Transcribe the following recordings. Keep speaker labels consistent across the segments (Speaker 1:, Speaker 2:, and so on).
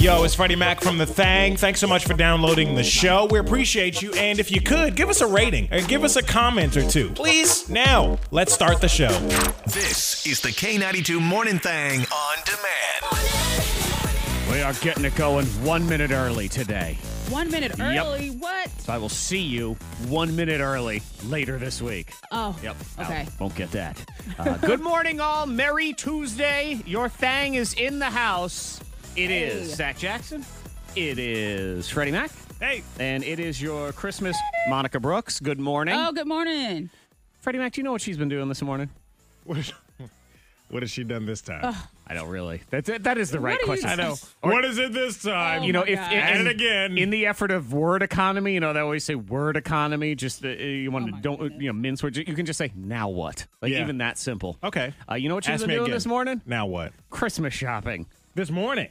Speaker 1: Yo, it's Freddie Mac from The Thang. Thanks so much for downloading the show. We appreciate you. And if you could, give us a rating and give us a comment or two. Please, now, let's start the show.
Speaker 2: This is the K92 Morning Thang on demand.
Speaker 3: We are getting it going one minute early today.
Speaker 4: One minute
Speaker 3: Yep.
Speaker 4: early. What?
Speaker 3: So I will see you one minute early later this week.
Speaker 4: Oh.
Speaker 3: Yep. no,
Speaker 4: Okay.
Speaker 3: won't get that. Uh, good morning, all. Merry Tuesday. Your thang is in the house. It is Zach Jackson. It is Freddie Mac.
Speaker 1: Hey,
Speaker 3: And it is your Christmas, Monica Brooks. Good morning.
Speaker 4: Oh, good morning.
Speaker 3: Freddie Mac, do you know what she's been doing this morning?
Speaker 1: what, what has she done this time?
Speaker 3: I don't really. That's it. That is the right
Speaker 4: are you
Speaker 3: question.
Speaker 4: I know.
Speaker 1: what is it this time?
Speaker 4: Oh
Speaker 3: you know,
Speaker 4: my
Speaker 3: if
Speaker 4: God.
Speaker 3: in-
Speaker 1: And
Speaker 3: in-
Speaker 1: again.
Speaker 3: in the effort of word economy, you know, they always say word economy. Just uh, you want to
Speaker 4: Oh my
Speaker 3: don't
Speaker 4: goodness.
Speaker 3: you know mince words. You can just say now what? Like
Speaker 1: Yeah.
Speaker 3: even that simple.
Speaker 1: Okay.
Speaker 3: Uh, you know what you've
Speaker 1: Ask
Speaker 3: been
Speaker 1: me
Speaker 3: doing
Speaker 1: again.
Speaker 3: this morning?
Speaker 1: Now what?
Speaker 3: Christmas shopping.
Speaker 1: This morning.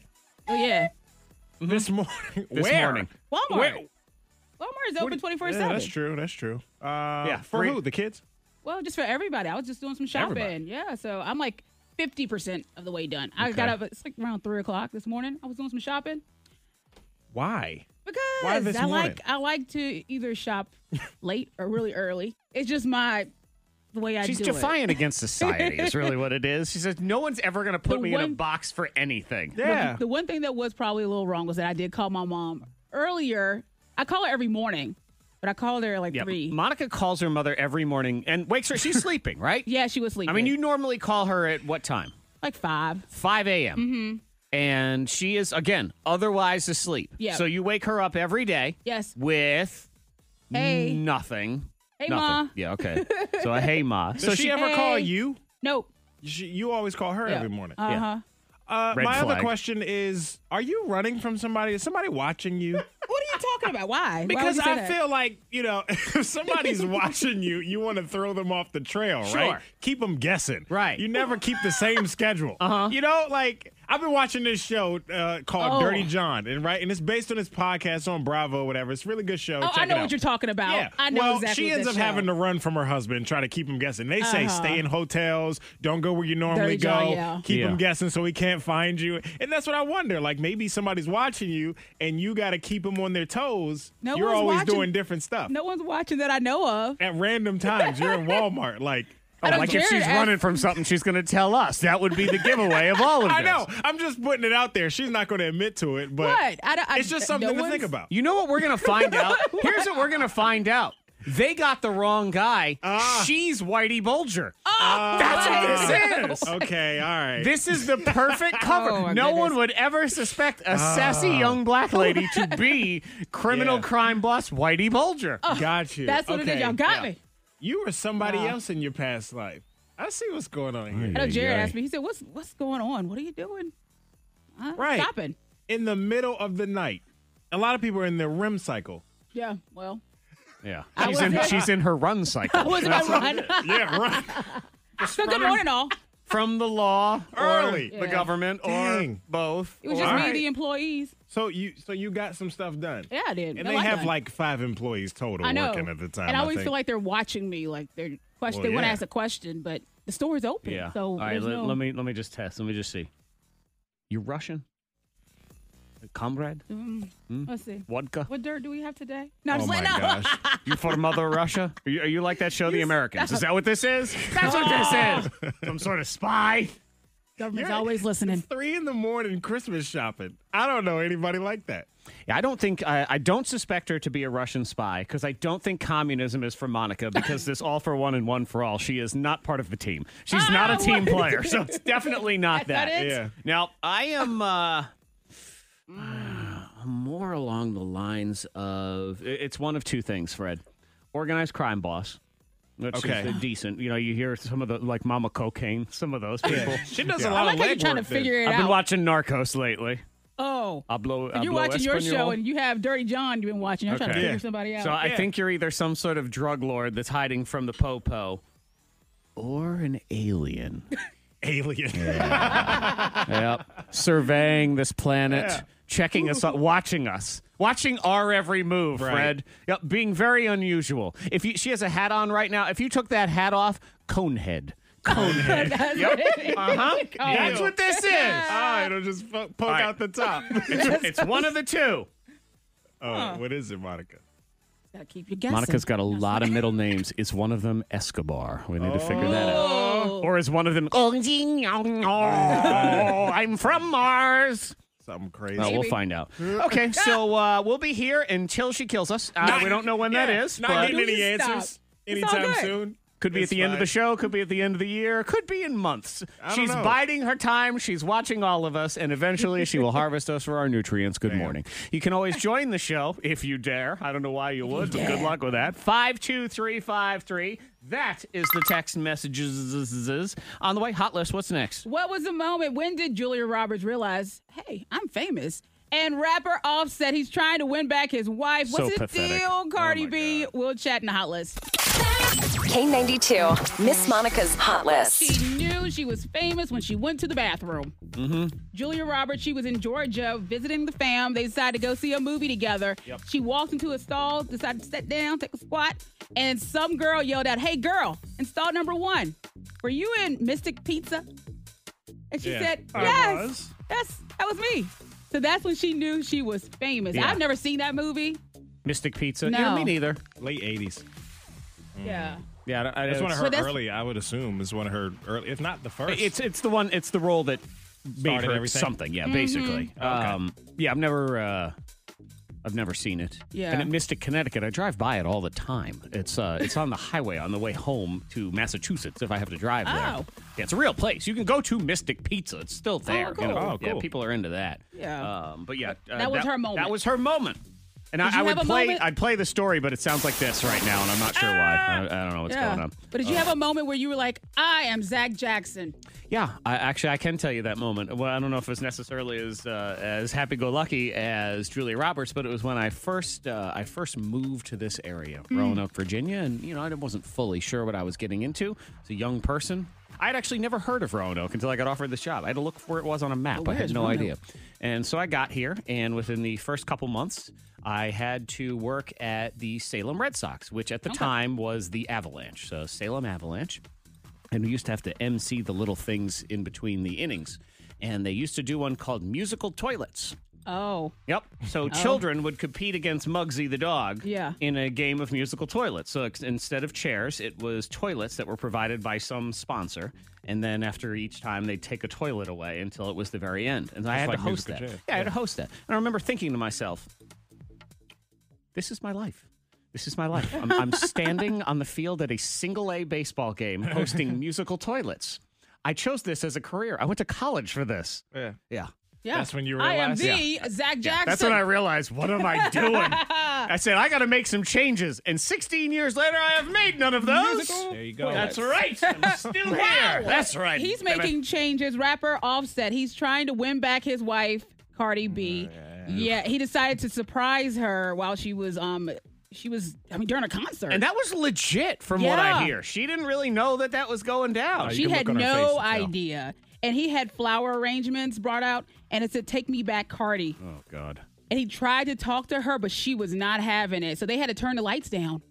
Speaker 4: Oh yeah.
Speaker 1: This morning.
Speaker 3: Mm-hmm. This
Speaker 1: Where?
Speaker 3: morning.
Speaker 4: Walmart.
Speaker 1: Where?
Speaker 4: Walmart is open twenty four
Speaker 1: Yeah, that's
Speaker 4: seven.
Speaker 1: true. That's true. Uh,
Speaker 3: Yeah,
Speaker 1: For
Speaker 3: free-
Speaker 1: who? The kids?
Speaker 4: Well, just for everybody. I was just doing some shopping.
Speaker 1: Everybody.
Speaker 4: Yeah. So I'm like fifty percent of the way done. I got up at it's like around three o'clock this morning. I was doing some shopping
Speaker 1: Why?
Speaker 4: because
Speaker 1: Why this
Speaker 4: I
Speaker 1: morning?
Speaker 4: like I like to either shop late or really early. It's just my the way I
Speaker 3: She's
Speaker 4: do it.
Speaker 3: defiant against society. is really what it is. She says no one's ever going to put
Speaker 4: The
Speaker 3: me in a
Speaker 4: one-
Speaker 3: box for anything.
Speaker 1: Yeah.
Speaker 4: The one thing that was probably a little wrong was that I did call my mom earlier. I call her every morning, but I called her at like
Speaker 3: Yeah,
Speaker 4: three.
Speaker 3: Monica calls her mother every morning and wakes her. She's sleeping, right?
Speaker 4: yeah, she was sleeping.
Speaker 3: I mean, you normally call her at what time?
Speaker 4: like five.
Speaker 3: 5 a.m.
Speaker 4: Mm-hmm.
Speaker 3: And she is, again, otherwise asleep.
Speaker 4: Yeah.
Speaker 3: So you wake her up every day.
Speaker 4: Yes.
Speaker 3: With
Speaker 4: Hey.
Speaker 3: nothing.
Speaker 4: Hey,
Speaker 3: nothing.
Speaker 4: Ma.
Speaker 3: Yeah, okay. So a hey, ma.
Speaker 1: Does
Speaker 3: So
Speaker 1: she,
Speaker 3: she,
Speaker 1: ever call
Speaker 4: Hey.
Speaker 1: you?
Speaker 4: Nope.
Speaker 1: She, you always call her every morning.
Speaker 4: Uh huh.
Speaker 1: Uh,
Speaker 3: Red
Speaker 1: my other
Speaker 3: flag.
Speaker 1: question is: Are you running from somebody? Is somebody watching you?
Speaker 4: What are you talking about? Why? Why would
Speaker 1: Because
Speaker 4: you say
Speaker 1: I
Speaker 4: that?
Speaker 1: feel like you know, if somebody's watching you, you want to throw them off the trail, right?
Speaker 3: Sure.
Speaker 1: Keep them guessing,
Speaker 3: Right.
Speaker 1: You never keep the same schedule. Uh-huh. You know, like I've been watching this show uh, called
Speaker 4: Oh.
Speaker 1: Dirty John, and right, and it's based on this podcast on Bravo, whatever. It's a really good show.
Speaker 4: Oh,
Speaker 1: Check
Speaker 4: I know
Speaker 1: it out.
Speaker 4: what you're talking about.
Speaker 1: Yeah.
Speaker 4: I know
Speaker 1: well,
Speaker 4: exactly.
Speaker 1: she
Speaker 4: what
Speaker 1: ends
Speaker 4: that
Speaker 1: up
Speaker 4: show. Uh-huh.
Speaker 1: having to run from her husband, trying to keep him guessing. They say stay in hotels, don't go where you
Speaker 4: Dirty
Speaker 1: normally go,
Speaker 4: John, yeah.
Speaker 1: keep him
Speaker 3: Yeah.
Speaker 1: guessing so he can't find you. And that's what I wonder. Like maybe somebody's watching you, and you got to keep them on their toes.
Speaker 4: No
Speaker 1: you're
Speaker 4: one's
Speaker 1: always
Speaker 4: watching-
Speaker 1: doing different stuff
Speaker 4: No one's watching that I know of.
Speaker 1: at random times. You're in Walmart, like.
Speaker 4: I don't
Speaker 3: Oh, like if
Speaker 4: care
Speaker 3: she's
Speaker 4: to ask-
Speaker 3: running from something, she's going to tell us. That would be the giveaway of all of this.
Speaker 1: I know. I'm just putting it out there. She's not going to admit to it, but
Speaker 4: What? I don't- I-
Speaker 1: it's just
Speaker 4: no
Speaker 1: something to
Speaker 4: one's-
Speaker 1: think about.
Speaker 3: You know what we're going to find out? Here's what we're going to find out. They got the wrong guy.
Speaker 1: Ah.
Speaker 3: She's Whitey Bulger.
Speaker 4: Oh,
Speaker 3: That's
Speaker 4: my
Speaker 3: what this is.
Speaker 1: Okay, all right.
Speaker 3: This is the perfect cover.
Speaker 4: Oh, my
Speaker 3: no
Speaker 4: goodness.
Speaker 3: one would ever suspect a sassy young black lady to be criminal
Speaker 1: Ah. Yeah.
Speaker 3: crime boss Whitey Bulger.
Speaker 1: got you.
Speaker 4: That's what it
Speaker 1: Okay.
Speaker 4: is. Y'all got
Speaker 3: Yeah.
Speaker 4: me.
Speaker 1: You were somebody
Speaker 4: Wow.
Speaker 1: else in your past life. I see what's going on here.
Speaker 4: I know Jared
Speaker 3: yeah.
Speaker 4: asked me. He said, "What's what's going on? What are you doing? Uh, I'm
Speaker 1: Right.
Speaker 4: Shopping.
Speaker 1: in the middle of the night. A lot of people are in their REM cycle.
Speaker 4: Yeah. Well,
Speaker 3: Yeah,
Speaker 4: I
Speaker 3: she's in
Speaker 4: wasn't-
Speaker 3: she's in her run
Speaker 4: I
Speaker 3: cycle
Speaker 4: was about run.
Speaker 1: Yeah, right.
Speaker 4: so good morning, all.
Speaker 3: from the law, or
Speaker 1: Early.
Speaker 3: the
Speaker 4: Yeah.
Speaker 3: government,
Speaker 1: Dang.
Speaker 3: or both.
Speaker 4: It was
Speaker 3: or-
Speaker 4: just me,
Speaker 1: right.
Speaker 4: and the employees.
Speaker 1: So you so you got some stuff done.
Speaker 4: Yeah, I did.
Speaker 1: And
Speaker 4: No,
Speaker 1: they
Speaker 4: I
Speaker 1: have
Speaker 4: done.
Speaker 1: like five employees total
Speaker 4: I know.
Speaker 1: working at the time.
Speaker 4: and I always
Speaker 1: think.
Speaker 4: feel like they're watching me. Like they're question.
Speaker 1: Well,
Speaker 4: they want to
Speaker 1: yeah.
Speaker 4: ask a question, but the store's open.
Speaker 3: yeah.
Speaker 4: So
Speaker 3: All right,
Speaker 4: there's
Speaker 3: let,
Speaker 4: no-
Speaker 3: let me let me just test. Let me just see. You Russian, comrade, Hmm?
Speaker 4: Mm, Let's see.
Speaker 3: vodka.
Speaker 4: What dirt do we have today? No,
Speaker 1: oh
Speaker 4: just
Speaker 1: my
Speaker 4: let no.
Speaker 1: gosh.
Speaker 3: You for Mother Russia? Are you, are you like that show, The Americans? Is that what this is? That's what this is. Some sort of spy.
Speaker 4: Government's
Speaker 1: You're-
Speaker 4: always listening.
Speaker 1: Three in the morning Christmas shopping. I don't know anybody like that.
Speaker 3: Yeah, I don't think I, I don't suspect her to be a Russian spy because I don't think communism is for Monica because this all for one and one for all. She is not part of the team. She's not a
Speaker 4: Ah,
Speaker 3: team
Speaker 4: what?
Speaker 3: player, so it's definitely not
Speaker 4: That's
Speaker 3: that.
Speaker 4: not it?
Speaker 1: Yeah.
Speaker 3: Now I am uh, Ah, more along the lines of i- it's one of two things, Fred. Organized crime boss. Which
Speaker 1: Okay.
Speaker 3: is uh, decent. You know, you hear some of the like Mama Cocaine, some of those people.
Speaker 1: She does
Speaker 3: Yeah.
Speaker 1: a
Speaker 4: I
Speaker 1: lot
Speaker 4: like
Speaker 1: of
Speaker 4: how you're
Speaker 1: legwork.
Speaker 4: trying to
Speaker 1: then.
Speaker 4: figure it
Speaker 3: I've
Speaker 4: out.
Speaker 3: been watching Narcos lately.
Speaker 4: oh,
Speaker 3: I blow. I
Speaker 4: you're
Speaker 3: blow
Speaker 4: watching your show
Speaker 3: Uh, Espanol.
Speaker 4: and you have Dirty John you've been watching. I'm trying to
Speaker 1: Okay.
Speaker 4: figure
Speaker 1: Yeah.
Speaker 4: somebody out.
Speaker 3: So I
Speaker 1: Yeah.
Speaker 3: think you're either some sort of drug lord that's hiding from the popo, or an alien.
Speaker 1: Alien.
Speaker 3: yep, surveying this planet,
Speaker 1: Yeah.
Speaker 3: checking us, out, watching us, watching our every move.
Speaker 1: Right.
Speaker 3: Fred, yep, being very unusual. If you, she has a hat on right now, if you took that hat off, conehead. conehead.
Speaker 4: That's
Speaker 3: Yep.
Speaker 4: what it is.
Speaker 3: Uh-huh. That's
Speaker 4: Ew.
Speaker 3: what this is. Ah, it'll just poke out the top. it's, it's one of the two.
Speaker 5: Oh, what is it, Monica?
Speaker 4: Gotta keep you guessing.
Speaker 3: Monica's got a lot of middle names. Is one of them Escobar? We need to figure that out. Or is one of them? Oh, I'm from Mars.
Speaker 5: Something crazy.
Speaker 3: Oh, we'll find out. Okay, so uh, we'll be here until she kills us. Uh, we don't know when that
Speaker 1: Yeah,
Speaker 3: is.
Speaker 1: Not
Speaker 3: but
Speaker 1: getting any
Speaker 4: Please stop.
Speaker 1: answers
Speaker 4: It's all
Speaker 1: anytime
Speaker 4: good.
Speaker 1: soon.
Speaker 3: could be at
Speaker 5: It's
Speaker 3: the end of
Speaker 5: fine.
Speaker 3: the show. Could be at the end of the year. Could be in months.
Speaker 5: don't
Speaker 3: She's
Speaker 5: know.
Speaker 3: biding her time. She's watching all of us, and eventually she will harvest us for our nutrients. Good morning. You can always join the show if you dare. I don't know why you would. but Good luck with that. Five two three five three. That is the text messages on the way. Hot list. What's next?
Speaker 4: What was the moment? When did Julia Roberts realize, hey, I'm famous? And rapper Offset, he's trying to win back his wife.
Speaker 3: So
Speaker 4: What's the
Speaker 3: pathetic. Oh
Speaker 4: deal, Cardi B? We'll chat in the hot list.
Speaker 6: K92, Miss Monica's Hot List.
Speaker 4: She knew she was famous when she went to the bathroom. Mm-hmm. Julia Roberts, she was in Georgia visiting the fam. They decided to go see a movie together. She walked into a stall, decided to sit down, take a squat, and some girl yelled out, Hey, girl, in stall number one, were you in Mystic Pizza? And she
Speaker 1: Yeah,
Speaker 4: said,
Speaker 5: I
Speaker 4: Yes.
Speaker 5: was.
Speaker 4: That's, that was me. So that's when she knew she was famous.
Speaker 3: Yeah.
Speaker 4: I've never seen that movie.
Speaker 3: Mystic Pizza.
Speaker 4: No.
Speaker 3: Yeah, me neither.
Speaker 5: Late 80s. Mm.
Speaker 4: Yeah.
Speaker 3: Yeah, I, don't- I,
Speaker 5: That's one of
Speaker 3: it's-
Speaker 5: her
Speaker 4: But that's-
Speaker 5: early, I would assume, is one of her early, if not the first.
Speaker 3: It's it's the one. It's the role that made
Speaker 5: Started
Speaker 3: her
Speaker 5: everything?
Speaker 3: something.
Speaker 4: Mm-hmm.
Speaker 3: Yeah, basically. Um, yeah, I've never. Uh, I've never seen it.
Speaker 4: Yeah.
Speaker 3: And at Mystic, Connecticut, I drive by it all the time. It's uh, it's on the highway on the way home to Massachusetts if I have to drive there.
Speaker 4: Oh.
Speaker 3: Yeah, it's a real place. You can go to Mystic Pizza. It's still there.
Speaker 4: cool.
Speaker 5: Oh,
Speaker 3: Yeah,
Speaker 5: cool.
Speaker 3: people are into that.
Speaker 4: Yeah.
Speaker 3: Um, but yeah, uh,
Speaker 4: That was her moment.
Speaker 3: That was her moment. And
Speaker 4: Did
Speaker 3: I,
Speaker 4: you
Speaker 3: I would
Speaker 4: have a
Speaker 3: play.
Speaker 4: moment?
Speaker 3: I'd play the story, but it sounds like this right now, and I'm not sure why. I, I don't know
Speaker 4: Ah!
Speaker 3: what's going on. Uh.
Speaker 4: But did you have a moment where you were like, I am Zach Jackson?
Speaker 3: Yeah, I, actually, I can tell you that moment. Well, I don't know if it was necessarily as uh, as happy go lucky as Julia Roberts, but it was when I first uh, I first moved to this area,
Speaker 4: Hmm.
Speaker 3: Roanoke, Virginia, and you know I wasn't fully sure what I was getting into. As a young person, I'd actually never heard of Roanoke until I got offered the job. I had to look for where it was on a map. I
Speaker 4: Oh, where
Speaker 3: had
Speaker 4: is
Speaker 3: no
Speaker 4: Roanoke?
Speaker 3: idea, and so I got here, and within the first couple months. I had to work at the Salem Red Sox, which at the time was the Avalanche. So, Salem Avalanche and we used to have to MC the little things in between the innings. And they used to do one called musical toilets.
Speaker 4: Oh.
Speaker 3: Yep. So children would compete against Muggsy the dog
Speaker 4: Yeah.
Speaker 3: in a game of musical toilets. So ex- instead of chairs, it was toilets that were provided by some sponsor. And then after each time, they'd take a toilet away until it was the very end. And I had
Speaker 5: like
Speaker 3: to host that.
Speaker 5: musical chairs.
Speaker 3: Yeah, I had to host that. And I remember thinking to myself, this is my life. This is my life. I'm, I'm standing on the field at a single A baseball game hosting musical toilets. I chose this as a career. I went to college for this.
Speaker 5: yeah.
Speaker 3: Yeah.
Speaker 4: Yeah.
Speaker 5: That's when you
Speaker 4: I am
Speaker 5: realized?
Speaker 4: the Zach Jackson.
Speaker 3: That's when I realized, what am I doing? I said, I got to make some changes. And 16 years later, I have made none of those.
Speaker 5: There you go.
Speaker 3: That's right. I'm still here. That's right.
Speaker 4: He's
Speaker 3: Baby.
Speaker 4: making changes. Rapper Offset. He's trying to win back his wife, Cardi
Speaker 3: Mm,
Speaker 4: B. Yeah, he decided to surprise her while she was um she was I mean during a concert.
Speaker 3: And that was legit from what I
Speaker 4: Yeah.
Speaker 3: hear. She didn't really know that that was going down.
Speaker 4: she
Speaker 5: Oh, can
Speaker 4: had
Speaker 5: look on her face
Speaker 4: no
Speaker 5: and tell.
Speaker 4: idea. And he had flower arrangements brought out and it said take me back Cardi.
Speaker 3: oh, God.
Speaker 4: And he tried to talk to her but she was not having it. So they had to turn the lights down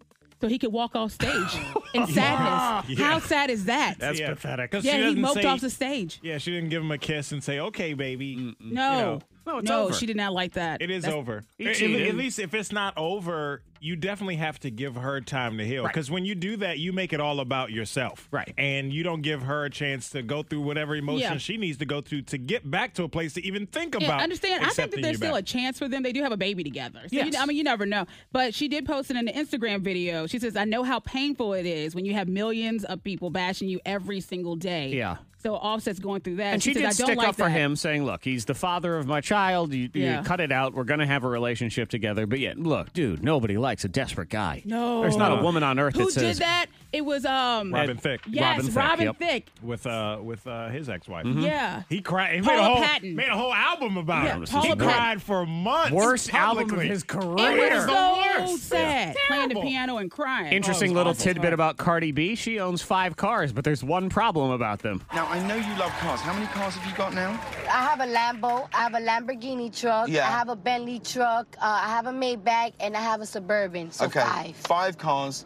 Speaker 4: so he could walk off stage in sadness. How sad is that?
Speaker 3: That's pathetic.
Speaker 5: Because
Speaker 4: yeah,
Speaker 5: she
Speaker 4: he
Speaker 5: doesn't
Speaker 4: moped
Speaker 5: say-
Speaker 4: off the stage.
Speaker 5: Yeah, she didn't give him a kiss and say, okay, baby.
Speaker 4: No.
Speaker 5: know.
Speaker 3: No, it's over.
Speaker 4: she did not like that.
Speaker 5: It is
Speaker 4: That's-
Speaker 5: over.
Speaker 3: He
Speaker 5: At- at-
Speaker 3: cheated.
Speaker 5: At least if it's not over, you definitely have to give her time to heal. Because when you do that, you make it all about yourself.
Speaker 3: Right.
Speaker 5: And you don't give her a chance to go through whatever emotion
Speaker 4: Yeah.
Speaker 5: she needs to go through to get back to a place to even think
Speaker 4: Yeah,
Speaker 5: about.
Speaker 4: understand. I think that
Speaker 5: accepting
Speaker 4: there's
Speaker 5: you
Speaker 4: still a
Speaker 5: back.
Speaker 4: chance for them. They do have a baby together. So
Speaker 3: Yes.
Speaker 4: you, I mean, you never know. But she did post it in an Instagram video. She says, "I know how painful it is when you have millions of people bashing you every single day."
Speaker 3: Yeah.
Speaker 4: So Offset's going through that,
Speaker 3: And she,
Speaker 4: says,
Speaker 3: did
Speaker 4: "I don't
Speaker 3: stick
Speaker 4: like
Speaker 3: up for
Speaker 4: that."
Speaker 3: him, saying, "Look, he's the father of my child. You, you
Speaker 4: Yeah.
Speaker 3: cut it out. We're going to have a relationship together." But yet, look, dude, nobody likes a desperate guy.
Speaker 4: No.
Speaker 3: there's not a woman on earth
Speaker 4: Who
Speaker 3: that says
Speaker 4: did that? It was um
Speaker 5: Robin Thicke.
Speaker 4: Yes,
Speaker 3: Robin
Speaker 4: Robin,
Speaker 3: Thicke, yep.
Speaker 4: Thicke.
Speaker 5: With uh with uh his ex wife.
Speaker 4: Yeah.
Speaker 5: He cried. He made
Speaker 4: Mm-hmm. Paula
Speaker 5: a whole
Speaker 4: Patton.
Speaker 5: made a whole album about
Speaker 4: Yeah,
Speaker 5: him.
Speaker 4: Paula
Speaker 5: he
Speaker 4: Patton.
Speaker 5: cried for months.
Speaker 3: worst album of
Speaker 5: publicly.
Speaker 3: his
Speaker 4: It was
Speaker 3: career.
Speaker 5: the
Speaker 4: so
Speaker 5: worst.
Speaker 4: sad. Playing the
Speaker 5: terrible.
Speaker 4: piano and crying.
Speaker 3: Interesting little tidbit about Cardi B. She owns five cars, but there's one problem about them.
Speaker 7: Now, I know you love cars. How many cars have you got now?
Speaker 8: I have a Lambo, I have a Lamborghini truck,
Speaker 7: Yeah.
Speaker 8: I have a Bentley truck, uh, I have a Maybach, and I have a Suburban. So
Speaker 7: okay,
Speaker 8: five.
Speaker 7: Five cars.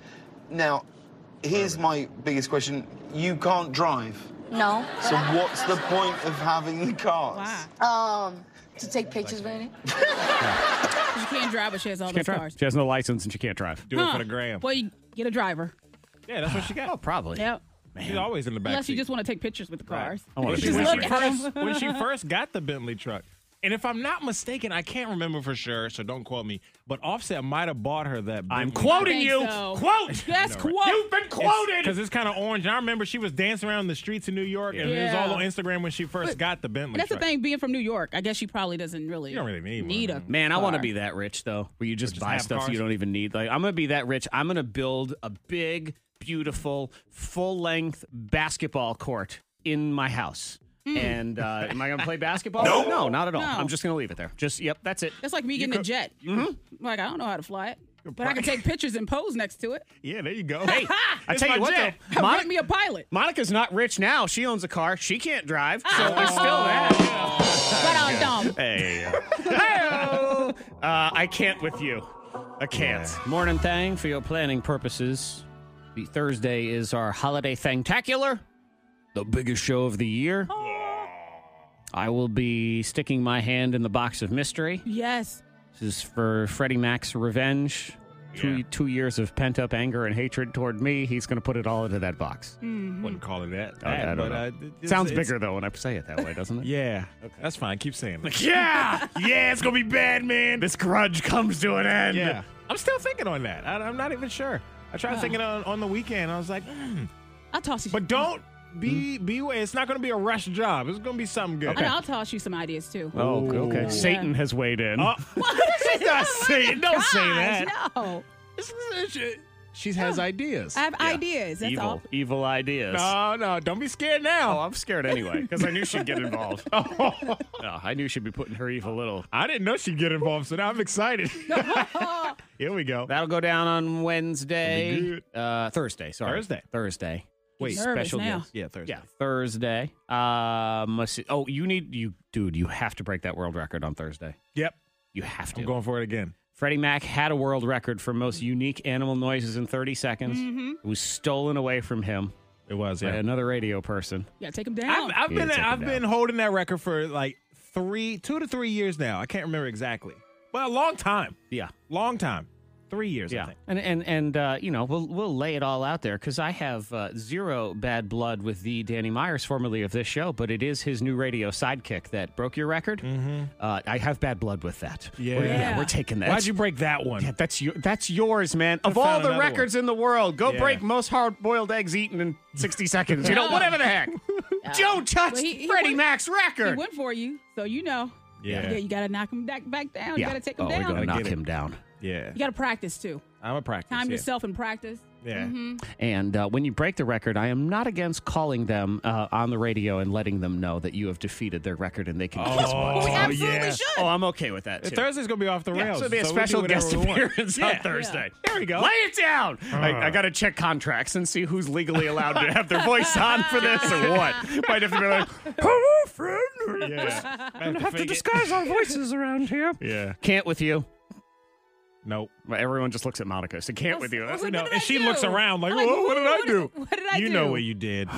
Speaker 7: Now, here's my biggest question. You can't drive.
Speaker 8: No.
Speaker 7: So what's the point of having the cars?
Speaker 4: Why?
Speaker 8: Um, to take pictures with it.
Speaker 4: You can't drive, but she has all those
Speaker 3: Can't drive.
Speaker 4: cars.
Speaker 3: She has no license and she can't drive.
Speaker 1: Do it for the gram.
Speaker 4: Well, you get a driver.
Speaker 1: Yeah, that's what she got.
Speaker 3: Probably.
Speaker 4: Yep.
Speaker 1: She's always in the back
Speaker 4: Unless you
Speaker 1: seat.
Speaker 4: just want to take pictures with the cars.
Speaker 3: I wanna
Speaker 1: when,
Speaker 3: see
Speaker 1: she,
Speaker 4: just
Speaker 3: what
Speaker 1: when
Speaker 4: look
Speaker 1: she
Speaker 4: at them.
Speaker 1: first, when she first got the Bentley truck. And if I'm not mistaken, I can't remember for sure, so don't quote me. But Offset might have bought her that.
Speaker 3: I'm quoting
Speaker 4: think
Speaker 3: you.
Speaker 4: so.
Speaker 3: Quote.
Speaker 4: Yes, quote.
Speaker 3: You've been quoted.
Speaker 1: because it's kind of orange. And I remember she was dancing around the streets in New York, and it was
Speaker 4: Yeah.
Speaker 1: all on Instagram when she first
Speaker 4: But-
Speaker 1: got the Bentley.
Speaker 4: And that's the
Speaker 1: truck.
Speaker 4: thing, being from New York, I guess she probably doesn't really,
Speaker 1: You don't really need one.
Speaker 4: need a
Speaker 3: Man, I want to
Speaker 4: car.
Speaker 3: be that rich though, where you just,
Speaker 1: Just
Speaker 3: buy
Speaker 1: have
Speaker 3: stuff
Speaker 1: cars?
Speaker 3: you don't even need. Like I'm gonna be that rich. I'm gonna build a big, beautiful, full length basketball court in my house. And uh, am I gonna play basketball? No, not at all.
Speaker 4: Hmm. No.
Speaker 3: I'm just gonna leave it there. Just yep, that's it.
Speaker 4: That's like me getting a jet.
Speaker 1: Mm-hmm.
Speaker 4: Like I don't know how to fly it, but I can take pictures and pose next to it.
Speaker 1: Yeah, there you go.
Speaker 3: Hey, I
Speaker 1: It's
Speaker 3: tell
Speaker 1: my
Speaker 3: you what
Speaker 1: jet.
Speaker 3: though, Monica,
Speaker 4: Make me a pilot.
Speaker 3: Monica's not rich now. She owns a car. She can't drive, so there's still that. Oh.
Speaker 4: But I'm Ah. dumb.
Speaker 3: Hey, Hey-o. uh, I can't with you. I can't. Morning thing for your planning purposes. The Thursday is our holiday thangtacular, the biggest show of the year. I will be sticking my hand in the box of mystery.
Speaker 4: Yes.
Speaker 3: This is for Freddie Mac's revenge. Two, two years of pent up anger and hatred toward me. He's going to put it all into that box.
Speaker 5: Mm-hmm.
Speaker 1: Wouldn't call it that.
Speaker 3: I- I
Speaker 1: that, but,
Speaker 3: don't know.
Speaker 1: uh, it's-
Speaker 3: Sounds
Speaker 1: it's-
Speaker 3: bigger though when I say it that way, doesn't it?
Speaker 1: Yeah, that's fine. Keep saying it.
Speaker 3: yeah, yeah. It's gonna be bad, man. This grudge comes to an end.
Speaker 1: Yeah, I'm still thinking on that. I, I'm not even sure. I tried thinking on on the weekend. I was like, mm.
Speaker 4: I'll toss you.
Speaker 1: but don't be be. It's not going to be a rush job. It's going to be something good.
Speaker 4: I know, I'll toss you some ideas too.
Speaker 3: Oh, okay. Satan has weighed in.
Speaker 1: Uh, she's not saying. Don't say
Speaker 4: Guys,
Speaker 1: that.
Speaker 4: No.
Speaker 1: This is- She, she has ideas.
Speaker 4: I have ideas. That's
Speaker 3: evil,
Speaker 4: all.
Speaker 3: evil ideas. Oh,
Speaker 1: No, no, don't be scared now.
Speaker 3: I'm scared anyway because I knew she'd get involved. oh, I knew she'd be putting her evil little.
Speaker 1: I didn't know she'd get involved, so now I'm excited. Here we go.
Speaker 3: That'll go down on Wednesday.
Speaker 1: That'll be good.
Speaker 3: Uh, Thursday. Sorry.
Speaker 1: Thursday.
Speaker 3: Thursday.
Speaker 1: Wait,
Speaker 4: Nervous
Speaker 3: Special
Speaker 4: now.
Speaker 3: guest.
Speaker 1: yeah, Thursday.
Speaker 3: Yeah, Thursday. Um, let's see. Oh, you need you, dude. You have to break that world record on Thursday.
Speaker 1: Yep.
Speaker 3: You have to.
Speaker 1: I'm going for it again.
Speaker 3: Freddie Mac had a world record for most unique animal noises in 30 seconds. It was stolen away from him
Speaker 1: It was.
Speaker 3: by another radio person.
Speaker 4: Yeah, take them down.
Speaker 1: I've, I've been
Speaker 3: Yeah, take it
Speaker 1: I've
Speaker 3: down.
Speaker 1: been holding that record for like three, two to three years now. I can't remember exactly, but a long time,
Speaker 3: Yeah.
Speaker 1: long time, three years. I
Speaker 3: Yeah,
Speaker 1: think.
Speaker 3: and and and uh, you know we'll we'll lay it all out there because I have uh, zero bad blood with the Danny Myers, formerly of this show, but it is his new radio sidekick that broke your record. Mm-hmm. Uh, I have bad blood with that.
Speaker 1: Mm. Yeah.
Speaker 3: we're,
Speaker 4: Yeah.
Speaker 3: we're taking that.
Speaker 1: Why'd you break that one?
Speaker 3: Yeah, that's your that's yours, man. Of all
Speaker 1: found
Speaker 3: the
Speaker 1: another
Speaker 3: records in the world, go
Speaker 1: Yeah.
Speaker 3: break most hard boiled eggs eaten in sixty seconds. You know, whatever the heck. Joe touched
Speaker 4: Well, he- he
Speaker 3: Freddie
Speaker 4: went-
Speaker 3: Mac's
Speaker 4: he
Speaker 3: record.
Speaker 4: went for you, so you know.
Speaker 1: Yeah.
Speaker 4: Yeah, you gotta knock him back, back down. You gotta take him
Speaker 3: oh,
Speaker 4: down.
Speaker 3: we're gonna
Speaker 1: Gotta
Speaker 3: knock
Speaker 1: get it.
Speaker 3: him down.
Speaker 1: Yeah,
Speaker 4: You gotta practice too.
Speaker 1: I'm a practice.
Speaker 4: Time
Speaker 1: yeah.
Speaker 4: yourself and practice. Mm-hmm.
Speaker 1: Yeah,
Speaker 3: And uh, when you break the record, I am not against calling them uh, on the radio and letting them know that you have defeated their record and they can kiss
Speaker 1: Oh,
Speaker 3: my.
Speaker 4: we absolutely
Speaker 1: yeah.
Speaker 4: should.
Speaker 3: Oh, I'm okay with that. Too.
Speaker 1: Thursday's gonna be off the
Speaker 3: yeah,
Speaker 1: rails.
Speaker 3: so it'll be a
Speaker 1: we'll do
Speaker 3: special
Speaker 1: whatever
Speaker 3: guest
Speaker 1: we want.
Speaker 3: appearance on
Speaker 1: Yeah.
Speaker 3: Thursday.
Speaker 1: There we go.
Speaker 3: Lay it down. I, I got to check contracts and see who's legally allowed to have their voice on for this or what. Might have to be like, hello, friend.
Speaker 1: Yeah, I have to, fake it.
Speaker 3: our voices around here.
Speaker 1: Yeah,
Speaker 3: Can't with you.
Speaker 1: nope.
Speaker 3: Well, Everyone just looks at Monica. So can't with you.
Speaker 4: What
Speaker 3: That's-
Speaker 4: did
Speaker 1: No,
Speaker 4: I
Speaker 1: and she
Speaker 4: do?
Speaker 1: looks around like,
Speaker 4: I'm
Speaker 1: "Whoa, what did I do?
Speaker 4: What did I
Speaker 1: you
Speaker 4: do?
Speaker 1: know what you did.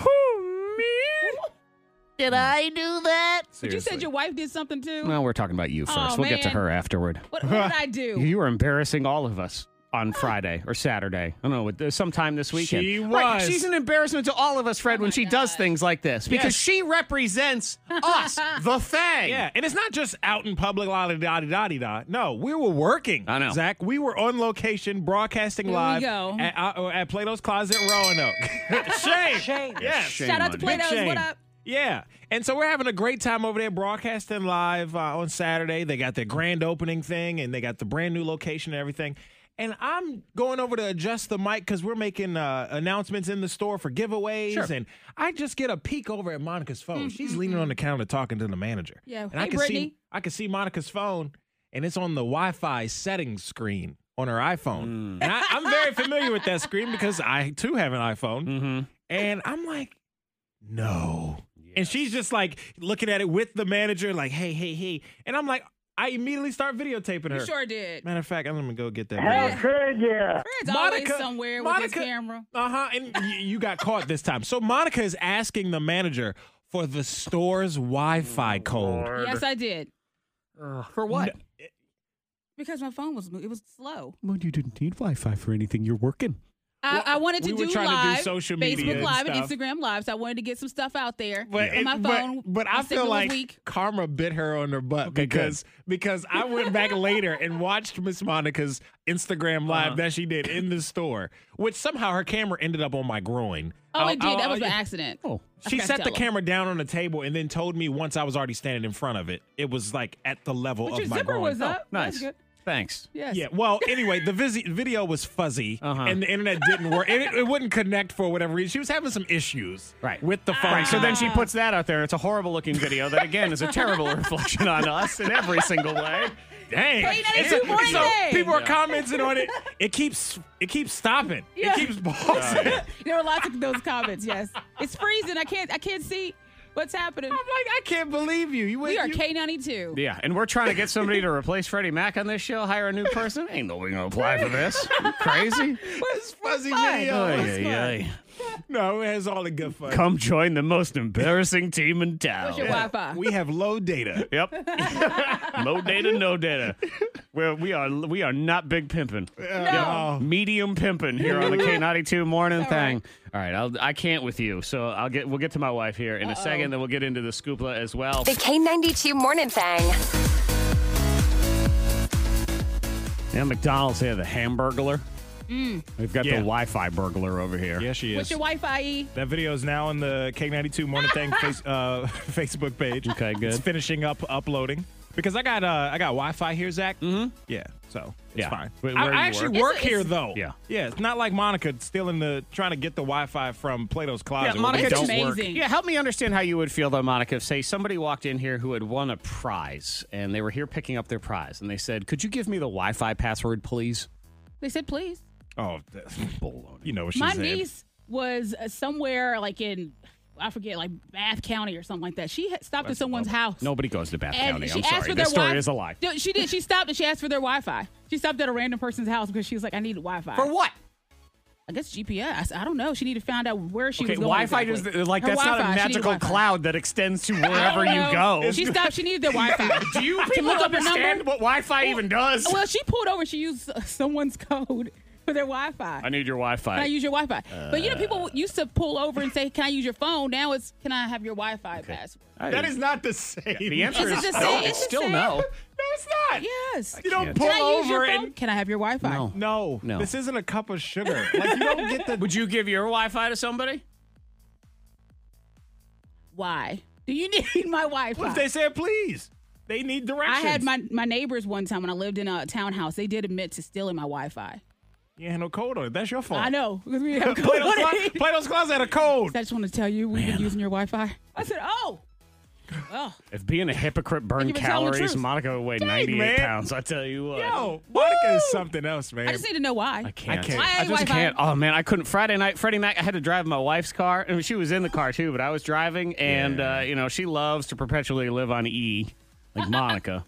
Speaker 8: Did I do that?
Speaker 4: But you said your wife did something too.
Speaker 3: Well, we're talking about you first.
Speaker 4: Oh,
Speaker 3: we'll get to
Speaker 4: man.
Speaker 3: her afterward.
Speaker 4: What, what did I do?
Speaker 3: You were embarrassing all of us on Friday or Saturday. I don't know, sometime this weekend.
Speaker 1: She
Speaker 3: Right,
Speaker 1: was.
Speaker 3: she's an embarrassment to all of us, Fred, when she does things like this
Speaker 1: Yes.
Speaker 3: because she represents us, the thing.
Speaker 1: Yeah, and it's not just out in public, la da da da da da. No, we were working.
Speaker 3: I know.
Speaker 1: Zach. We were on location, broadcasting
Speaker 4: Here we
Speaker 1: live
Speaker 4: go.
Speaker 1: At, uh, at Plato's Closet, Roanoke. Shame. Shame. Yes.
Speaker 3: Shame
Speaker 4: Shout
Speaker 3: on
Speaker 4: out to
Speaker 3: you.
Speaker 1: Big
Speaker 4: Plato's.
Speaker 1: shame.
Speaker 4: What up?
Speaker 1: Yeah, and so we're having a great time over there, broadcasting live uh, on Saturday. They got their grand opening thing, and they got the brand new location and everything. And I'm going over to adjust the mic because we're making uh, announcements in the store for giveaways,
Speaker 3: Sure.
Speaker 1: and I just get a peek over at Monica's phone. She's leaning on the counter talking to the manager.
Speaker 4: Mm, Yeah,
Speaker 1: and
Speaker 4: Oh, hey,
Speaker 1: I can see
Speaker 4: Brittany.
Speaker 1: I can see Monica's phone, and it's on the Wi-Fi settings screen on her iPhone. And I, I'm very familiar with that screen because I too have an iPhone. And I'm like, no. And she's just like looking at it with the manager, like, hey, hey, hey. And I'm like, I immediately start videotaping her.
Speaker 4: Sure did.
Speaker 1: Matter of fact, I'm gonna go get that.
Speaker 9: How could you?
Speaker 4: Fred's always somewhere with his camera.
Speaker 1: Uh huh. And y- you got caught this time. So Monica is asking the manager for the store's Wi-Fi code.
Speaker 4: Yes, I did.
Speaker 3: For what?
Speaker 4: Because my phone was mo- it was slow.
Speaker 3: Well, you didn't need Wi-Fi for anything. You're working.
Speaker 4: I, I wanted to
Speaker 1: we were
Speaker 4: do
Speaker 1: trying to do
Speaker 4: live,
Speaker 1: social media
Speaker 4: Facebook
Speaker 1: and
Speaker 4: Live
Speaker 1: stuff.
Speaker 4: and Instagram Live, so I wanted to get some stuff out there.
Speaker 1: But,
Speaker 4: And
Speaker 1: it-
Speaker 4: my
Speaker 1: but-
Speaker 4: phone,
Speaker 1: but,
Speaker 4: my
Speaker 1: I
Speaker 4: signal
Speaker 1: feel
Speaker 4: was
Speaker 1: like
Speaker 4: weak.
Speaker 1: karma bit her on her butt
Speaker 3: Okay, good.
Speaker 1: because because I went back later and watched Miss Monica's Instagram live
Speaker 3: Uh-huh.
Speaker 1: that she did in the store, which somehow her camera ended up on my groin.
Speaker 4: Oh, it
Speaker 1: I'll-
Speaker 4: did.
Speaker 1: I'll-
Speaker 4: That was
Speaker 1: I'll-
Speaker 4: an accident.
Speaker 3: Oh.
Speaker 4: I
Speaker 1: She
Speaker 4: forgot to
Speaker 1: set the
Speaker 4: tell 'em.
Speaker 1: camera down on the table and then told me once I was already standing in front of it. It was like at the level
Speaker 4: But
Speaker 1: of
Speaker 4: your
Speaker 1: my
Speaker 4: zipper
Speaker 1: groin.
Speaker 4: was up. That's
Speaker 3: Oh, Nice.
Speaker 4: good.
Speaker 3: Thanks.
Speaker 4: Yes.
Speaker 1: Yeah. Well, anyway, the visi- video was fuzzy,
Speaker 3: Uh-huh.
Speaker 1: and the internet didn't work. It, it wouldn't connect for whatever reason. She was having some issues,
Speaker 3: Right.
Speaker 1: with
Speaker 4: Ah.
Speaker 1: the phone.
Speaker 3: Right, so then she puts that out there. It's a horrible looking video that, again, is a terrible reflection on us in every single way.
Speaker 4: Hey,
Speaker 1: dang,
Speaker 4: now
Speaker 1: It's
Speaker 4: that's your
Speaker 1: so
Speaker 4: thing.
Speaker 1: people are commenting on it. It keeps it keeps stopping.
Speaker 4: Yeah.
Speaker 1: It keeps pausing.
Speaker 4: There were lots of those comments. Yes. It's freezing. I can't. I can't see what's happening.
Speaker 1: I'm like, I can't believe you. You
Speaker 4: We are
Speaker 1: you-
Speaker 4: K92.
Speaker 3: Yeah, and we're trying to get somebody to replace Freddie Mac on this show, hire a new person. Ain't nobody gonna apply for this. You Crazy.
Speaker 1: This fuzzy
Speaker 4: fun.
Speaker 1: video.
Speaker 3: Ay,
Speaker 1: was-
Speaker 3: ay,
Speaker 1: No, it has all the good fun.
Speaker 3: ay. Oh, Come join the most embarrassing team in town.
Speaker 4: What's your Wi-Fi?
Speaker 1: We have low data.
Speaker 3: Yep. no data, no data. Where we are, we are not big pimping.
Speaker 1: No.
Speaker 3: Medium pimping here on the K ninety two morning thing. All right, I'll, I can't with you, so I'll get. We'll get to my wife here in a second. Then we'll get into the scoopla as well.
Speaker 6: The K92 Morning Thang.
Speaker 3: Yeah, McDonald's here, the Hamburglar. We've got
Speaker 1: Yeah.
Speaker 3: the Wi Fi burglar over here.
Speaker 1: Yes, she is.
Speaker 4: Mm. What's your Wi-Fi? E?
Speaker 1: That video is now on the K92 Morning Thing face, uh, Facebook page.
Speaker 3: Okay, good.
Speaker 1: It's finishing up uploading because I got uh, I got Wi-Fi here, Zach. Mm-hmm. Yeah, so it's
Speaker 3: Yeah.
Speaker 1: fine.
Speaker 3: Wait,
Speaker 1: I,
Speaker 3: where
Speaker 1: I
Speaker 3: you
Speaker 1: actually
Speaker 3: work?
Speaker 1: work,
Speaker 4: It's-
Speaker 1: here
Speaker 4: it's-
Speaker 1: though.
Speaker 3: Yeah.
Speaker 1: yeah. It's not like Monica stealing the trying to get the Wi-Fi from Plato's closet.
Speaker 3: Yeah,
Speaker 1: where
Speaker 3: Monica,
Speaker 1: we
Speaker 4: It's
Speaker 1: don't
Speaker 3: just-
Speaker 1: work.
Speaker 4: amazing.
Speaker 3: Yeah, help me understand how you would feel though, Monica, if say somebody walked in here who had won a prize and they were here picking up their prize and they said, "Could you give me the Wi-Fi password, please?"
Speaker 4: They said please.
Speaker 1: Oh, that's
Speaker 3: Baloney.
Speaker 1: you know what Oh, she
Speaker 4: My
Speaker 1: said.
Speaker 4: niece was uh, somewhere like in I forget, like Bath County or something like that. She had stopped at someone's house.
Speaker 3: Nobody goes to Bath
Speaker 4: And
Speaker 3: County.
Speaker 4: she
Speaker 3: I'm
Speaker 4: asked
Speaker 3: sorry,
Speaker 4: for
Speaker 3: this
Speaker 4: their
Speaker 3: story
Speaker 4: Wi-
Speaker 3: is a lie.
Speaker 4: No, she did. She stopped and she asked for their Wi-Fi. She stopped at a random person's house because she was like, "I need Wi-Fi."
Speaker 3: For what?
Speaker 4: I guess GPS. I don't know. She needed to find out where she
Speaker 3: Okay,
Speaker 4: was going.
Speaker 3: Wi-Fi
Speaker 4: exactly.
Speaker 3: does like
Speaker 4: Her
Speaker 3: that's not
Speaker 4: Wi-Fi,
Speaker 3: a
Speaker 4: she needed
Speaker 3: magical
Speaker 4: Wi-Fi.
Speaker 3: cloud that extends to
Speaker 4: I don't
Speaker 3: wherever you
Speaker 4: know.
Speaker 3: go.
Speaker 4: She stopped. She needed their Wi-Fi.
Speaker 3: Do you
Speaker 4: To
Speaker 3: people
Speaker 4: look up her
Speaker 3: understand
Speaker 4: number?
Speaker 3: what Wi-Fi even does?
Speaker 4: Well, she pulled over. She used uh, someone's code for their Wi-Fi.
Speaker 3: I Uh. need your
Speaker 4: can I
Speaker 3: Wi-Fi.
Speaker 4: use your Wi-Fi? but you know, people used to pull over and say, "Can I use your phone?" Now it's, "Can I have your Wi-Fi password?"
Speaker 1: That is not the same.
Speaker 3: the answer
Speaker 4: Is
Speaker 3: is,
Speaker 4: it the
Speaker 3: no.
Speaker 4: same?
Speaker 3: It's
Speaker 4: Is it
Speaker 3: still
Speaker 4: the
Speaker 3: no.
Speaker 1: No, it's not.
Speaker 4: Yes.
Speaker 1: You don't
Speaker 3: Can
Speaker 1: pull
Speaker 4: Can I use
Speaker 1: over
Speaker 4: your phone?
Speaker 1: and
Speaker 4: Can I have your Wi-Fi?
Speaker 1: no,
Speaker 3: No.
Speaker 1: This isn't a cup of sugar. Like you don't get the.
Speaker 3: Would you give your Wi-Fi to somebody?
Speaker 4: Why? Do you need my Wi-Fi?
Speaker 1: What if they said please? They need
Speaker 4: I
Speaker 1: directions.
Speaker 4: had my, my neighbors one time when I lived in a townhouse. They did admit to stealing my Wi-Fi.
Speaker 1: You had no code on it. That's your fault.
Speaker 4: I know because we didn't have code
Speaker 1: Plato's,
Speaker 4: on
Speaker 1: Clo-
Speaker 4: it.
Speaker 1: Plato's Closet had a code.
Speaker 4: I just want to tell you we've been using your Wi-Fi. I said, "Oh, well,
Speaker 3: If being a hypocrite burned
Speaker 4: Thank you for telling the
Speaker 3: calories,
Speaker 4: truth.
Speaker 3: Monica would weigh
Speaker 1: man.
Speaker 3: 98 pounds. I tell you what.
Speaker 1: Yo, Monica is something else, man.
Speaker 4: I just need to know why."
Speaker 3: I can't.
Speaker 1: I can't.
Speaker 4: Why
Speaker 3: I just
Speaker 4: Wi-Fi?
Speaker 3: can't. Oh man, I couldn't. Friday night, Freddie Mac. I had to drive my wife's car, and she was in the car too. But I was driving, and uh, you know, she loves to perpetually live on E, like Monica.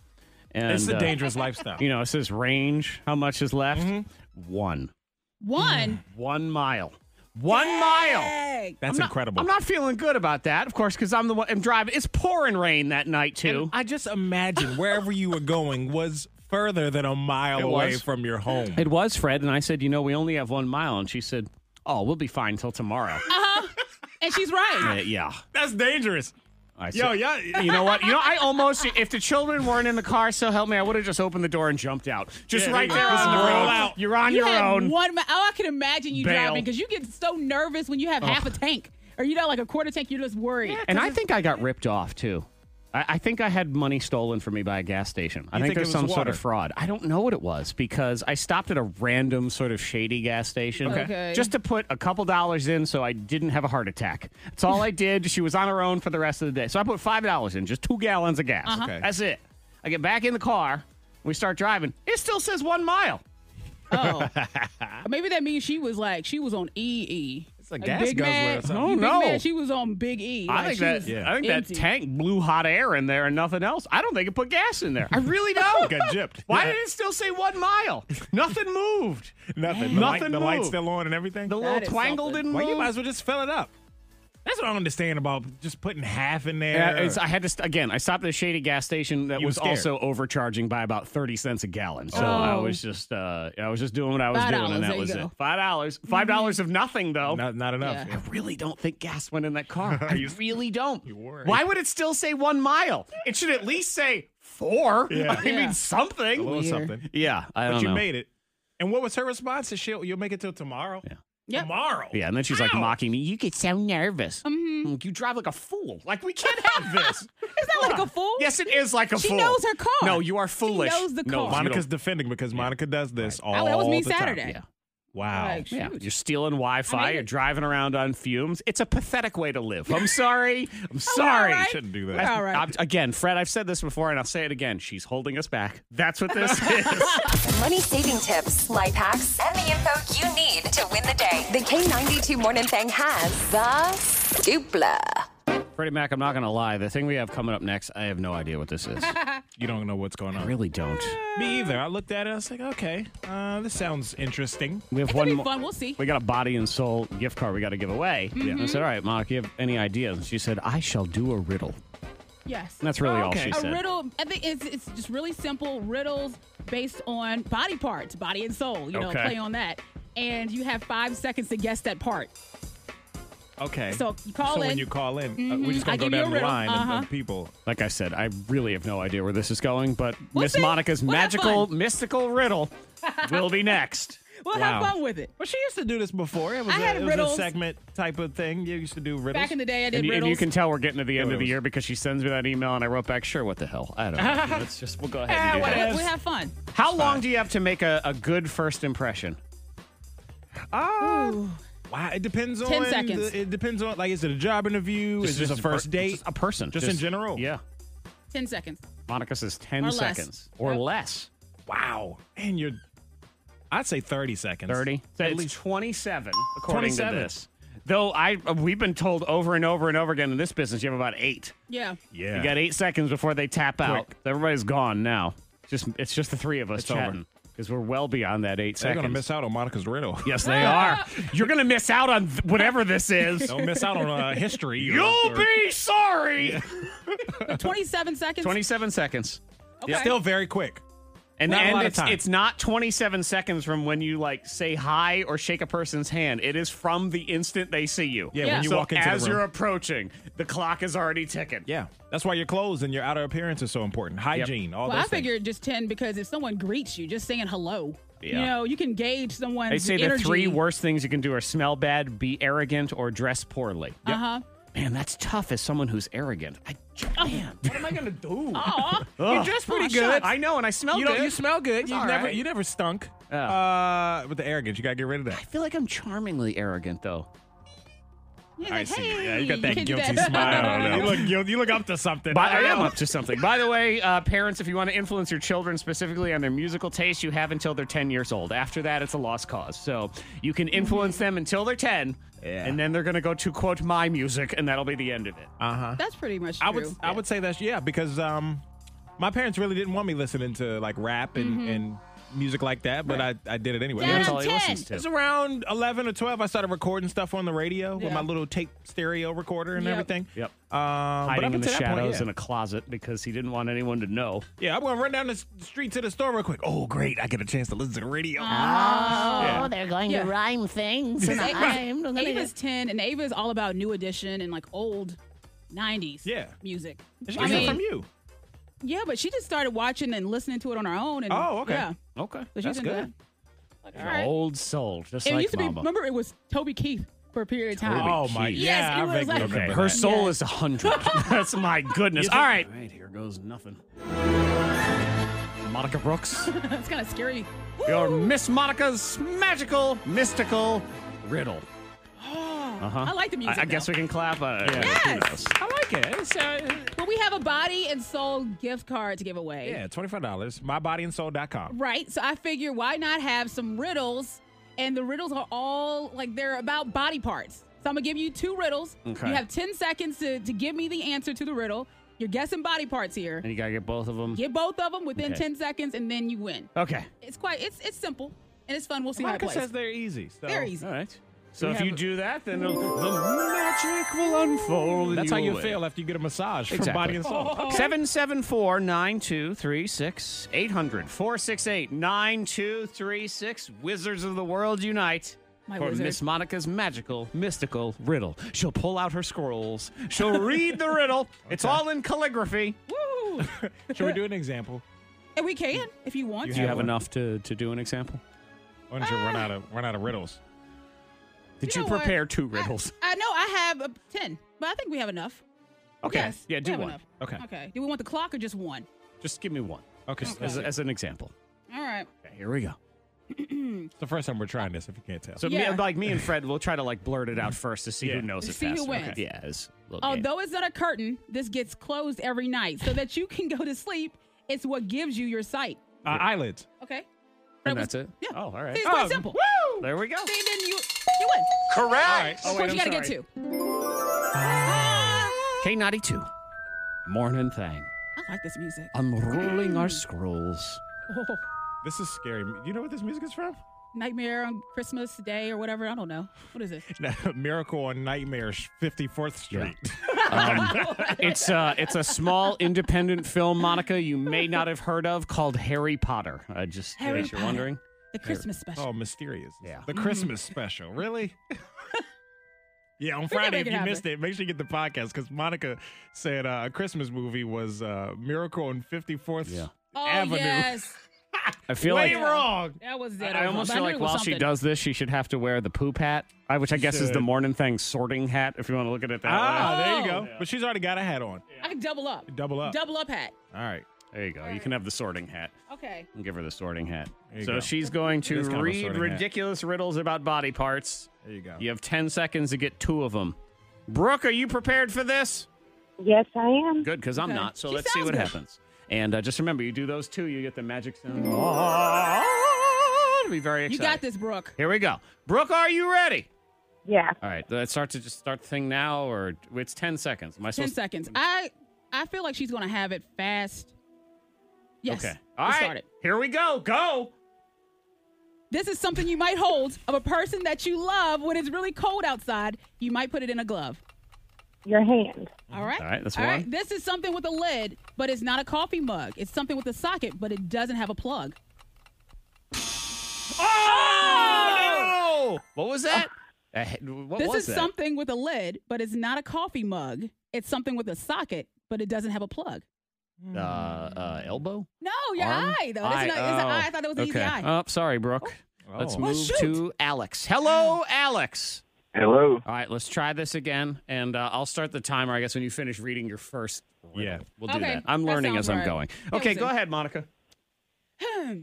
Speaker 3: And
Speaker 1: it's a
Speaker 3: uh,
Speaker 1: dangerous lifestyle. Mm-hmm.
Speaker 3: You know, it says range. How much is left? One. Mm-hmm.
Speaker 4: One.
Speaker 3: One mile. One mile.
Speaker 4: Dang.
Speaker 1: That's
Speaker 3: I'm not-
Speaker 1: incredible.
Speaker 3: I'm not feeling good about that, of course, because I'm the one. I'm driving. It's pouring rain that night too.
Speaker 1: I just imagine wherever you were going was further than a mile
Speaker 3: It
Speaker 1: away
Speaker 3: was.
Speaker 1: from your home.
Speaker 3: It was Fred, and I said, "You know, we only have one mile," and she said, "Oh, we'll be fine till tomorrow."
Speaker 4: Uh-huh. And she's right.
Speaker 3: Uh, yeah.
Speaker 1: That's dangerous.
Speaker 3: I said,
Speaker 1: Yo, yeah.
Speaker 3: You know what? You know, I almost, if the children weren't in the car, so help me, I would have just opened the door and jumped out. Just
Speaker 1: Yeah,
Speaker 3: right
Speaker 1: there
Speaker 3: there
Speaker 1: you go.
Speaker 3: on the
Speaker 1: Roll
Speaker 3: road.
Speaker 1: out.
Speaker 3: You're on
Speaker 4: you
Speaker 3: your
Speaker 4: have
Speaker 3: own.
Speaker 4: One. mi- Oh, I can imagine you
Speaker 3: Bail.
Speaker 4: driving because you get so nervous when you have half a tank or you know, like a quarter tank. You're just worried.
Speaker 3: and I think I got ripped off, too. I, I think I had money stolen from me by a gas station. I
Speaker 1: You
Speaker 3: think,
Speaker 1: think it
Speaker 3: there's
Speaker 1: was
Speaker 3: some sort
Speaker 1: water?
Speaker 3: of fraud. I don't know what it was because I stopped at a random sort of shady gas station
Speaker 4: Okay.
Speaker 3: just to put a couple dollars in so I didn't have a heart attack. That's all I did. She was on her own for the rest of the day. So I put $5 in, just two gallons of gas.
Speaker 1: Okay.
Speaker 3: That's it. I get back in the car. We start driving. It still says one mile.
Speaker 4: Oh, maybe that means she was like she was on EE.
Speaker 3: It's a
Speaker 4: Like,
Speaker 3: gas
Speaker 4: Big
Speaker 3: guzzler.
Speaker 4: Man-
Speaker 3: or something.
Speaker 4: Big
Speaker 3: Oh no.
Speaker 4: Man, she was on Big E.
Speaker 3: I
Speaker 4: Like,
Speaker 3: think
Speaker 4: she
Speaker 3: that
Speaker 4: was
Speaker 3: I think
Speaker 4: empty.
Speaker 3: that tank blew hot air in there and nothing else. I don't think it put gas in there. I really don't.
Speaker 1: Got gypped.
Speaker 3: Why did it still say one mile? Nothing moved.
Speaker 1: Nothing.
Speaker 3: Nothing
Speaker 1: The, light, the light's
Speaker 3: moved.
Speaker 1: still on and everything.
Speaker 3: The little
Speaker 4: is
Speaker 3: twangle
Speaker 4: something.
Speaker 3: didn't
Speaker 1: well, you
Speaker 3: move.
Speaker 1: might as well just fill it up. That's what I don't understand about just putting half in
Speaker 3: Yeah,
Speaker 1: there.
Speaker 3: it's- I had to st- again. I stopped at a shady gas station that
Speaker 1: You were
Speaker 3: was
Speaker 1: scared.
Speaker 3: also overcharging by about thirty cents a gallon. So I
Speaker 4: Oh.
Speaker 3: was just, uh, I was just doing what I was
Speaker 4: Five
Speaker 3: doing,
Speaker 4: dollars,
Speaker 3: and
Speaker 4: there
Speaker 3: that
Speaker 4: you
Speaker 3: was
Speaker 4: go. Mm-hmm.
Speaker 3: it. Five dollars, five dollars of nothing though.
Speaker 1: not, not enough.
Speaker 4: Yeah.
Speaker 3: I really don't think gas went in that car. I really don't. Why would it still say one mile? It should at least say four. I
Speaker 4: Yeah.
Speaker 3: mean something.
Speaker 1: A little
Speaker 4: Weird.
Speaker 1: something.
Speaker 3: Yeah, I
Speaker 1: But
Speaker 3: don't
Speaker 1: you
Speaker 3: know.
Speaker 1: made it. And what was her response? Is she'll you'll make it till tomorrow. Yeah.
Speaker 4: Yep.
Speaker 1: Tomorrow.
Speaker 3: yeah, and then she's like
Speaker 1: Ow!
Speaker 3: mocking me. You get so nervous. Like, You drive like a fool. Like we can't have this.
Speaker 4: Mm-hmm. Is that like a fool?
Speaker 3: yes, it is like a
Speaker 4: She
Speaker 3: fool.
Speaker 4: knows her car.
Speaker 3: No, you are
Speaker 4: She
Speaker 3: foolish.
Speaker 4: knows the
Speaker 3: No,
Speaker 4: car.
Speaker 3: you
Speaker 1: Monica's
Speaker 3: don't-
Speaker 1: defending because Monica does this all
Speaker 4: I- that was me
Speaker 1: the time.
Speaker 4: Saturday.
Speaker 3: Yeah.
Speaker 1: Wow.
Speaker 4: Like,
Speaker 3: Yeah,
Speaker 4: shoot.
Speaker 3: you're stealing Wi-Fi.
Speaker 4: I mean-
Speaker 3: you're driving around on fumes. It's a pathetic way to live. I'm sorry. I'm sorry.
Speaker 4: all right.
Speaker 1: Shouldn't do
Speaker 4: We're
Speaker 1: that.
Speaker 4: all right.
Speaker 3: I'm- again, Fred, I've said this before, and I'll say it again. She's holding us back. That's what this is.
Speaker 6: Money saving tips, life hacks, and the info you need to win the day. The K92 Morning Thing has the dupla.
Speaker 3: Freddie Mac, I'm not going to lie. The thing we have coming up next, I have no idea what this is. I
Speaker 1: You don't know what's going on.
Speaker 3: really don't.
Speaker 1: Me either. I looked at it. I was like, okay, uh, this sounds interesting.
Speaker 3: We have
Speaker 4: It's
Speaker 3: one
Speaker 4: gonna be
Speaker 3: more.
Speaker 4: fun. We'll see.
Speaker 3: We got a body and soul gift card we got to give away.
Speaker 4: Mm-hmm.
Speaker 3: I said, all right, Monica, you have any ideas? And she said, I shall do a riddle.
Speaker 4: Yes.
Speaker 3: And that's really all
Speaker 1: Okay.
Speaker 3: she
Speaker 1: A
Speaker 4: a
Speaker 3: said.
Speaker 4: riddle. I think it's it's just really simple riddles based on body parts, body and soul. You know,
Speaker 3: Okay.
Speaker 4: play on that, and you have five seconds to guess that part.
Speaker 1: Okay.
Speaker 4: So you call
Speaker 1: So
Speaker 4: in. Mm-hmm.
Speaker 1: when you call in, uh, we're just
Speaker 4: I give you
Speaker 1: gonna go down
Speaker 4: a
Speaker 1: the
Speaker 4: riddle.
Speaker 1: line and-
Speaker 4: Uh-huh.
Speaker 1: of people.
Speaker 3: Like I said, I really have no idea where this is going, but
Speaker 4: We'll
Speaker 3: Miss
Speaker 4: see.
Speaker 3: Monica's
Speaker 4: We'll have
Speaker 3: magical,
Speaker 4: fun.
Speaker 3: mystical riddle will be next.
Speaker 4: we'll
Speaker 1: Wow.
Speaker 4: have fun with it.
Speaker 1: Well, she used to do this before. It was,
Speaker 4: I
Speaker 1: a-
Speaker 4: had
Speaker 1: it was
Speaker 4: riddles.
Speaker 1: a segment type of thing. You used to do riddles.
Speaker 4: Back in the day, I did
Speaker 3: And, you- and
Speaker 4: riddles.
Speaker 3: you can tell we're getting to the end of the
Speaker 1: riddles.
Speaker 3: year because she sends me that email, and I wrote back, sure, what the hell? I don't know. Let's just, we'll go ahead and do
Speaker 1: Ah,
Speaker 3: that.
Speaker 1: whatever.
Speaker 4: we, we have fun.
Speaker 3: How long do you have to make a, a good first impression?
Speaker 1: Ah, wow. It depends on.
Speaker 4: 10 seconds.
Speaker 1: the- it depends on. Like, is it a job interview? is this a first
Speaker 3: per-
Speaker 1: date?
Speaker 3: just a person.
Speaker 1: Just in general?
Speaker 3: Yeah.
Speaker 4: Ten seconds.
Speaker 3: Monica says 10
Speaker 4: Or less.
Speaker 3: seconds or
Speaker 4: Yep.
Speaker 3: less.
Speaker 1: wow. And you're. I'd say thirty seconds.
Speaker 3: 30.
Speaker 1: At
Speaker 3: it's
Speaker 1: least.
Speaker 3: 27, according
Speaker 1: 27.
Speaker 3: to this. Though I, we've been told over and over and over again in this business, you have about eight.
Speaker 4: Yeah.
Speaker 1: Yeah.
Speaker 3: You got eight seconds before they tap out. Everybody's gone now. Just it's just the three of us
Speaker 1: It's over.
Speaker 3: chatting because we're well beyond that 8
Speaker 1: They're
Speaker 3: seconds.
Speaker 1: gonna miss out on Monica's riddle.
Speaker 3: Yes, they are. You're gonna miss out on th- whatever this is.
Speaker 1: Don't miss out on uh, history. or-
Speaker 3: You'll
Speaker 1: or-
Speaker 3: be sorry.
Speaker 4: Twenty-seven seconds.
Speaker 3: 27 seconds.
Speaker 4: Okay.
Speaker 1: Still very quick.
Speaker 3: And,
Speaker 1: Not a
Speaker 3: and
Speaker 1: lot of
Speaker 3: it's,
Speaker 1: time.
Speaker 3: it's not 27 seconds from when you like say hi or shake a person's hand. It is from the instant they see you.
Speaker 1: Yeah,
Speaker 4: Yeah.
Speaker 1: when you
Speaker 3: So
Speaker 1: walk into
Speaker 3: as
Speaker 1: the room.
Speaker 3: you're approaching, the clock is already ticking.
Speaker 1: yeah, that's why your clothes and your outer appearance is so important. Hygiene, all
Speaker 4: Well, I
Speaker 1: those things.
Speaker 4: figured just ten because if someone greets you, just saying hello,
Speaker 3: Yeah.
Speaker 4: you know, you can gauge someone's
Speaker 3: They say
Speaker 4: energy.
Speaker 3: the three worst things you can do are smell bad, be arrogant, or dress poorly.
Speaker 4: Uh huh.
Speaker 1: Uh-huh.
Speaker 3: Man, that's tough as someone who's arrogant. I, man, what am I gonna do?
Speaker 4: Aw.
Speaker 3: You're
Speaker 1: dressed pretty good.
Speaker 3: Oh, I know, and I smell
Speaker 1: you
Speaker 3: good.
Speaker 1: know, you smell good. You
Speaker 3: all
Speaker 1: never,
Speaker 3: right.
Speaker 1: you never stunk.
Speaker 3: Yeah.
Speaker 1: Uh, with the arrogance, you gotta get rid of
Speaker 3: I
Speaker 1: that.
Speaker 3: feel like I'm charmingly arrogant, though.
Speaker 4: You're
Speaker 1: I
Speaker 4: like,
Speaker 1: see. Yeah,
Speaker 4: "Hey,
Speaker 1: you got that
Speaker 4: can do
Speaker 1: guilty
Speaker 4: that."
Speaker 1: smile. You look, guilty- you look up to something.
Speaker 3: But I am up to something. By the way, uh, parents, if you want to influence your children specifically on their musical taste, you have until they're 10 years old. After that, it's a lost cause. So you can influence them until they're 10, and then they're going to go to quote my music, and that'll be the end of it.
Speaker 4: That's pretty much true.
Speaker 1: Uh-huh. I would, I would say that's yeah, because um, my parents really didn't want me listening to like rap and
Speaker 4: Mm-hmm.
Speaker 1: and music like that, but I, I did it anyway.
Speaker 4: Dad,
Speaker 3: That's
Speaker 1: It
Speaker 3: all he
Speaker 4: 10.
Speaker 3: listens
Speaker 1: was
Speaker 3: to.
Speaker 1: around eleven or twelve. I started recording stuff on the radio with
Speaker 4: Yeah.
Speaker 1: my little tape stereo recorder and
Speaker 4: Yep.
Speaker 1: everything.
Speaker 3: Yep.
Speaker 1: Um, but up
Speaker 3: Hiding in the
Speaker 1: until that
Speaker 3: shadows
Speaker 1: point, yeah.
Speaker 3: in a closet because he didn't want anyone to know.
Speaker 1: Yeah, I'm gonna run down the s- street to the store real quick. Oh, great! I get a chance to listen to the radio. uh,
Speaker 10: Oh, they're going
Speaker 4: Yeah.
Speaker 10: to rhyme things. And
Speaker 4: Ava-
Speaker 10: I'm gonna
Speaker 4: Ava's 10, and Ava is all about new edition and like old 90s
Speaker 1: Yeah.
Speaker 4: music.
Speaker 1: She
Speaker 4: I
Speaker 1: gets it
Speaker 4: mean,
Speaker 1: from you.
Speaker 4: yeah, but she just started watching and listening to it on her own. And,
Speaker 1: Oh, okay.
Speaker 4: Yeah,
Speaker 3: Okay.
Speaker 4: so she's
Speaker 1: That's
Speaker 4: into
Speaker 1: good.
Speaker 4: that. Like, all right.
Speaker 3: Old soul, just
Speaker 4: It
Speaker 3: like
Speaker 4: used to be,
Speaker 3: Mama.
Speaker 4: remember, it was Toby Keith for a period of time.
Speaker 1: Oh my!
Speaker 3: Yes,
Speaker 1: yeah,
Speaker 4: it
Speaker 1: I
Speaker 4: was
Speaker 1: vaguely
Speaker 4: like-
Speaker 1: remember
Speaker 3: Okay,
Speaker 1: that.
Speaker 3: her soul
Speaker 4: Yeah.
Speaker 3: is a hundred. That's my goodness. All right. All right, here goes nothing. Monica Brooks,
Speaker 4: That's kind of scary.
Speaker 3: your Miss Monica's magical, mystical riddle. Uh-huh.
Speaker 4: I like the music.
Speaker 3: I, I guess
Speaker 4: though.
Speaker 3: we can clap. Uh,
Speaker 4: Yes!
Speaker 3: kudos.
Speaker 1: I like it. It's, uh,
Speaker 4: But we have a body and soul gift card to give away.
Speaker 1: yeah, twenty five dollars. Mybodyandsoul.com.
Speaker 4: Right. So I figure why not have some riddles and the riddles are all like they're about body parts. So I'm gonna give you two riddles.
Speaker 3: Okay.
Speaker 4: You have 10 seconds to, to give me the answer to the riddle. You're guessing body parts here.
Speaker 3: And you gotta get both of them.
Speaker 4: Get both of them within
Speaker 3: Mm-hmm. Okay.
Speaker 4: 10 seconds, and then you win.
Speaker 3: Okay.
Speaker 4: It's quite it's it's simple and it's fun. We'll see
Speaker 5: Monica
Speaker 4: how it plays.
Speaker 5: says they're easy. So.
Speaker 4: They're easy.
Speaker 3: All right. So
Speaker 5: We
Speaker 3: if you
Speaker 5: have-
Speaker 3: do that, then the the magic will unfold. and
Speaker 5: That's how you
Speaker 3: will win.
Speaker 5: feel after you get a massage
Speaker 3: Exactly.
Speaker 5: from
Speaker 3: Oh.
Speaker 5: Body and Soul.
Speaker 4: Oh.
Speaker 3: 774 9236 800 468 9236. Wizards of the World Unite.
Speaker 4: My
Speaker 3: for
Speaker 4: wizard.
Speaker 3: Miss Monica's magical, mystical riddle. She'll pull out her scrolls. She'll read the riddle. It's all in calligraphy.
Speaker 4: Woo!
Speaker 5: Should we do an example?
Speaker 4: and we can if you want
Speaker 5: You
Speaker 4: to.
Speaker 3: Do you have
Speaker 5: one.
Speaker 3: enough to, to do an example?
Speaker 5: Why don't you run out of run out of riddles?
Speaker 3: Did
Speaker 4: Ah. You
Speaker 3: you,
Speaker 4: know what? Ah.
Speaker 3: prepare two riddles?
Speaker 4: I know I have uh, 10, but I think we have enough.
Speaker 3: okay.
Speaker 4: Yes,
Speaker 3: yeah,
Speaker 4: we
Speaker 3: do
Speaker 4: have
Speaker 3: one.
Speaker 4: enough.
Speaker 5: Okay.
Speaker 4: Okay. Do we want the clock or just one?
Speaker 3: Just give me one
Speaker 5: Okay.
Speaker 3: as, as an example.
Speaker 4: All right.
Speaker 3: Okay, here we go.
Speaker 5: It's the first time we're trying this. If you can't tell.
Speaker 3: So,
Speaker 4: Yeah.
Speaker 3: me, like me and Fred, we'll try to like blurt it out first to see
Speaker 5: Yeah.
Speaker 3: who knows it
Speaker 4: See who
Speaker 3: faster.
Speaker 4: wins. Oh,
Speaker 3: Okay. Yeah, it's a little game.
Speaker 4: Although it's not a curtain, this gets closed every night so that you can go to sleep. It's what gives you your sight.
Speaker 5: uh, eyelids.
Speaker 4: Okay.
Speaker 3: and
Speaker 4: That was-
Speaker 3: that's it.
Speaker 4: Yeah.
Speaker 3: Oh, all right.
Speaker 4: See, it's quite
Speaker 5: Oh,
Speaker 4: simple.
Speaker 3: There we go. Oh,
Speaker 4: See, then you, you win.
Speaker 2: Correct.
Speaker 4: of course, you
Speaker 3: wait, I'm
Speaker 4: got to get
Speaker 3: sorry.
Speaker 4: two. Ah,
Speaker 3: K92. Morning thing.
Speaker 4: I like this music.
Speaker 3: Unrolling our scrolls.
Speaker 4: Oh,
Speaker 5: This is scary. You know what this music is from?
Speaker 4: Nightmare on Christmas Day or whatever. I don't know. What is it?
Speaker 5: Miracle on Nightmare 54th Street.
Speaker 3: It's uh it's a small independent film, Monica, you may not have heard of called Harry Potter. Uh, just in
Speaker 4: Harry
Speaker 3: case you're
Speaker 4: Potter.
Speaker 3: wondering.
Speaker 4: The Christmas special. Mm-hmm.
Speaker 5: Oh, mysterious.
Speaker 3: Yeah.
Speaker 5: The Christmas special. Really? yeah, on Friday,
Speaker 4: make
Speaker 5: if
Speaker 4: it
Speaker 5: you
Speaker 4: happen.
Speaker 5: missed it, make sure you get the podcast because Monica said uh, a Christmas movie was uh, Miracle on 54th
Speaker 3: Yeah.
Speaker 4: Oh,
Speaker 5: Avenue.
Speaker 4: yes.
Speaker 3: I feel
Speaker 5: Way
Speaker 3: like
Speaker 5: wrong.
Speaker 4: That was it.
Speaker 3: I- I almost
Speaker 4: But
Speaker 3: feel
Speaker 4: knew
Speaker 3: like
Speaker 4: it was
Speaker 3: while she
Speaker 4: something.
Speaker 3: does this, she should have to wear the poop hat, I, which I guess is the
Speaker 5: should.
Speaker 3: morning thing sorting hat, if you want to look at it that way.
Speaker 5: Ah, there you
Speaker 4: Oh.
Speaker 5: go. But she's already got a hat on.
Speaker 4: I can double up.
Speaker 5: Double up.
Speaker 4: Double up hat.
Speaker 5: All right.
Speaker 3: There you go. You can have the sorting hat.
Speaker 4: Okay.
Speaker 3: and give her the sorting hat.
Speaker 5: There you
Speaker 3: So
Speaker 5: go.
Speaker 3: she's going
Speaker 5: It
Speaker 3: to
Speaker 5: is kind of a
Speaker 3: read
Speaker 5: sorting hat.
Speaker 3: ridiculous riddles about body parts.
Speaker 5: There you go.
Speaker 3: You have 10 seconds to get two of them. Brooke, are you prepared for this?
Speaker 11: Yes, I am.
Speaker 3: Good, because I'm
Speaker 4: Okay.
Speaker 3: not. So
Speaker 4: She
Speaker 3: let's see
Speaker 4: sounds
Speaker 3: what
Speaker 4: good.
Speaker 3: happens. And uh, just remember, you do those two, you get the magic sound. It'll be very
Speaker 4: You
Speaker 3: exciting.
Speaker 4: got this, Brooke.
Speaker 3: Here we go. Brooke, are you ready?
Speaker 11: Yeah.
Speaker 3: All right, let's start to just start the thing now, or it's 10 seconds. Am I
Speaker 4: 10
Speaker 3: supposed
Speaker 4: seconds. I I feel like she's going to have it fast. Yes.
Speaker 3: Okay.
Speaker 4: All
Speaker 3: All right.
Speaker 4: started.
Speaker 3: Here we go. Go.
Speaker 4: This is something you might hold of a person that you love when it's really cold outside. You might put it in a glove.
Speaker 11: Your hand.
Speaker 4: All right.
Speaker 3: All right, that's
Speaker 4: All right.
Speaker 3: one.
Speaker 4: This is something with a lid, but it's not a coffee mug. It's something with a socket, but it doesn't have a plug.
Speaker 3: Oh! What was that? Uh, what
Speaker 4: Oh. This
Speaker 3: was
Speaker 4: is
Speaker 3: that?
Speaker 4: something with a lid, but it's not a coffee mug. It's something with a socket, but it doesn't have a plug.
Speaker 3: uh, uh, elbow?
Speaker 4: No, your
Speaker 3: Arm?
Speaker 4: eye though. This is not, it's an
Speaker 3: Oh,
Speaker 4: eye. I thought it was an easy
Speaker 3: okay.
Speaker 4: eye.
Speaker 3: Oh, sorry, Brooke. Let's
Speaker 5: Oh.
Speaker 4: Well,
Speaker 3: move
Speaker 4: shoot.
Speaker 3: to Alex. Hello, Alex.
Speaker 12: Hello.
Speaker 3: All right, let's try this again, and uh, I'll start the timer. I guess when you finish reading your first, riddle.
Speaker 5: Yeah.
Speaker 3: we'll do
Speaker 4: Okay,
Speaker 3: that. I'm
Speaker 4: that
Speaker 3: learning
Speaker 4: sounds
Speaker 3: as I'm
Speaker 4: right.
Speaker 3: going.
Speaker 4: That
Speaker 3: Okay,
Speaker 4: was
Speaker 3: go
Speaker 4: it.
Speaker 3: ahead, Monica.
Speaker 4: Hmm.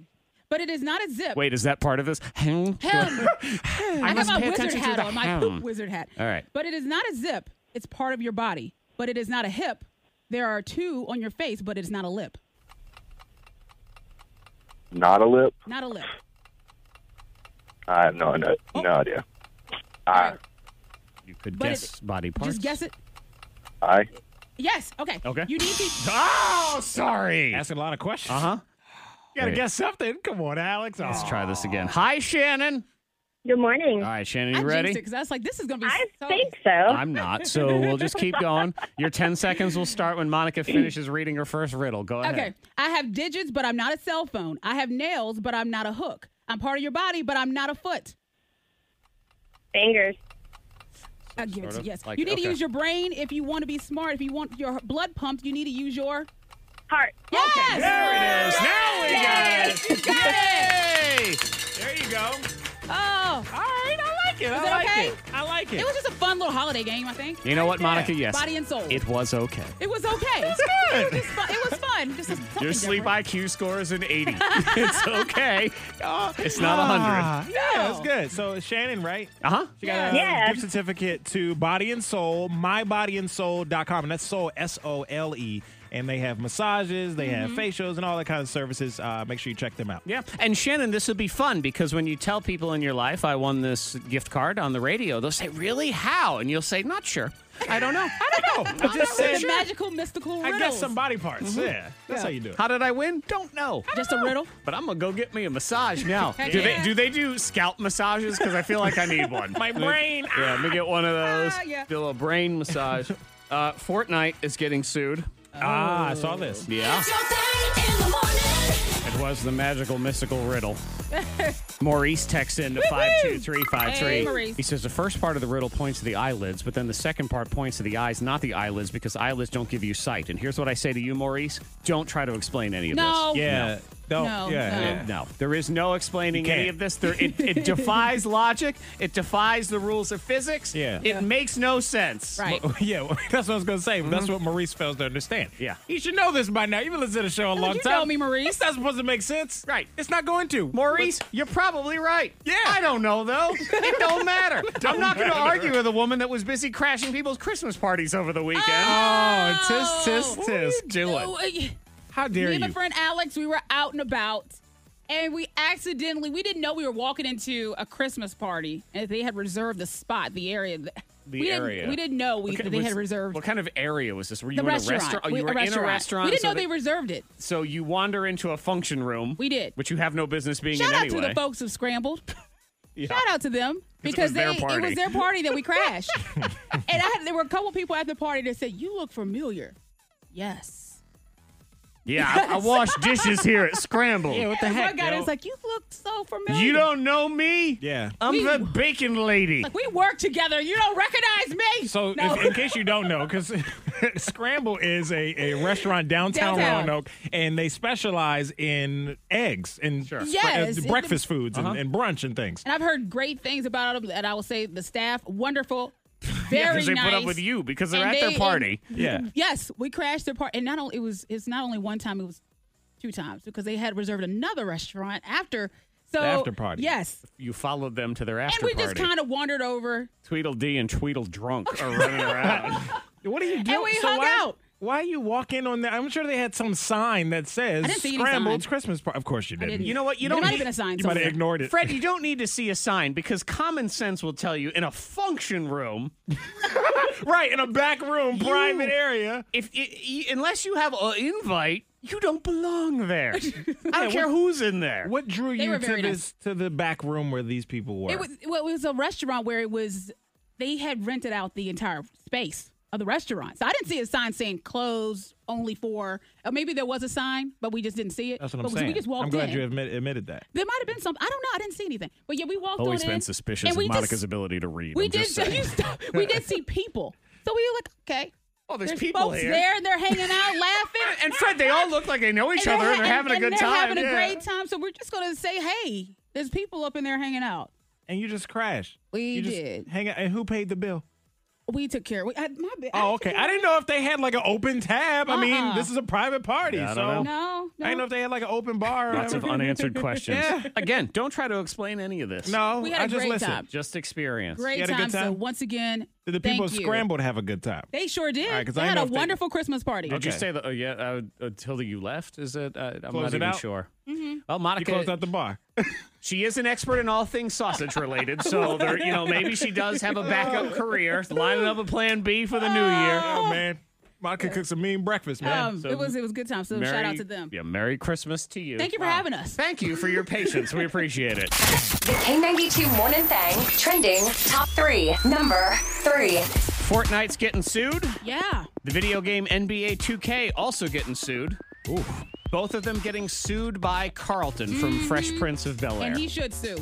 Speaker 4: But it is not a zip.
Speaker 3: Wait, is that part of this? Hem.
Speaker 4: Hem. I have
Speaker 3: must
Speaker 4: my
Speaker 3: pay
Speaker 4: wizard
Speaker 3: attention to
Speaker 4: hat
Speaker 3: the
Speaker 4: on, my
Speaker 3: hem. Uh,
Speaker 4: poop wizard hat.
Speaker 3: All right.
Speaker 4: But it is not a zip. It's part of your body. But it is not a hip. There are two on your face, but it's not a lip.
Speaker 12: Not a lip.
Speaker 4: Not a lip.
Speaker 12: I have no, no,
Speaker 4: Oh.
Speaker 12: no idea. I,
Speaker 3: You could
Speaker 4: But
Speaker 3: guess body parts.
Speaker 4: Just guess it.
Speaker 12: I,
Speaker 4: Yes. Okay.
Speaker 3: Okay. Ah,
Speaker 4: You need to.
Speaker 5: Oh, sorry. Asking a lot of questions.
Speaker 3: Uh huh.
Speaker 5: You got to
Speaker 3: Wait.
Speaker 5: guess something. Come on, Alex.
Speaker 3: Let's try this again. Hi, Shannon.
Speaker 11: Good morning.
Speaker 3: All right, Shannon,
Speaker 4: I
Speaker 3: you ready?
Speaker 4: Because I was like, this is gonna be.
Speaker 11: I
Speaker 4: so-
Speaker 11: think so.
Speaker 3: I'm not, so we'll just keep going. Your 10 seconds will start when Monica finishes reading her first riddle. Go ahead.
Speaker 4: Okay. I have digits, but I'm not a cell phone. I have nails, but I'm not a hook. I'm part of your body, but I'm not a foot.
Speaker 11: Fingers.
Speaker 4: I give it
Speaker 3: Sort
Speaker 4: to
Speaker 3: of
Speaker 4: you. Yes.
Speaker 3: like-
Speaker 4: you need
Speaker 3: okay.
Speaker 4: to use your brain if you want to be smart. If you want your blood pumped, you need to use your.
Speaker 11: Heart.
Speaker 4: Yes.
Speaker 5: There it is. Now we
Speaker 4: Yes,
Speaker 5: got it.
Speaker 4: you got
Speaker 5: Yay. There you go.
Speaker 4: Oh.
Speaker 5: All right, I like it. I
Speaker 4: it
Speaker 5: like
Speaker 4: okay?
Speaker 5: it. I like it.
Speaker 4: It was just a fun little holiday game, I think.
Speaker 3: You know what, Monica? Yes.
Speaker 4: Body and soul.
Speaker 3: It was okay.
Speaker 4: It was okay. It was fun. It was fun. Just something
Speaker 3: Your sleep
Speaker 4: different.
Speaker 3: IQ score is an 80. it's okay. It's not a 100.
Speaker 5: Ah, yeah, that's good. So Shannon, right?
Speaker 3: Uh huh.
Speaker 5: She got a
Speaker 11: Yeah.
Speaker 5: gift certificate to Body and Soul, mybodyandsoul.com. And that's soul, S O L E. and they have massages, they have facials, and all that kind of services. Uh, make sure you check them out.
Speaker 3: Yeah. And Shannon, this would be fun because when you tell people in your life, I won this gift card on the radio, they'll say, Really? How? And you'll say, Not sure. I don't know. I
Speaker 5: No, I just
Speaker 4: The
Speaker 5: said
Speaker 4: magical mystical
Speaker 5: I
Speaker 4: riddles. Mm-hmm.
Speaker 5: got some body parts. Yeah, that's how you do it.
Speaker 3: Mm-hmm. How did I win? Don't know.
Speaker 4: Just a riddle.
Speaker 3: But I'm gonna go get me a massage now.
Speaker 4: Heck
Speaker 3: do
Speaker 4: yeah.
Speaker 3: they do they do scalp massages? Because I feel like I need one.
Speaker 5: My brain,
Speaker 3: Yeah, let me get one of those.
Speaker 4: Ah, yeah.
Speaker 3: Do a brain massage. uh, Fortnite is getting sued. Oh.
Speaker 5: Ah, I saw this.
Speaker 3: Yeah. It was the magical mystical riddle. Maurice texts in to five two three five
Speaker 4: Hey,
Speaker 3: three.
Speaker 4: Maurice.
Speaker 3: he says the first part of the riddle points to the eyelids, but then the second part points to the eyes, not the eyelids, because eyelids don't give you sight. And here's what I say to you, Maurice: Don't try to explain any of
Speaker 4: No.
Speaker 5: Yeah, don't.
Speaker 4: No,
Speaker 5: yeah,
Speaker 4: no.
Speaker 5: yeah.
Speaker 3: this. No, there is no explaining
Speaker 5: You can't.
Speaker 3: any of this. There, it, it defies logic. It defies the rules of physics.
Speaker 5: Yeah.
Speaker 3: it
Speaker 5: Yeah.
Speaker 3: makes no sense.
Speaker 4: Right.
Speaker 5: Yeah, well, that's what I was gonna say. That's what Maurice fails to understand.
Speaker 3: Mm-hmm. Yeah.
Speaker 5: he should know this by now. You've been listening to the show a long
Speaker 4: you
Speaker 5: time.
Speaker 4: tell me, Maurice.
Speaker 5: It's not supposed to make sense.
Speaker 3: Right.
Speaker 5: It's not going to.
Speaker 3: Maurice, you're probably right.
Speaker 5: Yeah.
Speaker 3: I don't know though. It don't matter. I'm not going to argue with a woman that was busy crashing people's Christmas parties over the weekend.
Speaker 5: Oh, tis tis
Speaker 4: What
Speaker 5: tis. Do
Speaker 4: Oh, uh,
Speaker 5: How dare
Speaker 4: Me and my
Speaker 5: you?
Speaker 4: friend Alex, we were out and about, and we accidentally we didn't know we were walking into a Christmas party, and they had reserved the spot, the area. that-
Speaker 3: The
Speaker 4: we
Speaker 3: area.
Speaker 4: Didn't, we didn't know we,
Speaker 3: What ki-
Speaker 4: they had
Speaker 3: was-
Speaker 4: reserved
Speaker 3: What kind of area was this? Were you
Speaker 4: the
Speaker 3: in
Speaker 4: restaurant.
Speaker 3: a restaurant? Oh,
Speaker 4: We-
Speaker 3: you were in a restaurant.
Speaker 4: We didn't
Speaker 3: so
Speaker 4: know they reserved it.
Speaker 3: So you wander into a function room.
Speaker 4: We did.
Speaker 3: Which you have no business being
Speaker 4: Shout
Speaker 3: in
Speaker 4: out
Speaker 3: anyway.
Speaker 4: to the folks of Scrambled.
Speaker 3: Yeah.
Speaker 4: Shout out to them because
Speaker 3: was their
Speaker 4: they it
Speaker 3: party.
Speaker 4: was their party that we crashed. and I had, there were a couple people at the party that said, "You look familiar." Yes.
Speaker 3: Yeah, I, I wash dishes here at Scramble.
Speaker 5: Yeah, what the
Speaker 4: And
Speaker 5: heck?
Speaker 4: One guy
Speaker 5: yo?
Speaker 4: was like, "You look so familiar."
Speaker 3: you don't know me?
Speaker 5: Yeah.
Speaker 3: I'm
Speaker 4: We-
Speaker 3: the bacon lady.
Speaker 4: Like we work together. You don't recognize me.
Speaker 5: So,
Speaker 4: No.
Speaker 5: if, in case you don't know, because Scramble is a, a restaurant downtown,
Speaker 4: Downtown.
Speaker 5: Roanoke, and they specialize in eggs and
Speaker 3: Sure.
Speaker 5: spre-
Speaker 4: Yes, Uh-huh.
Speaker 5: uh,
Speaker 4: it-
Speaker 5: breakfast foods and, and brunch and things.
Speaker 4: and I've heard great things about them. And I will say the staff, wonderful,
Speaker 3: Yeah,
Speaker 4: very
Speaker 3: they
Speaker 4: nice.
Speaker 3: put up with you because they're
Speaker 4: And
Speaker 3: at
Speaker 4: they-
Speaker 3: their party.
Speaker 5: Yeah.
Speaker 4: Yes, we crashed their part, and not only it was it's not only one time, it was two times because they had reserved another restaurant after. So
Speaker 5: after party.
Speaker 4: Yes,
Speaker 3: you followed them to their after
Speaker 4: and we
Speaker 3: party.
Speaker 4: just kind of wandered over.
Speaker 3: Tweedledee and Tweedle drunk are running around.
Speaker 5: What are you doing?
Speaker 4: we hung
Speaker 5: why,
Speaker 4: out.
Speaker 5: Why are you walking on that? I'm sure they had some sign that says
Speaker 4: I didn't see any
Speaker 5: Scrambled
Speaker 4: sign.
Speaker 5: Christmas party. Of course you didn't.
Speaker 4: didn't.
Speaker 3: You know what? You
Speaker 4: There
Speaker 3: don't
Speaker 4: might
Speaker 3: need-
Speaker 4: have been a sign.
Speaker 5: You might have
Speaker 4: somewhere.
Speaker 5: ignored it.
Speaker 3: Fred, you don't need to see a sign because common sense will tell you in a function room,
Speaker 5: right in a back room, private
Speaker 3: You-
Speaker 5: area.
Speaker 3: if i- i- unless you have an invite, you don't belong there. I don't care who's in there.
Speaker 5: What drew you
Speaker 4: were
Speaker 5: to
Speaker 4: very nice.
Speaker 5: this to the back room where these people were?
Speaker 4: It was well, it was a restaurant where it was they had rented out the entire space of the restaurant. So I didn't see a sign saying closed only for. Or maybe there was a sign, but we just didn't see it.
Speaker 5: That's what I'm
Speaker 4: but
Speaker 5: saying.
Speaker 4: We just walked
Speaker 5: I'm glad
Speaker 4: in.
Speaker 5: you admit, admitted that.
Speaker 4: There might have been some. I don't know. I didn't see anything. But yeah, we walked on in, and we just,
Speaker 3: ability to read.
Speaker 4: We did. you stop- we did see people. So we were like, okay.
Speaker 3: Oh, there's,
Speaker 4: There's
Speaker 3: people
Speaker 4: folks
Speaker 3: here.
Speaker 4: there, and they're hanging out, laughing.
Speaker 3: And Fred, they all look like they know each other and they're having a good
Speaker 4: they're
Speaker 3: time.
Speaker 4: having a
Speaker 3: yeah.
Speaker 4: great time. So we're just gonna say, hey, there's people up in there hanging out.
Speaker 5: And you just crashed.
Speaker 4: We
Speaker 5: You just
Speaker 4: did.
Speaker 5: Hang out. And who paid the bill?
Speaker 4: We took care. We, I, my bad.
Speaker 5: Oh, okay. I didn't know if they had like an open tab. I mean,
Speaker 4: Uh-uh.
Speaker 5: this is a private party,
Speaker 3: Yeah, I
Speaker 5: so
Speaker 3: don't know.
Speaker 4: No, no.
Speaker 5: I didn't know if they had like an open bar. or
Speaker 3: Lots of
Speaker 5: whatever.
Speaker 3: unanswered questions.
Speaker 5: Yeah.
Speaker 3: Again, don't try to explain any of this.
Speaker 5: No,
Speaker 4: We had
Speaker 5: I
Speaker 4: a
Speaker 5: just
Speaker 4: great
Speaker 5: listened.
Speaker 4: time.
Speaker 3: Just experience.
Speaker 4: Great
Speaker 5: You had a
Speaker 4: time.
Speaker 5: good
Speaker 4: So
Speaker 5: time?
Speaker 4: once again,
Speaker 5: Did the people
Speaker 4: thank you.
Speaker 5: scramble to have a good time?
Speaker 4: They sure did.
Speaker 5: All right, 'cause
Speaker 4: they
Speaker 5: I
Speaker 4: had
Speaker 5: know
Speaker 4: a
Speaker 5: if they-
Speaker 4: wonderful Christmas party.
Speaker 3: Did you
Speaker 5: Okay.
Speaker 3: say that? Oh, yeah, uh, until you left. Is it? Uh, I'm
Speaker 5: Close
Speaker 3: not
Speaker 5: it
Speaker 3: even
Speaker 5: out?
Speaker 3: sure. Mm-hmm. Well,
Speaker 5: You closed
Speaker 3: Monica,
Speaker 5: out the bar.
Speaker 3: she is an expert in all things sausage related, so there, you know maybe she does have a backup career, lining up a plan B for the new year.
Speaker 5: Oh man, Monica cooks a mean breakfast, man.
Speaker 4: Um, it was it was a good time. So shout out
Speaker 3: Merry-
Speaker 4: to them.
Speaker 3: Yeah, Merry Christmas to you.
Speaker 4: Thank you for having us.
Speaker 3: Thank you for your patience. We appreciate it.
Speaker 6: The K92 Morning Thing trending top three. Number three.
Speaker 3: Fortnite's getting sued.
Speaker 4: Yeah.
Speaker 3: The video game NBA 2K also getting sued. Ooh. Both of them getting sued by Carlton from
Speaker 4: Mm-hmm.
Speaker 3: Fresh Prince of Bel Air.
Speaker 4: And he should sue.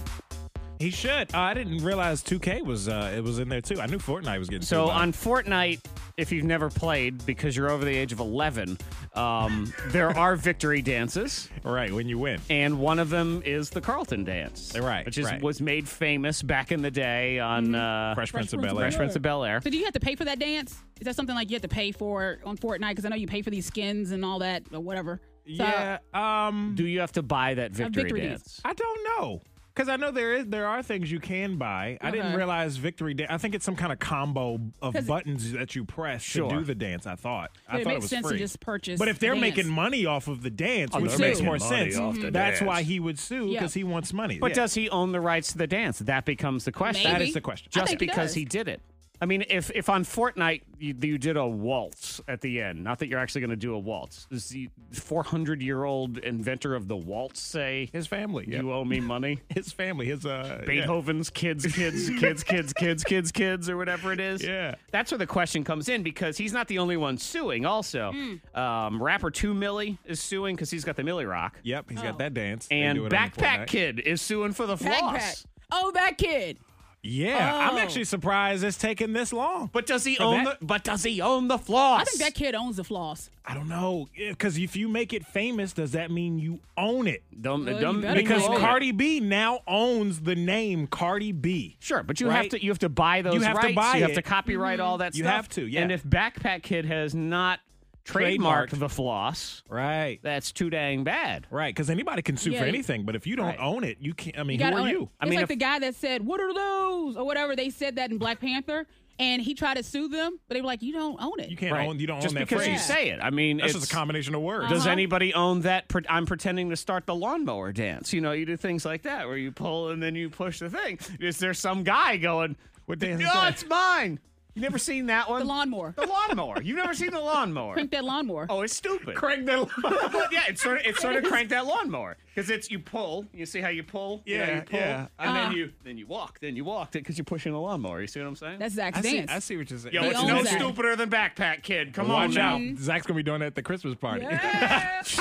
Speaker 5: He should. Uh, I didn't realize 2K was uh, it was in there too. I knew Fortnite was getting
Speaker 3: So
Speaker 5: sued by
Speaker 3: on Fortnite, if you've never played because you're over the age of 11, um, there are victory dances,
Speaker 5: it. right when you win.
Speaker 3: and one of them is the Carlton dance,
Speaker 5: Right,
Speaker 3: Which is
Speaker 5: right. Mm-hmm.
Speaker 3: was made famous back in the day on uh,
Speaker 5: Fresh Prince of
Speaker 4: Prince of
Speaker 5: Bel Air.
Speaker 3: Fresh Prince of Bel Air.
Speaker 4: So do you have to pay for that dance? Is that something like you have to pay for on Fortnite? Because I know you pay for these skins and all that or whatever. So, uh,
Speaker 5: Yeah. Um.
Speaker 3: Do you have to buy that victory,
Speaker 4: victory
Speaker 3: dance?
Speaker 5: I don't know.
Speaker 1: Because I know there is there are things you can buy. I didn't
Speaker 4: Okay.
Speaker 1: realize Victory Dance. I think it's some kind of combo of
Speaker 4: Uh-huh. 'Cause-
Speaker 1: buttons that you press
Speaker 3: Sure.
Speaker 1: to do the dance. I thought. I
Speaker 4: it
Speaker 1: thought
Speaker 4: makes
Speaker 1: was
Speaker 4: sense
Speaker 1: free.
Speaker 4: to just purchase.
Speaker 1: But if they're
Speaker 4: the dance.
Speaker 1: making money off of the dance,
Speaker 3: Oh,
Speaker 1: which
Speaker 3: they're
Speaker 1: makes
Speaker 3: making
Speaker 1: more
Speaker 3: money
Speaker 1: sense,
Speaker 3: off the
Speaker 1: that's
Speaker 3: dance.
Speaker 1: why he would sue
Speaker 4: Yeah.
Speaker 1: because he wants money.
Speaker 3: But
Speaker 1: Yeah.
Speaker 3: does he own the rights to the dance? That becomes the question.
Speaker 4: Maybe.
Speaker 1: that is the question.
Speaker 4: I
Speaker 3: Just
Speaker 4: think he
Speaker 3: because
Speaker 4: does.
Speaker 3: he, did it. I mean, if if on Fortnite you, you did a waltz at the end, not that you're actually going to do a waltz. Does the 400 year old inventor of the waltz say,
Speaker 1: his family? Yeah.
Speaker 3: "You owe me money"?
Speaker 1: his family. His uh. yeah.
Speaker 3: Beethoven's kids, kids, kids, kids, kids, kids, kids, or whatever it is.
Speaker 1: Yeah.
Speaker 3: That's where the question comes in because he's not the only one suing, also.
Speaker 4: Hmm.
Speaker 3: Um, rapper 2 Millie is suing because he's got the Millie Rock.
Speaker 1: Yep, he's got that dance. They
Speaker 3: And
Speaker 1: do it on
Speaker 3: Backpack
Speaker 1: Fortnite.
Speaker 3: Kid is suing for the floss.
Speaker 4: Oh. backpack. Oh, that kid.
Speaker 1: Yeah, I'm
Speaker 4: Oh.
Speaker 1: actually surprised it's taken this long.
Speaker 3: But does he
Speaker 1: For
Speaker 3: own
Speaker 1: that-
Speaker 3: the but does he own the floss?
Speaker 4: I think that kid owns the floss.
Speaker 1: I don't know because if you make it famous, does that mean you own it?
Speaker 3: Don't,
Speaker 4: Well, you
Speaker 3: don't-
Speaker 4: better
Speaker 1: Because
Speaker 4: own it.
Speaker 1: Cardi B now owns the name Cardi B.
Speaker 3: Sure, but you have
Speaker 1: Right?
Speaker 3: to you have to buy those
Speaker 1: You have to
Speaker 3: rights.
Speaker 1: buy
Speaker 3: you have
Speaker 1: it. Mm-hmm.
Speaker 3: to copyright all that
Speaker 1: You
Speaker 3: stuff.
Speaker 1: have to, yeah.
Speaker 3: And if Backpack Kid has not trademarked,
Speaker 1: Trademarked.
Speaker 3: the floss,
Speaker 1: Right.
Speaker 3: that's too dang bad.
Speaker 1: Right, because anybody can sue
Speaker 4: Yeah,
Speaker 1: for
Speaker 4: you-
Speaker 1: anything, but if you don't
Speaker 3: Right.
Speaker 1: own it, you can't. I mean,
Speaker 4: gotta
Speaker 1: who
Speaker 4: own
Speaker 1: are
Speaker 4: it.
Speaker 1: you?
Speaker 4: It's
Speaker 3: I mean,
Speaker 4: like
Speaker 3: if-
Speaker 4: the guy that said, "What are those?" or whatever. They said that in Black Panther, and he tried to sue them, but they were like, "You don't own it."
Speaker 1: You can't
Speaker 3: Right.
Speaker 1: own. You don't
Speaker 3: just
Speaker 1: own that
Speaker 3: because you
Speaker 1: phrase.
Speaker 3: say it. I mean,
Speaker 1: That's
Speaker 3: it's,
Speaker 1: just a combination of words.
Speaker 3: Does anybody own that? Pre- I'm pretending to start the lawnmower dance. You know, you do things like that where you pull and then you push the thing. Is there some guy going,
Speaker 1: What dance
Speaker 3: No,
Speaker 1: is that?"
Speaker 3: it's mine. You never seen that one?
Speaker 4: The lawnmower.
Speaker 3: The lawnmower. You've never seen the lawnmower.
Speaker 4: Crank that lawnmower.
Speaker 3: Oh, it's stupid. Crank that lawnmower. but yeah, it's sort of it's sort of crank that lawnmower because it's you pull. You see how you pull? You know,
Speaker 1: Yeah,
Speaker 3: you pull,
Speaker 1: yeah.
Speaker 3: And
Speaker 5: uh-huh.
Speaker 3: then you then you walk. Then you walk because you're pushing the lawnmower. You see what I'm saying?
Speaker 4: That's Zach's
Speaker 1: I see,
Speaker 4: dance.
Speaker 1: I see what you're saying.
Speaker 3: Yo,
Speaker 4: He
Speaker 3: it's
Speaker 4: owns
Speaker 3: no
Speaker 4: that.
Speaker 3: stupider than backpack kid. Come on
Speaker 1: Watch
Speaker 3: now.
Speaker 1: out, Zach's gonna be doing that at the Christmas party.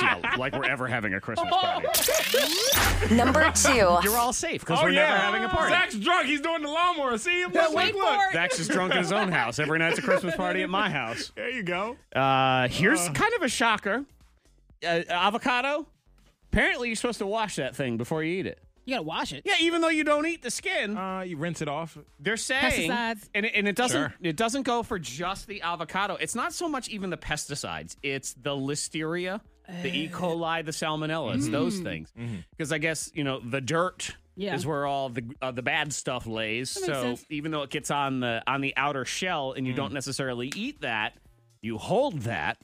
Speaker 3: Yeah, like we're ever having a Christmas party.
Speaker 13: Number two.
Speaker 3: You're all safe because
Speaker 1: Oh,
Speaker 3: we're
Speaker 1: yeah.
Speaker 3: never having a party.
Speaker 1: Zach's drunk. He's doing the lawnmower. See him? Look,
Speaker 4: wait
Speaker 1: look,
Speaker 4: for
Speaker 1: look.
Speaker 4: it.
Speaker 3: Zach's just drunk at his own house. Every night's a Christmas party at my house.
Speaker 1: There you go.
Speaker 3: Uh, here's kind of a shocker. Uh, avocado. Apparently, you're supposed to wash that thing before you eat it.
Speaker 4: You gotta wash it.
Speaker 3: Yeah, even though you don't eat the skin,
Speaker 1: Uh, you rinse it off.
Speaker 3: they're saying,
Speaker 4: Pesticides.
Speaker 3: and it, and it doesn't
Speaker 1: Sure.
Speaker 3: it doesn't go for just the avocado. It's not so much even the pesticides. It's the listeria, the
Speaker 4: Eh.
Speaker 3: E. coli, the salmonella.
Speaker 4: Mm-hmm.
Speaker 3: It's
Speaker 4: Hmm.
Speaker 3: those things because I guess you know the dirt.
Speaker 4: Yeah.
Speaker 3: is where all the uh, the bad stuff lays.
Speaker 4: makes
Speaker 3: So
Speaker 4: sense.
Speaker 3: even though it gets on the on the outer shell,
Speaker 1: Mm.
Speaker 3: and you don't necessarily eat that, you hold that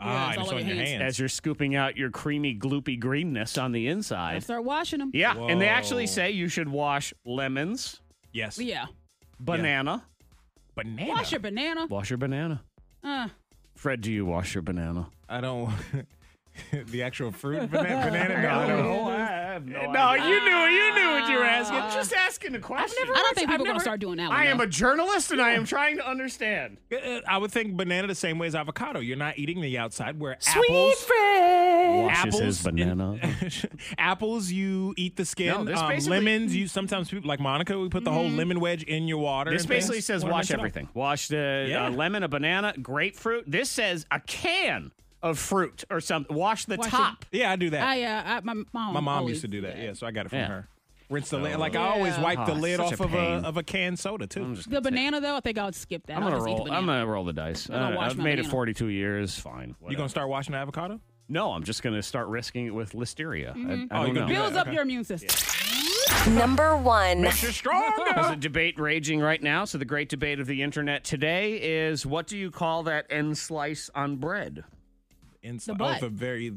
Speaker 1: ah,
Speaker 4: it's
Speaker 1: and
Speaker 4: all
Speaker 1: it's
Speaker 4: over
Speaker 1: on your
Speaker 4: your
Speaker 1: hands.
Speaker 4: hands.
Speaker 3: as you're scooping out your creamy, gloopy greenness on the
Speaker 4: I
Speaker 3: inside.
Speaker 4: start washing them.
Speaker 3: Yeah, and they actually
Speaker 1: Whoa.
Speaker 3: say you should wash lemons,
Speaker 1: Yes.
Speaker 4: Yeah.
Speaker 3: banana.
Speaker 1: Banana.
Speaker 4: Wash your banana.
Speaker 3: Wash your banana.
Speaker 4: Uh,
Speaker 3: Fred, do you wash your banana?
Speaker 1: I don't. the actual fruit banana. banana no, I don't.
Speaker 3: I have no. No, you knew you knew what you were asking.
Speaker 5: Ah.
Speaker 3: I'm just asking a question.
Speaker 4: Ah. I don't think people are gonna start
Speaker 5: Oh,
Speaker 4: doing that. One,
Speaker 3: I am
Speaker 4: though.
Speaker 3: a journalist and I am trying to understand.
Speaker 1: Uh, I would think banana the same way as avocado. You're not eating the outside. Where
Speaker 3: Sweet
Speaker 1: apples,
Speaker 3: Washes
Speaker 1: Apples
Speaker 3: his
Speaker 1: in-
Speaker 3: banana.
Speaker 1: apples, you eat the skin.
Speaker 3: No, this
Speaker 1: um,
Speaker 3: basically- Mm-hmm.
Speaker 1: lemons, you sometimes people like Monica. We put the whole lemon wedge in your water.
Speaker 3: This
Speaker 1: and
Speaker 3: basically
Speaker 1: things.
Speaker 3: says
Speaker 1: Wanna
Speaker 3: wash
Speaker 1: rinse it off.
Speaker 3: everything. Wash the
Speaker 1: Yeah.
Speaker 3: a lemon, a banana, grapefruit. This says a can of fruit or something. Wash the
Speaker 4: Wash it.
Speaker 3: top.
Speaker 1: Yeah, I do that.
Speaker 4: I, uh, I, my mom.
Speaker 1: My mom
Speaker 4: always-
Speaker 1: used to do that. Yeah, so I got it from
Speaker 3: Yeah.
Speaker 1: her. Rinse the lid. Like I always
Speaker 4: Yeah.
Speaker 1: wipe the
Speaker 3: Oh,
Speaker 1: lid
Speaker 3: such a
Speaker 1: off of a
Speaker 3: pain.
Speaker 1: of a canned soda too.
Speaker 4: The banana though, I think I would skip that.
Speaker 3: I'm
Speaker 4: I'll
Speaker 3: gonna
Speaker 4: just eat the
Speaker 3: roll. I'm
Speaker 4: banana.
Speaker 3: gonna roll the dice.
Speaker 4: gonna
Speaker 3: I don't-
Speaker 4: wash
Speaker 3: I've
Speaker 4: my
Speaker 3: made it
Speaker 4: banana.
Speaker 3: 42 years. Fine.
Speaker 1: you
Speaker 3: whatever.
Speaker 1: gonna start washing the avocado?
Speaker 3: No, I'm just gonna start risking it with listeria. I, I
Speaker 1: Oh, you're
Speaker 3: don't
Speaker 1: gonna
Speaker 3: know.
Speaker 1: do
Speaker 4: Mm-hmm. Builds
Speaker 1: Yeah,
Speaker 4: up
Speaker 1: okay.
Speaker 4: your immune system.
Speaker 13: Number one.
Speaker 1: You're strong.
Speaker 3: There's a debate raging right now. So the great debate of the internet today is what do you call that end slice on bread?
Speaker 1: Inside,
Speaker 4: butt.
Speaker 1: oh, the very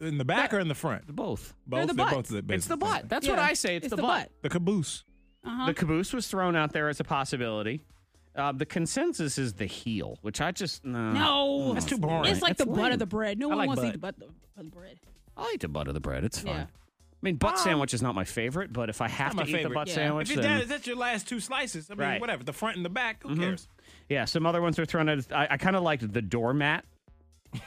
Speaker 1: in the back or in the front?
Speaker 3: Both.
Speaker 1: Both.
Speaker 4: the
Speaker 1: they're
Speaker 4: butt.
Speaker 1: both the
Speaker 3: It's
Speaker 1: basically
Speaker 3: the
Speaker 1: same.
Speaker 3: butt. That's what
Speaker 4: Yeah.
Speaker 3: I say. It's, the, butt.
Speaker 1: The caboose.
Speaker 4: Uh-huh.
Speaker 3: The caboose was thrown out there as a possibility. Uh, the consensus is the heel, which I just no.
Speaker 4: No,
Speaker 1: That's too boring.
Speaker 4: It's like
Speaker 3: Mm. That's
Speaker 4: the butt
Speaker 3: lame.
Speaker 4: of the bread. No
Speaker 1: I
Speaker 4: one
Speaker 1: like
Speaker 4: wants to eat
Speaker 1: butt.
Speaker 4: the butt of the- of the bread.
Speaker 3: I like the butt of the bread. It's fine.
Speaker 4: Yeah.
Speaker 3: I mean, butt sandwich is not my favorite, but if I have to
Speaker 1: Um, my
Speaker 3: eat the
Speaker 1: favorite.
Speaker 3: butt
Speaker 4: Yeah.
Speaker 3: sandwich,
Speaker 1: If you're
Speaker 3: then-
Speaker 1: done, that's your last two slices. I mean,
Speaker 3: Right. Mm-hmm.
Speaker 1: whatever. The front and the back. Who cares?
Speaker 3: yeah, some other ones were thrown out. I, I kind of liked the doormat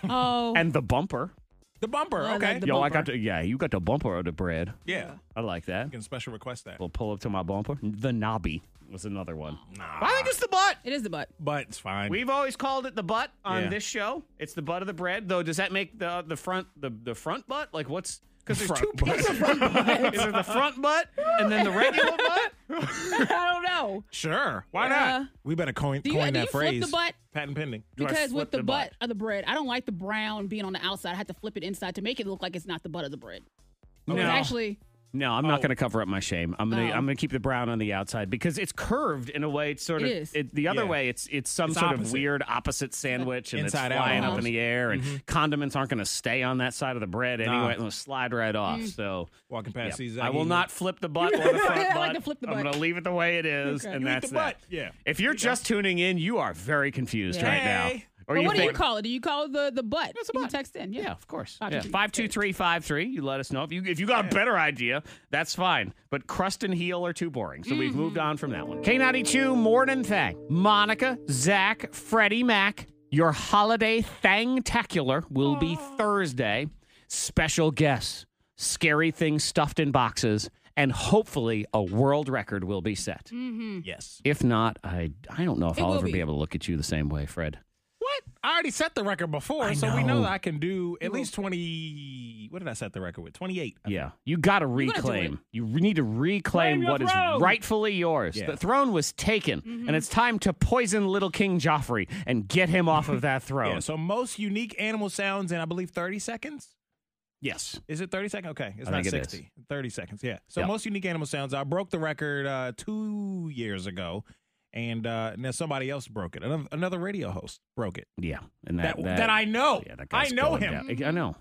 Speaker 4: Oh,
Speaker 3: and the bumper.
Speaker 1: The bumper.
Speaker 4: I like
Speaker 1: okay.
Speaker 4: the-
Speaker 3: Yo, I
Speaker 4: bumper.
Speaker 3: got to, yeah, you got the bumper of the bread.
Speaker 1: yeah.
Speaker 3: I like that.
Speaker 1: You can special request that.
Speaker 3: We'll pull up to my bumper. The knobby was another one.
Speaker 1: Oh,
Speaker 3: I think it's the butt.
Speaker 4: it is the butt.
Speaker 1: But it's fine.
Speaker 3: We've always called it the butt on
Speaker 1: Yeah.
Speaker 3: this show. It's the butt of the bread, though. Does that make the the front the the front butt like what's because there's
Speaker 1: Front
Speaker 3: two pieces. of front butt. Is it the front butt and then the regular butt?
Speaker 4: I don't know
Speaker 1: sure. Why
Speaker 4: Yeah.
Speaker 1: not? We better coin,
Speaker 4: Do you-
Speaker 1: coin
Speaker 4: do
Speaker 1: that
Speaker 4: you flip
Speaker 1: phrase.
Speaker 4: the butt?
Speaker 1: Patent pending.
Speaker 3: Do I
Speaker 4: because
Speaker 3: flip
Speaker 4: with the,
Speaker 3: the
Speaker 4: butt
Speaker 3: butt?
Speaker 4: of the bread, I don't like the brown being on the outside. I had to flip it inside to make it look like it's not the butt of the bread. It was
Speaker 3: No.
Speaker 4: actually
Speaker 5: No, I'm
Speaker 4: Oh.
Speaker 5: not going to cover up my shame. I'm going to I'm going to keep the brown on the outside because it's curved in a way. It's sort
Speaker 4: It
Speaker 5: of
Speaker 4: is.
Speaker 5: the other
Speaker 1: Yeah.
Speaker 5: way. It's it's some
Speaker 1: It's
Speaker 5: sort of
Speaker 1: opposite.
Speaker 5: weird opposite sandwich and
Speaker 1: Inside
Speaker 5: it's
Speaker 1: out
Speaker 5: flying up
Speaker 1: almost. Mm-hmm.
Speaker 5: in the air and condiments aren't going to stay on that side of the bread anyway.
Speaker 1: Nah.
Speaker 5: It'll slide right off.
Speaker 4: Mm.
Speaker 5: So
Speaker 1: Walking past
Speaker 5: yeah.
Speaker 1: these, uh,
Speaker 5: I will not flip the butt or the front
Speaker 4: I
Speaker 5: butt.
Speaker 4: like to flip the
Speaker 5: I'm
Speaker 4: butt.
Speaker 5: going to leave it the way it is,
Speaker 4: Okay.
Speaker 5: and
Speaker 4: You
Speaker 1: eat
Speaker 5: that's
Speaker 1: the butt.
Speaker 5: that.
Speaker 1: Yeah.
Speaker 5: If you're just tuning in, you are very confused
Speaker 4: Yeah.
Speaker 5: right now.
Speaker 1: Hey.
Speaker 5: Or
Speaker 4: But what do you call it? Do you call it the the butt?
Speaker 5: It's a
Speaker 4: You
Speaker 5: butt.
Speaker 4: text in. Yeah.
Speaker 5: Yeah, of course.
Speaker 4: Five, two,
Speaker 5: Yeah.
Speaker 4: three,
Speaker 5: Five two three five three. You let us know if you if you got a better idea. That's fine. But crust and heel are too boring, so we've
Speaker 4: Mm-hmm.
Speaker 5: moved on from that one. K ninety two morning thing. Monica, Zach, Freddie Mac. Your holiday thangtacular will be Thursday. Special guests, scary things stuffed in boxes, and hopefully a world record will be set.
Speaker 4: Mm-hmm.
Speaker 1: Yes.
Speaker 5: If not, I I don't know if
Speaker 4: Mm. It
Speaker 5: I'll
Speaker 4: will
Speaker 5: ever
Speaker 4: be.
Speaker 5: be able to look at you the same way, Fred.
Speaker 1: What? I already set the record before,
Speaker 5: I
Speaker 1: so we know
Speaker 5: know.
Speaker 1: that I can do at least 20. What did I set the record with? 28.
Speaker 5: Yeah, you got
Speaker 4: gotta
Speaker 5: to
Speaker 4: do it.
Speaker 5: reclaim. You re- need to reclaim what is rightfully yours.
Speaker 1: Yeah.
Speaker 5: The throne was taken, and it's time to poison little King Joffrey and get him off of that throne.
Speaker 1: Yeah, so most unique animal sounds in, I believe, 30 seconds.
Speaker 5: yes.
Speaker 1: Is it 30 seconds? Okay. It's
Speaker 5: I
Speaker 1: not
Speaker 5: think it
Speaker 1: 60. 30 seconds. Yeah. So
Speaker 5: Yep.
Speaker 1: most unique animal sounds. I broke the record uh, two years ago. And uh, now somebody else broke it. Another, another radio host broke it.
Speaker 5: Yeah, and
Speaker 1: That, that, I know.
Speaker 5: yeah, that
Speaker 1: I
Speaker 5: guy's
Speaker 1: know
Speaker 5: going
Speaker 1: him.
Speaker 5: down. I know.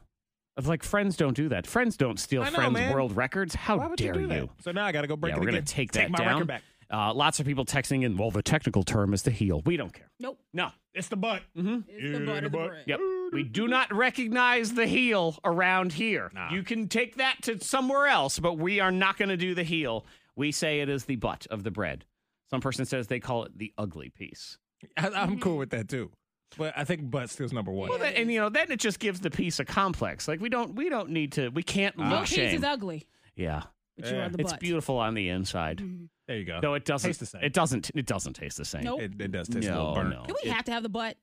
Speaker 5: It's like friends don't do that. Friends don't steal
Speaker 1: I know,
Speaker 5: friends'
Speaker 1: man.
Speaker 5: world records. How
Speaker 1: Why would
Speaker 5: dare
Speaker 1: you do that? So now I got to go break
Speaker 5: yeah,
Speaker 1: it
Speaker 5: we're
Speaker 1: again.
Speaker 5: gonna take that
Speaker 1: my
Speaker 5: down.
Speaker 1: record back.
Speaker 5: Uh, lots of people texting in. Well, the technical term is the heel. We don't care.
Speaker 4: Nope.
Speaker 5: No,
Speaker 1: It's the butt.
Speaker 4: It's the butt of the bread.
Speaker 5: Yep. We do not recognize the heel around here. You can take that to somewhere else, but we are not going to do the heel. We say it is the butt of the bread. Some person says they call it the ugly piece.
Speaker 1: I, I'm cool with that too. But I think butt still's number one.
Speaker 5: Well, then- and you know, then it just gives the piece a complex. Like we don't, we don't need to. We can't
Speaker 1: Ah.
Speaker 5: look
Speaker 3: Ah,
Speaker 4: Your piece
Speaker 5: shame.
Speaker 4: is ugly,
Speaker 5: yeah,
Speaker 4: but you
Speaker 1: Yeah.
Speaker 4: are the
Speaker 5: it's
Speaker 4: butt. Mm-hmm.
Speaker 5: beautiful on the inside.
Speaker 1: there you go.
Speaker 5: Though it doesn't.
Speaker 1: Tastes the same.
Speaker 5: It doesn't. It doesn't taste the same.
Speaker 4: Nope.
Speaker 1: It, it does taste a
Speaker 5: No,
Speaker 1: little burnt.
Speaker 5: no.
Speaker 4: Do we have to have the butt?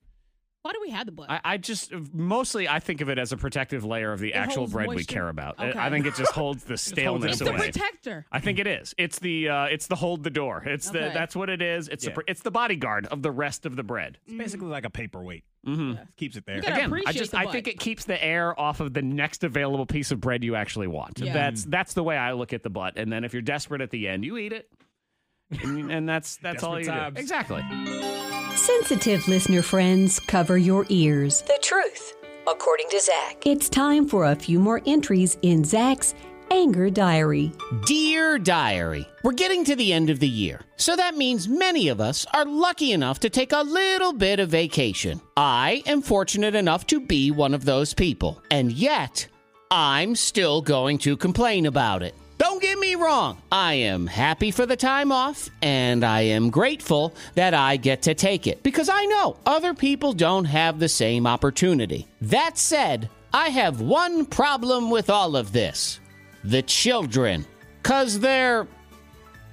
Speaker 4: Why do we have the butt?
Speaker 5: I, I just mostly I think of it as a protective layer of the actual
Speaker 4: holds
Speaker 5: bread we
Speaker 4: moisture.
Speaker 5: care about. I-
Speaker 4: Okay.
Speaker 5: I think it just holds the
Speaker 4: it's
Speaker 5: staleness
Speaker 4: the
Speaker 5: away.
Speaker 4: protector.
Speaker 5: I think it is. It's the uh, it's the hold the door. It's the
Speaker 4: Okay.
Speaker 5: that's what it is. It's the
Speaker 1: Yeah.
Speaker 5: pr it's the bodyguard of the rest of the bread.
Speaker 1: It's basically like a paperweight. It Keeps it there.
Speaker 4: Mm-hmm. You gotta- I
Speaker 5: Mm-hmm. I
Speaker 4: appreciate
Speaker 5: just
Speaker 4: the
Speaker 5: I think
Speaker 4: bite.
Speaker 5: it keeps the air off of the next available piece of bread you actually want.
Speaker 4: Yeah.
Speaker 5: That's that's the way I look at the butt. And then if you're desperate at the end, you eat it. And, and that's that's all you
Speaker 1: Desperate times.
Speaker 5: do. Exactly.
Speaker 14: Sensitive listener friends, cover your ears.
Speaker 15: The truth, according to Zach.
Speaker 14: It's time for a few more entries in Zach's anger diary.
Speaker 3: Dear Diary, we're getting to the end of the year, so that means many of us are lucky enough to take a little bit of vacation. I am fortunate enough to be one of those people, and yet I'm still going to complain about it. Don't get me wrong, I am happy for the time off, and I am grateful that I get to take it because I know other people don't have the same opportunity. That said, I have one problem with all of this the children. Cause they're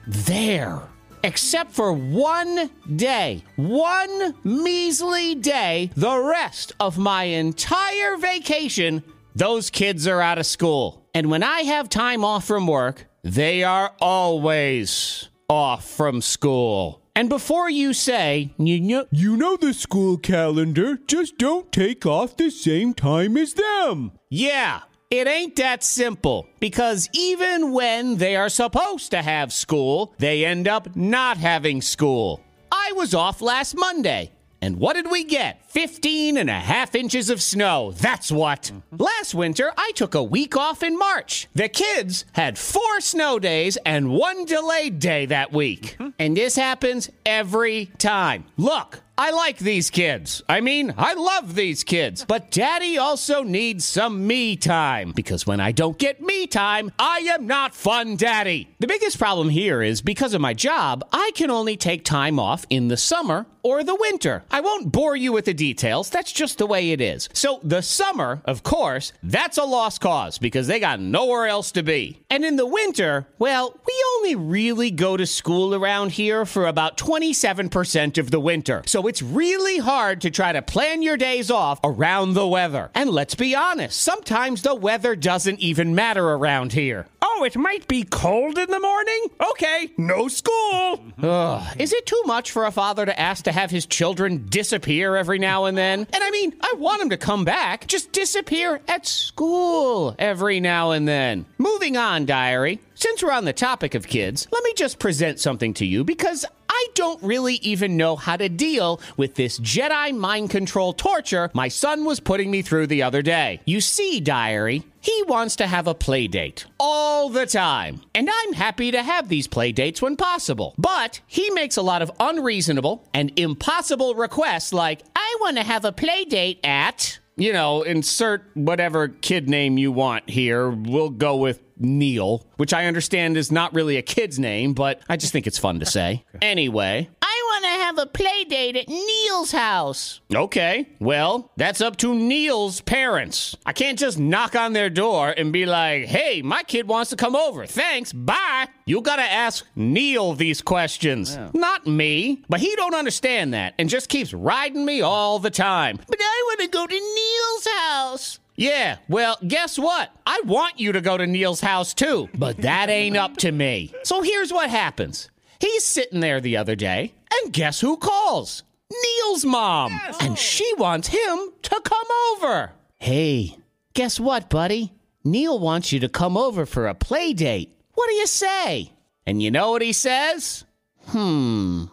Speaker 3: there. Except for one day, one measly day, the rest of my entire vacation, those kids are out of school. And when I have time off from work, they are always off from school. And before you say, you know, you know the school calendar, just don't take off the same time as them. Yeah, it ain't that simple because even when they are supposed to have school, they end up not having school. I was off last Monday. And what did we get? 15 and a half inches of snow. That's what. Last winter, I took a week off in March. The kids had four snow days and one delayed day that week. And this happens every time. Look, I like these kids. I mean, I love these kids. But daddy also needs some me time because when I don't get me time, I am not fun daddy. The biggest problem here is because of my job, I can only take time off in the summer or the winter. I won't bore you with the details. That's just the way it is. So, the summer, of course, that's a lost cause because they got nowhere else to be. And in the winter, well, we only really go to school around here for about 27% of the winter. So, it's really hard to try to plan your days off around the weather. And let's be honest, sometimes the weather doesn't even matter around here. Oh, it might be cold in the morning? Okay, no school. Ugh, is it too much for a father to ask to have his children disappear every now and then? And I mean, I want them to come back, just disappear at school every now and then. Moving
Speaker 10: Moving on, diary. Since we're on the topic of kids, let me just present something to you because I don't really even know how to deal with this Jedi mind control torture my son was putting me through the other day. You see, diary, he wants to have a play date all the time. And I'm happy to have these play dates when possible. But he makes a lot of unreasonable and impossible requests like, I want to have a play date at you know, insert whatever kid name you want here. We'll go with Neil, which I understand is not really a kid's name, but I just think it's fun to say. Anyway, I want to have a play date at Neil's house. Okay, well, that's up to Neil's parents. I can't just knock on their door and be like, hey, my kid wants to come over. Thanks, bye. You gotta ask Neil these questions, not me. But he don't understand that and just keeps riding me all the time. But I want to go to Neil's house. Yeah, well, guess what? I want you to go to Neil's house too, but that ain't up to me. So here's what happens He's sitting there the other day, and guess who calls? Neil's mom. And she wants him to come over. Hey, guess what, buddy? Neil wants you to come over for a play date. What do you say? And you know what he says? Hmm.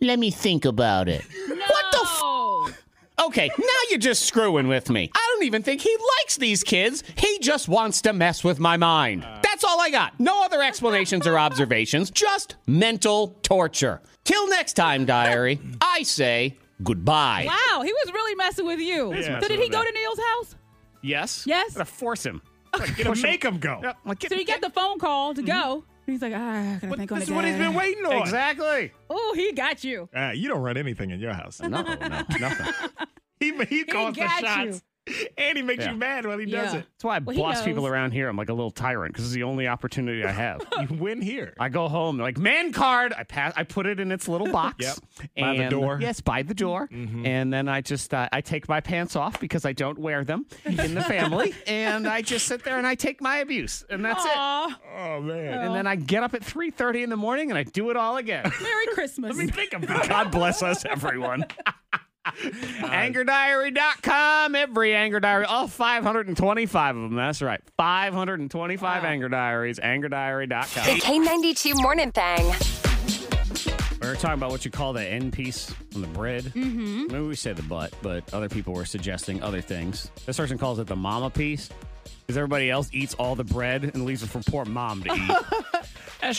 Speaker 10: Let me think about it. What the f? Okay, now you're just screwing with me. I don't even think he likes these kids. He just wants to mess with my mind.
Speaker 5: Uh.
Speaker 10: That's all I got. No other explanations or observations, just mental torture. Till next time, diary, I say goodbye.
Speaker 4: Wow, he was really messing with you.
Speaker 10: He's
Speaker 4: So
Speaker 10: messing
Speaker 4: did he
Speaker 10: with
Speaker 4: go
Speaker 10: me.
Speaker 4: to Neil's house?
Speaker 3: Yes.
Speaker 4: Yes.
Speaker 3: to force him.
Speaker 4: Push him.
Speaker 5: him go.
Speaker 4: so you get the phone call to go. And he's like, ah, I gotta think on
Speaker 5: Mm-hmm. this
Speaker 4: the
Speaker 5: is what he's
Speaker 4: day."
Speaker 5: been waiting on.
Speaker 3: Exactly.
Speaker 4: Oh, he got you.
Speaker 5: Uh, you don't run anything in your house.
Speaker 3: No, no, nothing.
Speaker 5: he, he calls the
Speaker 4: got
Speaker 5: shots. And he makes
Speaker 3: Yeah.
Speaker 5: you mad when he does
Speaker 3: Yeah.
Speaker 5: it.
Speaker 3: That's why I
Speaker 5: Well, he
Speaker 3: boss people
Speaker 5: knows.
Speaker 3: around here. I'm like a little tyrant because it's the only opportunity I have.
Speaker 5: You win here.
Speaker 3: I go home, they're like man card. I pass. I put it in its little box.
Speaker 5: Yep. By
Speaker 3: And,
Speaker 5: the door. Mm-hmm.
Speaker 3: Yes, by the door. And then I just uh, I take my pants off because I don't wear them in the family, and I just sit there and I take my abuse, and that's it.
Speaker 5: Oh man.
Speaker 3: And then I get up at three thirty in the morning and I do it all again.
Speaker 4: Merry Christmas.
Speaker 3: Let me think about it. God bless us, everyone. AngerDiary.com. Every Anger Diary, all 525 of them. That's right. 525 Anger Diaries.
Speaker 6: The
Speaker 3: AngerDiary.com.
Speaker 6: K92 Morning Thang.
Speaker 3: We were talking about what you call the end piece on the bread. Mm-hmm. Maybe we say the butt, but other people were suggesting other things. This person calls it the mama piece because everybody else eats all the bread and leaves it for poor mom to
Speaker 5: Oh,
Speaker 3: eat.
Speaker 5: That's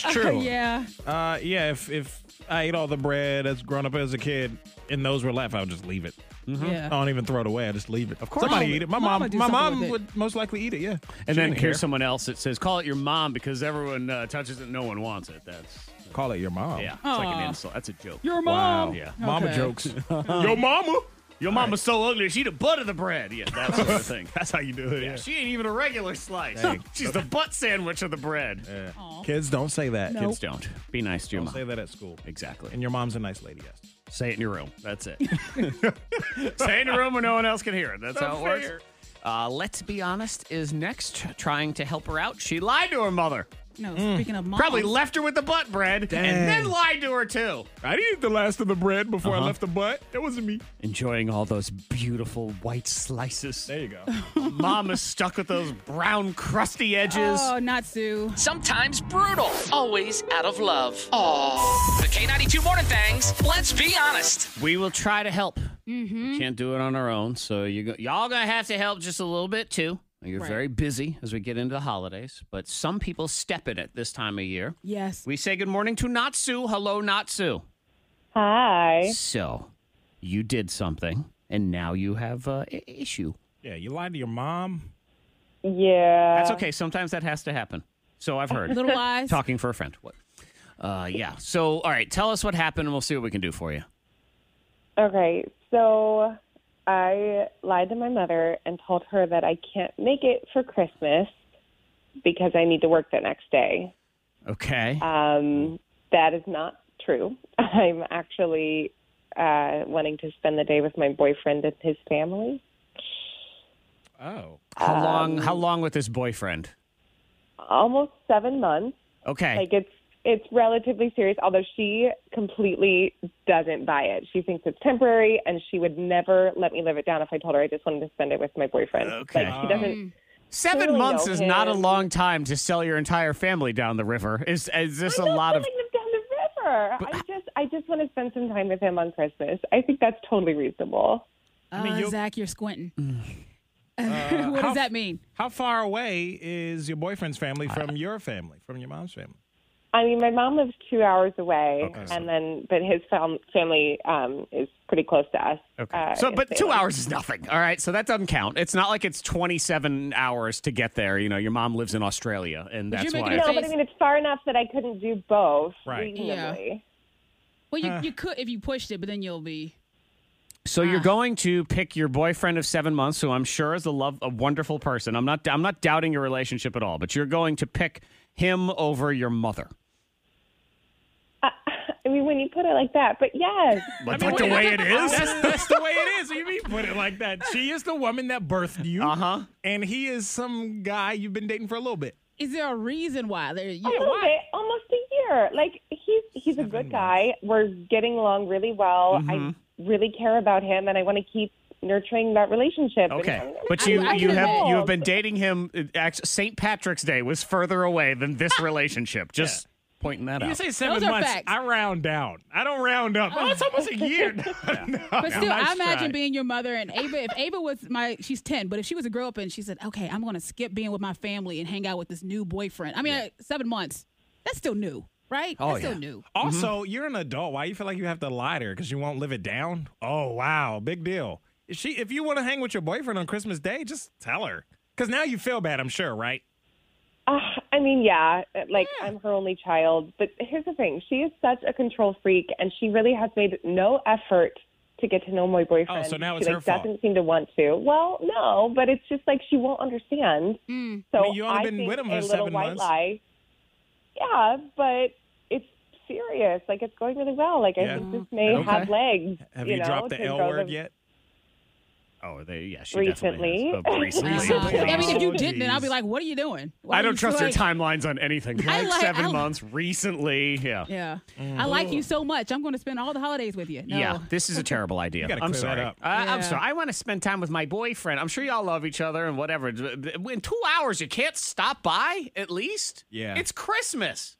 Speaker 3: true.
Speaker 4: Oh, yeah.
Speaker 5: Uh, yeah. If if I ate all the bread as grown up as a kid, and those were left, I would just leave it.
Speaker 3: Yeah.
Speaker 5: I don't even throw it away. I just leave it. Of
Speaker 3: Mm-hmm. course.
Speaker 5: somebody
Speaker 3: Mama-
Speaker 5: eat it. My
Speaker 3: Mama
Speaker 5: mom,
Speaker 3: do
Speaker 5: my
Speaker 3: something
Speaker 5: mom
Speaker 3: with it.
Speaker 5: would most likely eat it. Yeah.
Speaker 3: And
Speaker 5: She
Speaker 3: then
Speaker 5: didn't
Speaker 3: here's
Speaker 5: care.
Speaker 3: someone else that says, "Call it your mom because everyone uh, touches it, no one wants it." That's
Speaker 5: call it your mom.
Speaker 3: Yeah, it's like an
Speaker 5: Aw.
Speaker 3: insult. That's a joke.
Speaker 5: Your Wow. mom.
Speaker 3: Yeah,
Speaker 5: Mama Okay. jokes.
Speaker 3: Your mama. Your mama's so ugly. She the butt of the bread. Yeah, that sort of thing.
Speaker 5: That's how you do it.
Speaker 3: Yeah, she ain't even a regular slice.
Speaker 5: Dang.
Speaker 3: She's the butt sandwich of the bread.
Speaker 5: Kids don't say that.
Speaker 3: Nope. Kids don't. Be nice to your
Speaker 5: don't
Speaker 3: mom.
Speaker 5: Say that at school.
Speaker 3: Exactly.
Speaker 5: And your mom's a nice lady. Yes.
Speaker 3: Say it in your room. That's it. Stay in your room where no one else can hear it. That's how it works. Uh, Let's be honest is next. Trying to help her out, she lied to her mother.
Speaker 4: No, speaking of mom.
Speaker 3: Mm. Probably left her with the butt bread and then lied to her too.
Speaker 5: I didn't eat the last of the bread before I left the butt. It wasn't me.
Speaker 3: Uh-huh. Enjoying all those beautiful white slices. There
Speaker 5: you go.
Speaker 3: Mom is stuck with those brown crusty edges.
Speaker 4: Oh, not Sue.
Speaker 16: Sometimes brutal, always out of love.
Speaker 5: Oh.
Speaker 16: Aww. The K92 Morning Thangs, let's be honest.
Speaker 3: We will try to help. We can't do it on our own, so you go, y'all gonna have to help just a little bit too. You're
Speaker 4: Right.
Speaker 3: very busy as we get into the holidays, but some people step in it this time of year.
Speaker 4: Yes.
Speaker 3: We say good morning to Natsu. Hello, Natsu.
Speaker 11: Hi.
Speaker 3: So, you did something, and now you have uh, an issue.
Speaker 5: Yeah. You lied to your mom.
Speaker 11: Yeah.
Speaker 3: That's okay. Sometimes that has to happen. So I've heard.
Speaker 4: Uh, Little lies.
Speaker 3: Talking for a friend. What? Uh, yeah. So, all right. Tell us what happened, and we'll see what we can do for you.
Speaker 11: Okay, so I lied to my mother and told her that I can't make it for Christmas because I need to work the next day.
Speaker 3: Okay.
Speaker 4: Uh,
Speaker 11: Um, that is not true. I'm actually uh, wanting to spend the day with my boyfriend and his family. Um,
Speaker 5: Oh.
Speaker 3: How long?
Speaker 4: um,
Speaker 3: How long with this boyfriend?
Speaker 11: Almost seven months.
Speaker 3: Okay.
Speaker 11: Like it's it's relatively serious, although she completely doesn't buy it. She thinks it's temporary, and she would never let me live it down if I told her I just wanted to spend it with my boyfriend.
Speaker 3: Okay.
Speaker 11: Like she doesn't
Speaker 3: Seven
Speaker 11: Clearly
Speaker 3: months
Speaker 11: know
Speaker 3: is not a
Speaker 11: him.
Speaker 3: long time to sell your entire family down the river. Is is this
Speaker 11: I'm
Speaker 3: a
Speaker 11: not
Speaker 3: lot of?
Speaker 11: sending them down the river. I just I just want to spend some time with him on Christmas. I think that's totally reasonable.
Speaker 4: Oh, Zach, you're squinting.
Speaker 1: Uh,
Speaker 4: what
Speaker 1: how-
Speaker 4: does that mean?
Speaker 1: How far away is your boyfriend's family from your family, from your mom's family?
Speaker 11: I mean, my mom lives two hours away,
Speaker 1: Okay.
Speaker 11: and then but his fam- family um, is pretty close to us. Uh, Okay.
Speaker 3: So, but two hours is nothing. All right, so that doesn't count. It's not like it's twenty-seven hours to get there. You know, your mom lives in Australia, and that's why.
Speaker 11: No, but I mean, it's far enough that I couldn't do both
Speaker 3: Right.
Speaker 11: reasonably.
Speaker 4: Well, you, you could if you pushed it, but then you'll be.
Speaker 3: So
Speaker 11: ah.
Speaker 3: you're going to pick your boyfriend of seven months, who I'm sure is a love, a wonderful person. I'm not, I'm not doubting your relationship at all, but you're going to pick him over your mother.
Speaker 11: I mean, when you put it like that, but yes.
Speaker 3: But
Speaker 1: I mean,
Speaker 3: the
Speaker 1: wait,
Speaker 3: way it is?
Speaker 1: That's, that's the way it is. You mean put it like that? She is the woman that birthed you. Uh
Speaker 3: huh.
Speaker 1: And he is some guy you've been dating for a little bit.
Speaker 4: Is there a reason why? There, you,
Speaker 11: A little bit, almost a year. Like he's he's a good guy. We're getting along really well.
Speaker 3: Mhm.
Speaker 11: I really care about him, and I want to keep nurturing that relationship. And
Speaker 3: Okay,
Speaker 11: I'm-
Speaker 3: but
Speaker 11: I'm-
Speaker 3: you,
Speaker 11: I'm
Speaker 3: you have, you have
Speaker 11: involved.
Speaker 3: been dating him. St. Patrick's Day was further away than this relationship. Just pointing that
Speaker 1: You
Speaker 3: out.
Speaker 1: say seven
Speaker 4: are
Speaker 1: months.
Speaker 4: facts.
Speaker 1: I round down. I don't round up. Oh, it's almost a year.
Speaker 4: But still, I imagine being your mother and Ava. If Ava was my, she's ten, but if she was a grow up and she said, "Okay, I'm going to skip being with my family and hang out with this new boyfriend," I mean, uh, seven months, that's still new, right?
Speaker 3: Oh,
Speaker 4: that's still new.
Speaker 3: Mm-hmm.
Speaker 1: Also, you're an adult. Why you feel like you have to lie to her because you won't live it down? Oh wow, big deal. If she, if you want to hang with your boyfriend on Christmas Day, just tell her. Because now you feel bad. I'm sure, right?
Speaker 11: Uh, I mean, yeah, like I'm her only child. But here's the thing: she is such a control freak, and she really has made no effort to get to know my boyfriend.
Speaker 1: Oh, so now
Speaker 11: she,
Speaker 1: it's
Speaker 11: like,
Speaker 1: her fault.
Speaker 11: Doesn't seem to want to. Well, no, but it's just like she won't understand.
Speaker 1: I
Speaker 11: So
Speaker 1: mean, you only been
Speaker 11: think
Speaker 1: with him for
Speaker 11: a little
Speaker 1: seven
Speaker 11: white
Speaker 1: months.
Speaker 11: lie. Yeah, but it's serious. Like it's going really well. Like I
Speaker 1: Yeah.
Speaker 11: think
Speaker 3: Mm-hmm.
Speaker 11: this may
Speaker 1: Okay.
Speaker 11: have legs.
Speaker 1: Have
Speaker 11: you,
Speaker 1: you
Speaker 11: know,
Speaker 1: dropped the
Speaker 11: to
Speaker 1: L
Speaker 11: grow
Speaker 1: word
Speaker 11: them-
Speaker 1: yet?
Speaker 3: Oh, they, yeah, she
Speaker 11: Recently.
Speaker 3: definitely. has. Oh, recently.
Speaker 4: I mean, if you
Speaker 3: Please.
Speaker 4: didn't, then I'll be like, "What are you doing?" Why
Speaker 3: I
Speaker 4: are
Speaker 3: don't
Speaker 4: you
Speaker 3: trust
Speaker 4: like-
Speaker 3: your timelines on anything.
Speaker 4: I
Speaker 3: Like
Speaker 4: like-
Speaker 3: seven
Speaker 4: I-
Speaker 3: months recently. Yeah.
Speaker 4: Yeah, I like you so much. I'm going to spend all the holidays with you. No.
Speaker 3: Mm-hmm. Yeah, this is a terrible idea.
Speaker 1: gotta
Speaker 3: I'm
Speaker 1: clear that
Speaker 3: sorry.
Speaker 1: up.
Speaker 3: I,
Speaker 4: Yeah.
Speaker 3: I'm sorry. I want to spend time with my boyfriend. I'm sure y'all love each other and whatever. In two hours, you can't stop by at least.
Speaker 1: Yeah.
Speaker 3: It's Christmas.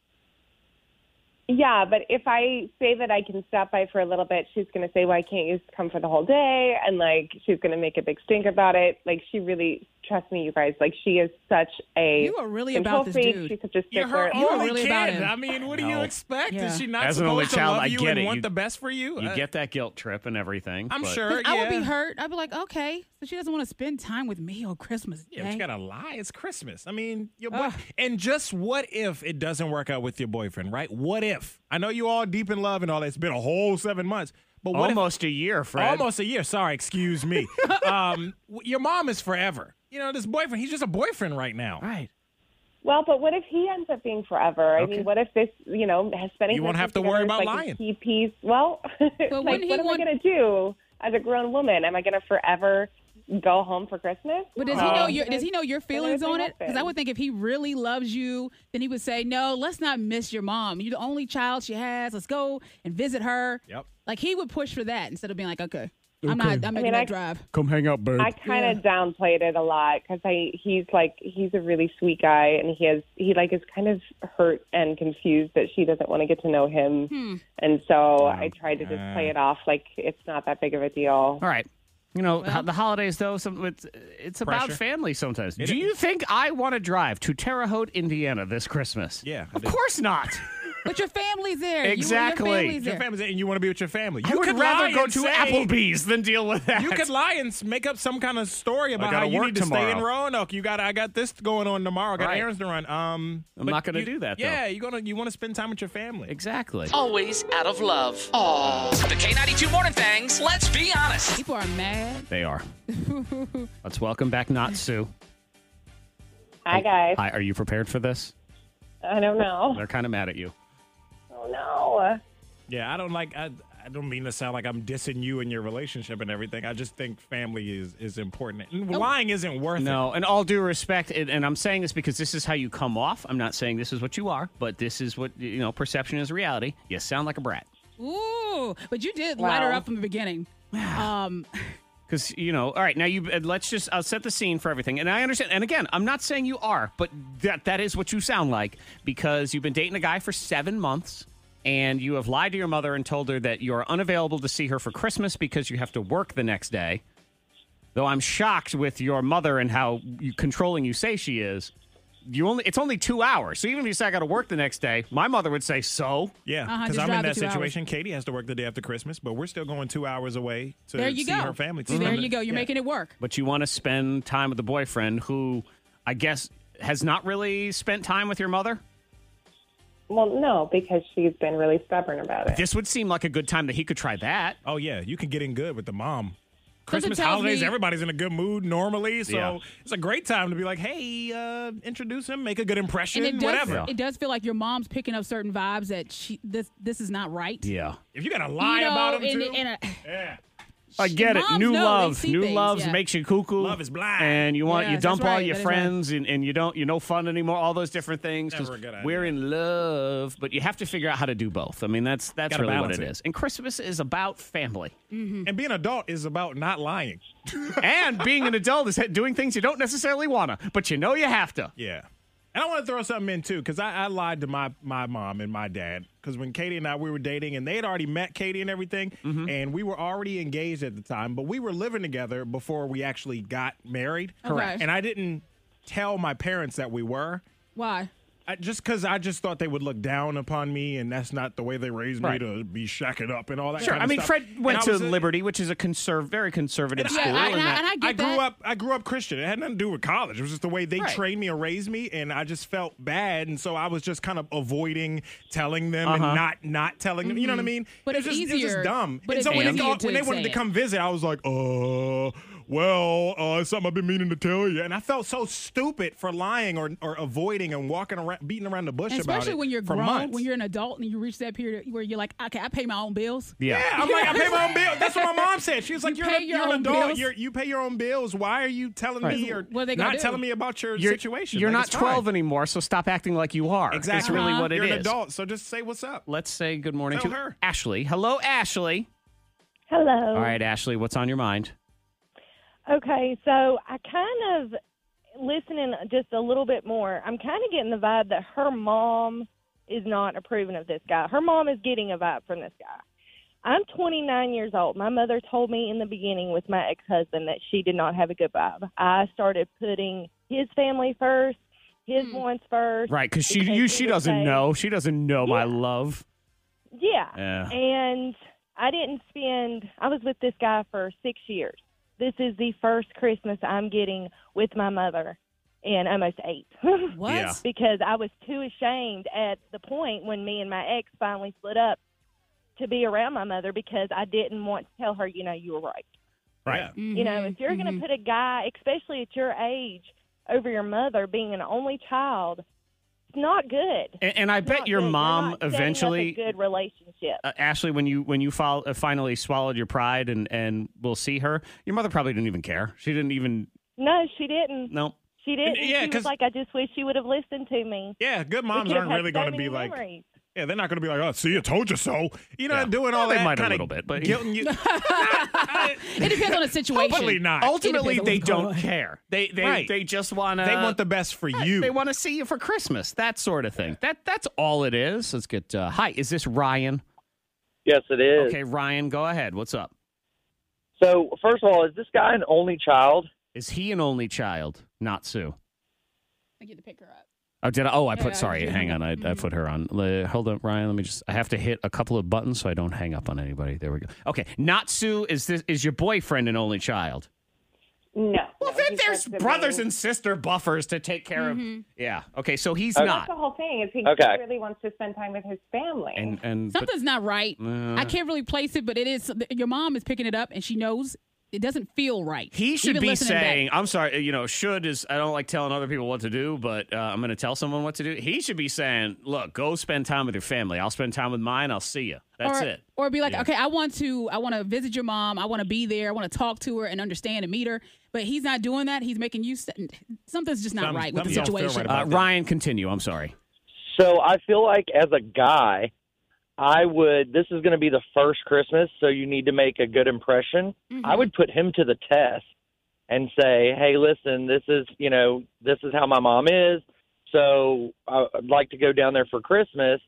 Speaker 11: Yeah, but if I say that I can stop by for a little bit, she's going to say, "Why can't you come for the whole day?" And like, she's going to make a big stink about it. Like, she really trust me, you guys. Like, she is such a
Speaker 4: You are really
Speaker 11: control
Speaker 4: about this
Speaker 11: freak.
Speaker 4: dude.
Speaker 11: She's such a stickler.
Speaker 1: You're her
Speaker 4: You are
Speaker 1: only
Speaker 4: really
Speaker 1: kid.
Speaker 4: about him.
Speaker 1: I mean, what do you
Speaker 3: No.
Speaker 1: expect?
Speaker 4: Yeah.
Speaker 1: Is she not
Speaker 3: As an
Speaker 1: supposed
Speaker 3: only
Speaker 1: to
Speaker 3: child,
Speaker 1: love
Speaker 3: I
Speaker 1: you
Speaker 3: get
Speaker 1: and
Speaker 3: it.
Speaker 1: want
Speaker 3: You-
Speaker 1: the best for you?
Speaker 3: You
Speaker 1: Uh,
Speaker 3: get that guilt trip and everything.
Speaker 1: I'm
Speaker 3: but-
Speaker 1: sure.
Speaker 4: I would
Speaker 1: yeah.
Speaker 4: be hurt. I'd be like, "Okay, so she doesn't want to spend time with me on Christmas
Speaker 1: Yeah, but
Speaker 4: Day."
Speaker 1: you gotta lie. It's Christmas. I mean, your boy. and just what if it doesn't work out with your boyfriend, right? What if? I know you all deep in love and all that. It's been a whole seven months, but what if-
Speaker 3: Almost a year, Fred.
Speaker 1: almost a year. Sorry, excuse me. um, w- your mom is forever. You know this boyfriend. He's just a boyfriend right now.
Speaker 3: Right.
Speaker 11: Well, but what if he ends up being forever? I mean, what if this, you know, spending
Speaker 1: You won't
Speaker 11: Christmas
Speaker 1: have to
Speaker 11: together
Speaker 1: worry
Speaker 11: is
Speaker 1: about
Speaker 11: like
Speaker 1: lying.
Speaker 11: A key piece. Well, like, what
Speaker 4: wouldn't he
Speaker 11: am
Speaker 4: want-
Speaker 11: I going to do as a grown woman? Am I going to forever go home for Christmas? Oh,
Speaker 4: But does he
Speaker 11: No.
Speaker 4: know your does he know your feelings
Speaker 11: everything
Speaker 4: on it? Because I
Speaker 11: happens.
Speaker 4: would think if he really loves you, then he would say, "No, let's not miss your mom. You're the only child she has. Let's go and visit her."
Speaker 1: Yep.
Speaker 4: Like he would push for that instead of being like, "Okay, I'm not. I'm making
Speaker 11: mean,
Speaker 4: that
Speaker 11: I-
Speaker 4: drive."
Speaker 3: Come hang out, babe.
Speaker 11: I kind of downplayed it a lot because I he's like he's a really sweet guy and he has he like is kind of hurt and confused that she doesn't want to get to know him
Speaker 4: Hmm.
Speaker 11: and
Speaker 3: Oh,
Speaker 11: so I tried to just play it off like it's not that big of a deal.
Speaker 3: All right. You know, ho- the holidays, though, some, it's, it's about
Speaker 1: Pressure.
Speaker 3: family sometimes. Do you think I want to drive to Terre Haute, Indiana this Christmas?
Speaker 1: Yeah.
Speaker 3: Of course not.
Speaker 4: But your family's there.
Speaker 3: Exactly.
Speaker 4: You, your family's
Speaker 1: Your
Speaker 4: there.
Speaker 1: family's and you want to be with your family.
Speaker 3: I
Speaker 1: You
Speaker 3: would
Speaker 1: could
Speaker 3: rather
Speaker 1: lie
Speaker 3: go
Speaker 1: and
Speaker 3: to
Speaker 1: say-
Speaker 3: Applebee's than deal with that.
Speaker 1: You could lie and s- make up some kind of story about
Speaker 3: gotta
Speaker 1: how you
Speaker 3: work
Speaker 1: need to stay in
Speaker 3: tomorrow.
Speaker 1: Roanoke. You got I got this going on tomorrow. I got
Speaker 3: Right.
Speaker 1: errands to run. Um,
Speaker 3: I'm
Speaker 1: but
Speaker 3: not gonna
Speaker 1: you-
Speaker 3: do that, though.
Speaker 1: Yeah, you gonna you want to spend time with your family.
Speaker 3: Exactly.
Speaker 5: Always out of love. Aw. The K92 Morning Thangs, let's be honest.
Speaker 4: People are mad.
Speaker 3: They are. Let's welcome back Not Sue. Oh,
Speaker 11: Hi guys,
Speaker 3: Hi, are you prepared for this?
Speaker 11: I don't know.
Speaker 3: They're kind of mad at you.
Speaker 11: Oh no.
Speaker 1: Yeah, I don't like. I, I don't mean to sound like I'm dissing you and your relationship and everything. I just think family is is important. And
Speaker 4: Oh.
Speaker 1: lying isn't worth it.
Speaker 3: No, and all due respect, and, and I'm saying this because this is how you come off. I'm not saying this is what you are, but this is what, you know, perception is reality. You sound like a brat.
Speaker 4: Ooh, but you did light her
Speaker 11: Wow.
Speaker 4: up from the beginning. Um,
Speaker 3: Because you know, all right. Now you uh, let's just I'll set the scene for everything, and I understand. And again, I'm not saying you are, but that that is what you sound like because you've been dating a guy for seven months, and you have lied to your mother and told her that you are unavailable to see her for Christmas because you have to work the next day. Though I'm shocked with your mother and how you, controlling you say she is. You only it's only two hours, so even if you say I got to work the next day, my mother would say so.
Speaker 1: Yeah, because I'm in that situation. Katie has to work the day after Christmas, but we're still going two hours away to
Speaker 4: there you
Speaker 1: see
Speaker 4: go.
Speaker 1: her family.
Speaker 4: There you go. You're making it work.
Speaker 3: but you want to spend time with the boyfriend who I guess has not really spent time with your mother.
Speaker 11: Well, no, because she's been really stubborn about it.
Speaker 3: This would seem like a good time that he could try that.
Speaker 1: Oh yeah, you can get in good with the mom.
Speaker 4: Something
Speaker 1: Christmas
Speaker 4: tells
Speaker 1: holidays,
Speaker 4: me-
Speaker 1: everybody's in a good mood normally, so
Speaker 3: Yeah.
Speaker 1: it's a great time to be like, hey, uh, introduce him, make a good impression,
Speaker 4: And it does,
Speaker 1: whatever.
Speaker 4: it does feel like your mom's picking up certain vibes that she this this is not right.
Speaker 3: Yeah.
Speaker 1: If you gotta lie
Speaker 4: You know,
Speaker 1: about him
Speaker 4: and-
Speaker 1: too,
Speaker 4: and, uh,
Speaker 3: I get it.
Speaker 4: Moms know,
Speaker 3: New
Speaker 4: they
Speaker 3: love,
Speaker 4: see
Speaker 3: new
Speaker 4: things,
Speaker 3: loves
Speaker 4: yeah.
Speaker 3: makes you cuckoo.
Speaker 1: Love is blind.
Speaker 3: And you want
Speaker 4: Yes,
Speaker 3: you
Speaker 4: that's
Speaker 3: dump all
Speaker 4: right,
Speaker 3: your
Speaker 4: that is right.
Speaker 3: friends, and, and you don't you're no fun anymore. All those different things. 'cause
Speaker 1: Never a good
Speaker 3: We're in love, but you have to figure out how to do both. I mean, that's that's
Speaker 1: Gotta
Speaker 3: really what
Speaker 1: balance
Speaker 3: it
Speaker 1: it.
Speaker 3: is. And Christmas is about family,
Speaker 4: Mm-hmm.
Speaker 1: and being an adult is about not lying.
Speaker 3: and being an adult is doing things you don't necessarily wanna, but you know you have to.
Speaker 1: Yeah. And I want to throw something in too, because I, I lied to my my mom and my dad. Because when Katie and I we were dating, and they had already met Katie and everything, and we were already engaged at the time, but we were living together before we actually got married.
Speaker 4: Correct. Okay.
Speaker 1: And I didn't tell my parents that we were.
Speaker 4: Why?
Speaker 1: I, just because I just thought they would look down upon me, and that's not the way they raised
Speaker 3: Right.
Speaker 1: me to be shacking up and all that.
Speaker 3: Sure.
Speaker 1: kind
Speaker 3: I
Speaker 1: of
Speaker 3: mean,
Speaker 1: stuff.
Speaker 3: Fred
Speaker 1: And
Speaker 3: went
Speaker 1: I
Speaker 3: to
Speaker 1: was a-
Speaker 3: Liberty, which is a conserv- very conservative school.
Speaker 4: Yeah, I- and I-
Speaker 3: that-
Speaker 4: and I get
Speaker 1: grew
Speaker 4: that.
Speaker 1: up. I grew up Christian. It had nothing to do with college. It was just the way they
Speaker 4: Right.
Speaker 1: trained me or raised me, and I just felt bad, and so I was just kind of avoiding telling them
Speaker 3: Uh-huh.
Speaker 1: and not not telling them. You know what I
Speaker 4: Mhm.
Speaker 1: mean?
Speaker 4: But
Speaker 1: it was
Speaker 4: it's
Speaker 1: just, It was
Speaker 4: easier-
Speaker 1: just dumb.
Speaker 4: but
Speaker 1: and
Speaker 4: it's
Speaker 1: so when they,
Speaker 4: easier
Speaker 1: called-
Speaker 4: to
Speaker 1: when they wanted
Speaker 4: say
Speaker 1: to
Speaker 4: it.
Speaker 1: come visit, I was like, uh, well, uh, it's something I've been meaning to tell you, and I felt so stupid for lying or or avoiding and walking around, beating around the bush
Speaker 4: And
Speaker 1: about it.
Speaker 4: especially when you're
Speaker 1: for
Speaker 4: grown,
Speaker 1: months.
Speaker 4: when you're an adult, and you reach that period where you're like, okay, I pay my own bills.
Speaker 3: yeah.
Speaker 1: Yeah, I'm like, I pay my own bill. That's what my mom said. She was like,
Speaker 4: You
Speaker 1: you are
Speaker 4: pay
Speaker 1: an,
Speaker 4: your
Speaker 1: you're an
Speaker 4: own
Speaker 1: adult.
Speaker 4: bills.
Speaker 1: You're, you pay your own bills. Why are you telling me or
Speaker 4: What are they gonna
Speaker 1: not
Speaker 4: do?
Speaker 1: telling me about your
Speaker 3: You're,
Speaker 1: situation?
Speaker 3: you're
Speaker 1: Like,
Speaker 3: not
Speaker 1: it's fine.
Speaker 3: 12 anymore, so stop acting like you are.
Speaker 1: Exactly. Uh-huh.
Speaker 3: That's really what it
Speaker 1: you're
Speaker 3: is.
Speaker 1: an adult, so just say what's up.
Speaker 3: Let's say good morning
Speaker 1: Tell
Speaker 3: to
Speaker 1: her.
Speaker 3: Ashley. Hello, Ashley.
Speaker 17: Hello.
Speaker 3: All right, Ashley, what's on your mind?
Speaker 17: Okay, so I kind of listening just a little bit more. I'm kind of getting the vibe that her mom is not approving of this guy. Her mom is getting a vibe from this guy. I'm 29 years old. My mother told me in the beginning with my ex-husband that she did not have a good vibe. I started putting his family first, his wants first.
Speaker 3: Right, because she
Speaker 17: because
Speaker 3: you
Speaker 17: he
Speaker 3: she
Speaker 17: would
Speaker 3: doesn't
Speaker 17: say-
Speaker 3: know. She doesn't know my love.
Speaker 17: Yeah.
Speaker 3: Yeah.
Speaker 17: And I didn't spend, I was with this guy for six years. This is the first Christmas I'm getting with my mother in almost eight.
Speaker 4: What? Yeah.
Speaker 17: Because I was too ashamed at the point when me and my ex finally split up to be around my mother because I didn't want to tell her, you know, you were right.
Speaker 3: Right.
Speaker 4: Mm-hmm.
Speaker 17: You know, if you're going to put a guy, especially at your age, over your mother being an only child, it's not good.
Speaker 3: And, and I bet your
Speaker 17: You're
Speaker 3: mom
Speaker 17: not setting up
Speaker 3: eventually,
Speaker 17: a good relationship.
Speaker 3: uh, Ashley, when you when you fol- uh, finally swallowed your pride and and we'll see her, your mother probably didn't even care. She didn't even
Speaker 17: No, she didn't.
Speaker 3: no.
Speaker 17: She didn't.
Speaker 1: yeah,
Speaker 17: she
Speaker 1: 'cause-
Speaker 17: was like, I just wish she would have listened to me.
Speaker 1: Yeah, good
Speaker 17: We
Speaker 1: moms
Speaker 17: could have
Speaker 1: aren't
Speaker 17: had
Speaker 1: really
Speaker 17: so
Speaker 1: going to
Speaker 17: many
Speaker 1: be like,
Speaker 17: memories.
Speaker 1: yeah, they're not going to be like, oh, see, I told you so. You know,
Speaker 3: Yeah.
Speaker 1: doing all
Speaker 3: Well, they
Speaker 1: that
Speaker 3: might a
Speaker 1: kind
Speaker 3: little
Speaker 1: of
Speaker 3: bit, but-
Speaker 1: guilting you.
Speaker 4: It depends on the situation.
Speaker 1: Hopefully not.
Speaker 3: Ultimately,
Speaker 4: depends on
Speaker 3: they
Speaker 4: what's going
Speaker 3: don't
Speaker 4: on.
Speaker 3: care. They they
Speaker 1: Right.
Speaker 3: they just want to.
Speaker 1: They want the best for you.
Speaker 3: They want to see you for Christmas. That sort of thing. That that's all it is. Let's get. Uh, hi, is this Ryan?
Speaker 9: Yes, it is.
Speaker 3: Okay, Ryan, go ahead. What's up?
Speaker 9: So, first of all, is this guy an only child?
Speaker 3: Is he an only child? Not Sue.
Speaker 4: I get to pick her up.
Speaker 3: Oh, did I? Oh, I
Speaker 4: Yeah,
Speaker 3: put.
Speaker 4: I
Speaker 3: sorry,
Speaker 4: did.
Speaker 3: hang on. I,
Speaker 4: Mm-hmm.
Speaker 3: I put her on. Le- hold up, Ryan. Let me just. I have to hit a couple of buttons so I don't hang up on anybody. There we go. Okay, not Sue. Is this is your boyfriend an only child?
Speaker 17: No.
Speaker 3: Well, then there's brothers and sister buffers to take care
Speaker 4: Mm-hmm.
Speaker 3: of. Yeah. Okay, so he's
Speaker 9: Okay.
Speaker 3: not.
Speaker 11: the whole thing. Is he
Speaker 3: Okay.
Speaker 11: really wants to spend time with his family?
Speaker 3: And and but-
Speaker 4: Something's not right.
Speaker 3: Uh.
Speaker 4: I can't really place it, but it is. Your mom is picking it up, and she knows it doesn't feel right.
Speaker 3: He should
Speaker 4: Even
Speaker 3: be
Speaker 4: listening back.
Speaker 3: saying, "I'm sorry." You know, should is I don't like telling other people what to do, but uh, I'm going to tell someone what to do. He should be saying, "Look, go spend time with your family. I'll spend time with mine. I'll see you. That's
Speaker 4: or,
Speaker 3: it."
Speaker 4: Or be like, okay, I want to, I want to visit your mom. I want to be there. I want to talk to her and understand and meet her. But he's not doing that. He's making you. st- Something's just not
Speaker 3: Some-
Speaker 4: right with the
Speaker 3: some- yeah.
Speaker 4: situation.
Speaker 3: Uh, Ryan, continue. I'm sorry.
Speaker 9: So, I feel like as a guy, I would. This is going to be the first Christmas, so you need to make a good impression.
Speaker 18: Mhm.
Speaker 12: Mm-hmm.
Speaker 9: I would put him to the test and say, "Hey, listen, this is you know this is how my mom is. So I- I'd like to go down there for Christmas,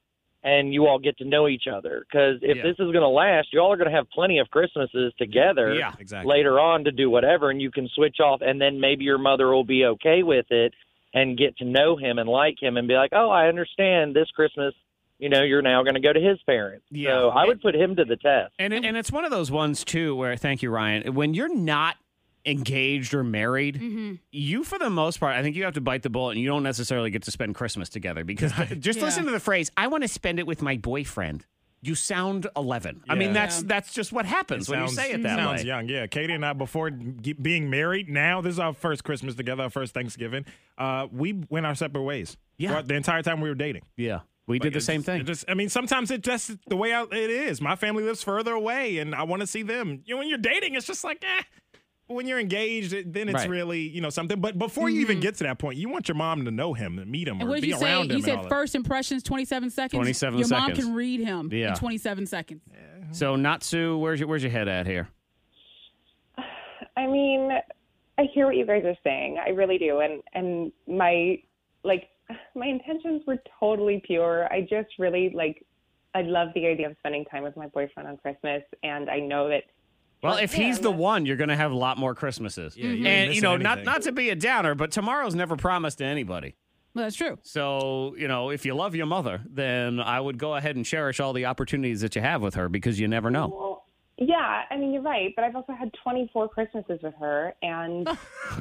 Speaker 9: and you all get to know each other. Because if
Speaker 12: Yeah.
Speaker 9: this is going to last, you all are going to have plenty of Christmases together
Speaker 12: Yeah, exactly.
Speaker 9: later on to do whatever, and you can switch off, and then maybe your mother will be okay with it." and get to know him and like him and be like, oh, I understand this Christmas, you know, you're now going to go to his parents. So I would put him to the test.
Speaker 3: And it, and it's one of those ones too where thank you Ryan. When you're not engaged or married,
Speaker 4: Mm-hmm.
Speaker 3: you for the most part, I think you have to bite the bullet and you don't necessarily get to spend Christmas together because just
Speaker 10: Yeah.
Speaker 3: listen to the phrase, I want to spend it with my boyfriend. You sound 11. I mean,
Speaker 1: Yeah.
Speaker 3: that's that's just what happens when you say it that
Speaker 1: sounds
Speaker 3: way.
Speaker 1: young. Yeah, Katie and I before g- being married. Now this is our first Christmas together, our first Thanksgiving. Uh, we went our separate ways.
Speaker 3: Yeah.
Speaker 1: throughout the entire time we were dating.
Speaker 3: Yeah, we
Speaker 1: did the same thing. Just, I mean, sometimes it just the way I, it is. My family lives further away, and I want to see them. You know, when you're dating, it's just like, eh. When you're engaged, it- then it's
Speaker 5: Right.
Speaker 1: really you know something. But before you
Speaker 3: Mm-hmm.
Speaker 1: even get to that point, you want your mom to know him, and meet him,
Speaker 4: And
Speaker 1: or
Speaker 4: what did
Speaker 1: be
Speaker 4: you say?
Speaker 1: around him.
Speaker 4: You
Speaker 1: and all
Speaker 4: said
Speaker 1: that.
Speaker 4: first impressions, 27 seconds.
Speaker 3: 27
Speaker 4: Your mom
Speaker 3: seconds.
Speaker 4: can read him
Speaker 3: Yeah.
Speaker 4: in 27 seconds.
Speaker 3: So Natsu, where's your where's your head at here?
Speaker 11: I mean, I hear what you guys are saying. I really do. And and my like my intentions were totally pure. I just really like I love the idea of spending time with my boyfriend on Christmas and I know that
Speaker 3: Well, if he's the one, you're going to have a lot more Christmases.
Speaker 11: you ain't
Speaker 3: and you
Speaker 11: missing
Speaker 3: know, not
Speaker 11: anything.
Speaker 3: not to be a downer, but tomorrow's never promised to anybody.
Speaker 4: Well, that's true.
Speaker 3: So, you know, if you love your mother, then I would go ahead and cherish all the opportunities that you have with her because you never know.
Speaker 11: yeah, I mean you're right, but I've also had 24 Christmases with her and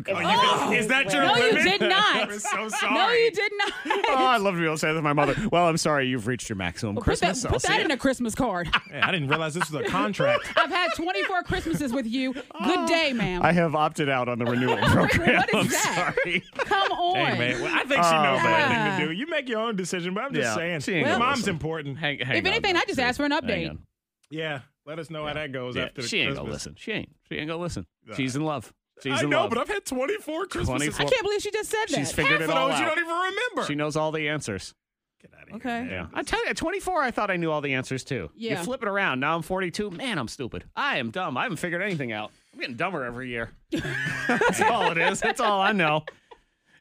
Speaker 4: Oh,
Speaker 1: is that your
Speaker 4: No, you
Speaker 1: limit?
Speaker 4: did not.
Speaker 1: I'm so
Speaker 4: No,
Speaker 1: sorry.
Speaker 4: you did not.
Speaker 3: Oh, love to be able to say that to my mother. Well, I'm sorry, you've reached your maximum
Speaker 4: Put that, put that in a Christmas card.
Speaker 1: I didn't realize this was a contract.
Speaker 4: I've had 24 Christmases with you. Good day, ma'am.
Speaker 3: have opted out on the renewal program.
Speaker 4: what is that? Come on. Uh,
Speaker 1: Dang, man. Well, I think she
Speaker 3: Oh,
Speaker 1: knows the
Speaker 3: man.
Speaker 1: right thing to do. You make your own decision, but I'm just
Speaker 3: Yeah.
Speaker 1: saying,
Speaker 3: She ain't
Speaker 1: your
Speaker 3: gonna
Speaker 1: mom's
Speaker 3: listen.
Speaker 1: important.
Speaker 3: Hang,
Speaker 4: if anything, I just asked for an
Speaker 3: Hang
Speaker 4: update.
Speaker 3: on.
Speaker 1: Yeah, let us know how that goes
Speaker 3: Yeah,
Speaker 1: after the
Speaker 3: she ain't gonna
Speaker 1: Christmas.
Speaker 3: listen. She ain't. She ain't gonna listen. She's in love. She's
Speaker 1: I
Speaker 3: in
Speaker 1: know,
Speaker 3: love.
Speaker 1: but I've had 24 Christmases.
Speaker 3: 24.
Speaker 4: I can't believe she just said that.
Speaker 3: She's figured
Speaker 1: Half
Speaker 3: it
Speaker 1: of
Speaker 3: all
Speaker 1: those
Speaker 3: out.
Speaker 1: you don't even remember.
Speaker 3: She knows all the answers.
Speaker 4: Okay.
Speaker 3: Yeah. I tell you, at 24, I thought I knew all the answers too.
Speaker 4: Yeah.
Speaker 3: You flip it around. Now I'm 42. Man, I'm stupid. I am dumb. I haven't figured anything out. I'm getting dumber every year. That's all it is. That's all I know.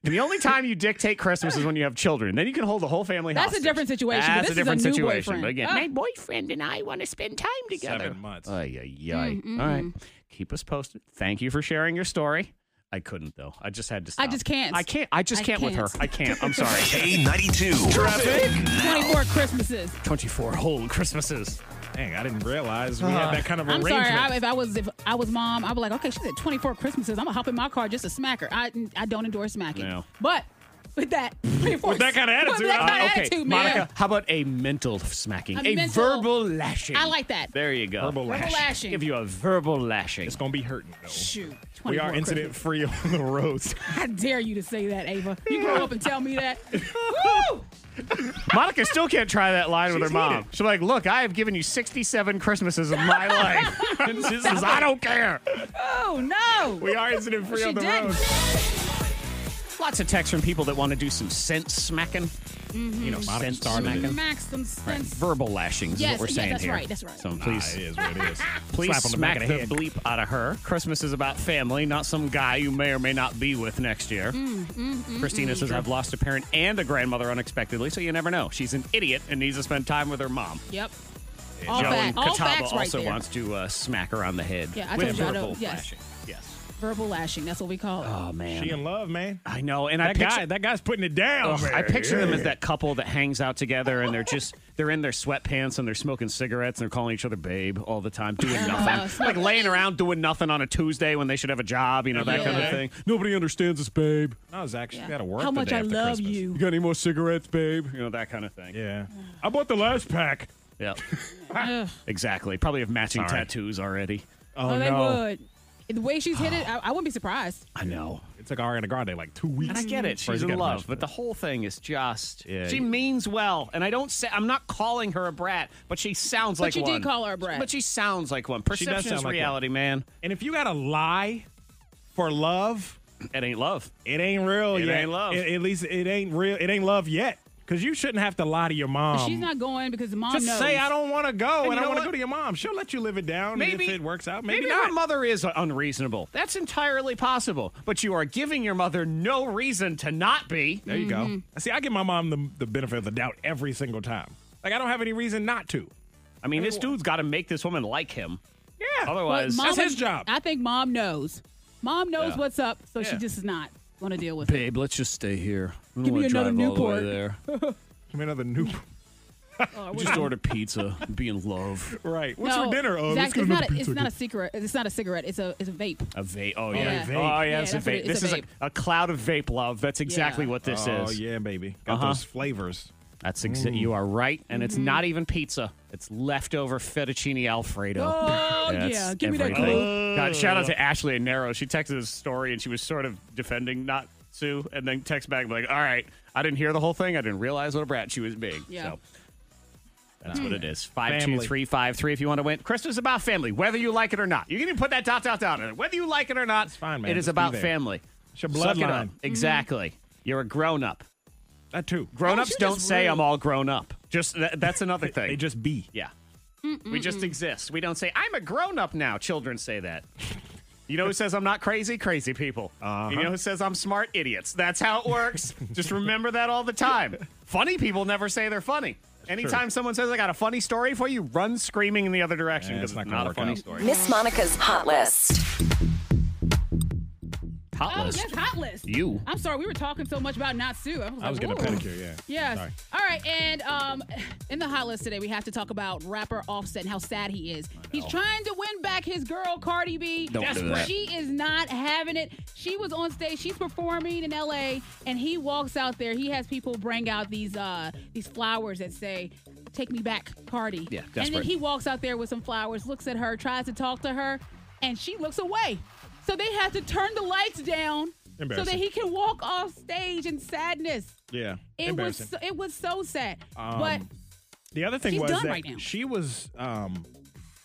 Speaker 3: And the only time you dictate Christmas is when you have children. Then you can hold the whole family
Speaker 4: That's a
Speaker 3: hostage.
Speaker 4: different situation, but this
Speaker 3: That's a
Speaker 4: is a
Speaker 3: different
Speaker 4: new
Speaker 3: situation.
Speaker 4: boyfriend.
Speaker 3: But again,
Speaker 4: Ah.
Speaker 3: my boyfriend and I want to spend time together.
Speaker 1: Seven months.
Speaker 3: Ay, ay, ay.
Speaker 4: Mm, mm,
Speaker 3: All right. Keep us posted. Thank you for sharing your story. I couldn't, though. I just had to
Speaker 4: I
Speaker 3: stop.
Speaker 4: just can't.
Speaker 3: I can't. I just
Speaker 4: I
Speaker 3: can't, with her.
Speaker 4: can't.
Speaker 3: I can't. I'm sorry.
Speaker 2: K92. Traffic.
Speaker 4: 24 Christmases.
Speaker 3: 24 whole Christmases.
Speaker 1: Dang, I didn't realize we had that kind of
Speaker 4: I'm
Speaker 1: arrangement.
Speaker 4: sorry. I, if I was if I was mom, I'd be like, okay, she's at 24 Christmases. I'm gonna hop in my car just to smack her. I I don't endorse smacking.
Speaker 3: No.
Speaker 4: But with that,
Speaker 3: With that kind of attitude,
Speaker 4: with that
Speaker 3: uh,
Speaker 4: kind of
Speaker 3: okay,
Speaker 4: attitude, man.
Speaker 3: Monica. How about a mental smacking,
Speaker 4: A
Speaker 3: a,
Speaker 4: mental-
Speaker 3: verbal lashing?
Speaker 4: I like that.
Speaker 3: There you go.
Speaker 1: Verbal Verbal lashing.
Speaker 4: lashing.
Speaker 3: Give you a verbal lashing. It's
Speaker 1: gonna be hurting.
Speaker 4: Shoot.
Speaker 1: we
Speaker 4: 24
Speaker 1: are incident
Speaker 4: Christmases.
Speaker 1: free on the roads.
Speaker 4: How dare you to say that, Ava? You grow up and tell me that. Woo!
Speaker 3: Monica still can't try that line with her mom. She's like, "Look, I have given you 67 Christmases of my life, and she says I don't care."
Speaker 4: Oh no.
Speaker 1: We are incident free
Speaker 4: She
Speaker 1: on the
Speaker 4: did.
Speaker 1: roads.
Speaker 3: Lots of texts from people that want to do some sense smacking.
Speaker 4: Mm-hmm.
Speaker 3: You know,
Speaker 1: Monica
Speaker 3: sense
Speaker 1: started it.
Speaker 3: smacking.
Speaker 4: Max some
Speaker 3: Right.
Speaker 4: sense.
Speaker 3: Verbal lashing is
Speaker 4: Yes,
Speaker 3: what we're
Speaker 4: yes,
Speaker 3: saying
Speaker 4: that's
Speaker 3: here.
Speaker 4: right, that's right.
Speaker 3: So please,
Speaker 1: Nah, it is what it is.
Speaker 3: Please
Speaker 1: Slap on the back
Speaker 3: smack
Speaker 1: of
Speaker 3: the,
Speaker 1: the head.
Speaker 3: bleep out of her. Christmas is about family, not some guy you may or may not be with next year.
Speaker 4: Mm,
Speaker 3: Christina says, I've lost a parent and a grandmother unexpectedly, so you never know. She's an idiot and needs to spend time with her mom.
Speaker 4: Yep. All,
Speaker 3: Joe
Speaker 4: fact,
Speaker 3: and
Speaker 4: all
Speaker 3: Catawba
Speaker 4: facts right
Speaker 3: also
Speaker 4: there.
Speaker 3: wants to uh, smack her on the head
Speaker 4: Yeah, I
Speaker 3: with
Speaker 4: told you I
Speaker 3: verbal
Speaker 4: don't- yes.
Speaker 3: lashing. Yes.
Speaker 4: Verbal lashing. That's what we call it.
Speaker 3: Oh, man.
Speaker 1: She in love, man.
Speaker 3: I know, and I
Speaker 1: That
Speaker 3: picture,
Speaker 1: guy, that guy's putting it down.
Speaker 3: Ugh,
Speaker 1: man.
Speaker 3: I picture them as
Speaker 1: Yeah.
Speaker 3: that couple that hangs out together and they're just they're in their sweatpants and they're smoking cigarettes and they're calling each other babe all the time, doing nothing. like laying around doing nothing on a Tuesday when they should have a job, you know, that kind
Speaker 1: Yeah.
Speaker 3: of thing. Nobody understands us, babe.
Speaker 1: No, Zach, she got to work.
Speaker 4: How
Speaker 1: the
Speaker 4: much
Speaker 1: day
Speaker 4: I
Speaker 1: after
Speaker 4: love
Speaker 1: Christmas.
Speaker 4: you.
Speaker 3: You got any more cigarettes, babe? You know, that kind of thing.
Speaker 1: Yeah. I bought the last pack.
Speaker 3: Yeah. exactly. Probably have matching
Speaker 1: Sorry.
Speaker 3: tattoos already.
Speaker 1: Oh,
Speaker 4: they
Speaker 1: no.
Speaker 4: would. The way she's hit it, I, I wouldn't be surprised.
Speaker 3: I know.
Speaker 1: It took Ariana Grande like two weeks.
Speaker 3: And I get it.
Speaker 1: for her
Speaker 3: She's
Speaker 1: to
Speaker 3: in
Speaker 1: get
Speaker 3: love,
Speaker 1: punched.
Speaker 3: but the whole thing is just
Speaker 1: Yeah.
Speaker 3: she means well. And I don't say I'm not calling her a brat, but she sounds
Speaker 4: But
Speaker 3: like
Speaker 4: you
Speaker 3: one.
Speaker 4: did call her a brat.
Speaker 3: But she sounds like one.
Speaker 1: She
Speaker 3: Perception
Speaker 1: does sound
Speaker 3: is
Speaker 1: like one.
Speaker 3: reality, man.
Speaker 1: And if you got to lie for love,
Speaker 3: It ain't love.
Speaker 1: it ain't real
Speaker 3: It
Speaker 1: yet.
Speaker 3: ain't love.
Speaker 1: At- at least it ain't real. It ain't love yet. Because you shouldn't have to lie to your mom.
Speaker 4: She's not going because the mom
Speaker 1: Um, Just
Speaker 4: knows.
Speaker 1: say I don't want to go,
Speaker 4: And
Speaker 1: and,
Speaker 4: you
Speaker 1: I
Speaker 4: know
Speaker 1: want
Speaker 4: what?
Speaker 1: to go to your mom. She'll let you live it down
Speaker 3: Maybe-
Speaker 1: if it works out.
Speaker 3: Maybe,
Speaker 1: Maybe,
Speaker 3: her
Speaker 1: not.
Speaker 3: mother is unreasonable. That's entirely possible. But you are giving your mother no reason to not be.
Speaker 1: There you
Speaker 4: Mm-hmm.
Speaker 1: go. See, I give my mom the, the benefit of the doubt every single time. Like I don't have any reason not to.
Speaker 3: I mean, this dude's got to make this woman like him. Yeah. Otherwise,
Speaker 4: Mom- I think mom knows. Mom knows
Speaker 3: Yeah.
Speaker 4: what's up, so
Speaker 3: Yeah.
Speaker 4: she just is not going to deal with it.
Speaker 3: Babe, let's just stay here. I don't
Speaker 4: Give me
Speaker 3: wanna
Speaker 4: another
Speaker 3: drive all the way
Speaker 4: Newport.
Speaker 3: there.
Speaker 1: Give me another new.
Speaker 3: Just order pizza. and Be in love.
Speaker 1: Right.
Speaker 4: No,
Speaker 1: Uh,
Speaker 4: Zach,
Speaker 1: let's
Speaker 4: it's,
Speaker 1: get
Speaker 4: not
Speaker 1: another
Speaker 4: a, it's
Speaker 1: pizza.
Speaker 4: not a cigarette. It's not a cigarette. It's a it's a vape.
Speaker 3: A vape. Oh,
Speaker 4: Oh,
Speaker 3: yeah.
Speaker 4: a vape.
Speaker 3: Oh, yeah,
Speaker 4: Yeah,
Speaker 3: it's a
Speaker 4: that's what
Speaker 3: vape.
Speaker 4: it- it's
Speaker 3: this
Speaker 4: a
Speaker 3: is
Speaker 4: vape.
Speaker 3: a, a cloud of vape love. That's exactly
Speaker 4: Yeah.
Speaker 3: what this
Speaker 1: oh,
Speaker 3: is.
Speaker 1: yeah, baby. Got
Speaker 3: Uh-huh.
Speaker 1: those flavors. Mm.
Speaker 3: That's exa- you are right, and it's
Speaker 4: Mm-hmm.
Speaker 3: not even pizza. It's leftover fettuccine alfredo.
Speaker 4: Oh,
Speaker 3: That's
Speaker 4: yeah. Give me that
Speaker 3: everything.
Speaker 4: glue.
Speaker 3: God, shout out to Ashley and Narrow. She texted a story, and she was sort of defending not Sue, and then text back like, "All right, I didn't hear the whole thing. I didn't realize what a brat she was being."
Speaker 4: Yeah. Hmm.
Speaker 3: So that's what it is. Five two
Speaker 1: Family.
Speaker 3: three five three. If you want to win, Christmas is about family, whether you like it or not. You can even put that dot dot dot in it, whether you like it or not. It's
Speaker 1: fine, man.
Speaker 3: It is
Speaker 1: Just be
Speaker 3: about
Speaker 1: there.
Speaker 3: family.
Speaker 1: It's your
Speaker 3: Suck it up.
Speaker 1: bloodline.
Speaker 3: Exactly. You're a grown up.
Speaker 1: That too. Oh,
Speaker 3: Grown
Speaker 4: you
Speaker 3: ups
Speaker 4: just
Speaker 3: don't say
Speaker 4: rude?
Speaker 3: I'm all grown up. Just that, that's another thing.
Speaker 1: They just be.
Speaker 3: yeah. We just exist. We don't say I'm a grown up now. Children say that. You know who says I'm not crazy? Crazy people. Uh-huh. You know who says I'm smart? Idiots. That's how it works. just remember that all the time. Funny people never say they're funny. Anytime someone says I got a funny story for you, run screaming in the other direction
Speaker 1: Yeah,
Speaker 3: because
Speaker 1: it's not
Speaker 3: it's
Speaker 1: gonna
Speaker 3: not a
Speaker 1: work
Speaker 3: funny
Speaker 1: out.
Speaker 3: story.
Speaker 6: Miss Monica's Hot List.
Speaker 3: Hot
Speaker 4: Oh,
Speaker 3: list.
Speaker 4: yes, hot list.
Speaker 3: You.
Speaker 4: I'm sorry, we were talking so much about not Sue. I was,
Speaker 1: I was
Speaker 4: like,
Speaker 1: getting a
Speaker 4: "Ooh."
Speaker 1: pedicure. Yeah.
Speaker 4: Yes.
Speaker 1: Sorry.
Speaker 4: All right, and um, in the hot list today, we have to talk about rapper Offset and how sad he is. He's trying to win back his girl Cardi B.
Speaker 3: Don't do that.
Speaker 4: She is not having it. She was on stage. She's performing in L.A. and he walks out there. He has people bring out these uh these flowers that say. Take me back, Cardi.
Speaker 3: Yeah,
Speaker 4: and then
Speaker 3: desperate.
Speaker 4: he walks out there with some flowers, looks at her, tries to talk to her, and she looks away. So they have to turn the lights down so that
Speaker 1: Embarrassing.
Speaker 4: he can walk off stage in sadness.
Speaker 1: Yeah.
Speaker 4: It was
Speaker 1: Embarrassing. Um,
Speaker 4: so, it was so sad. but
Speaker 1: The other thing
Speaker 4: She's
Speaker 1: was
Speaker 4: done
Speaker 1: that
Speaker 4: right now.
Speaker 1: she was um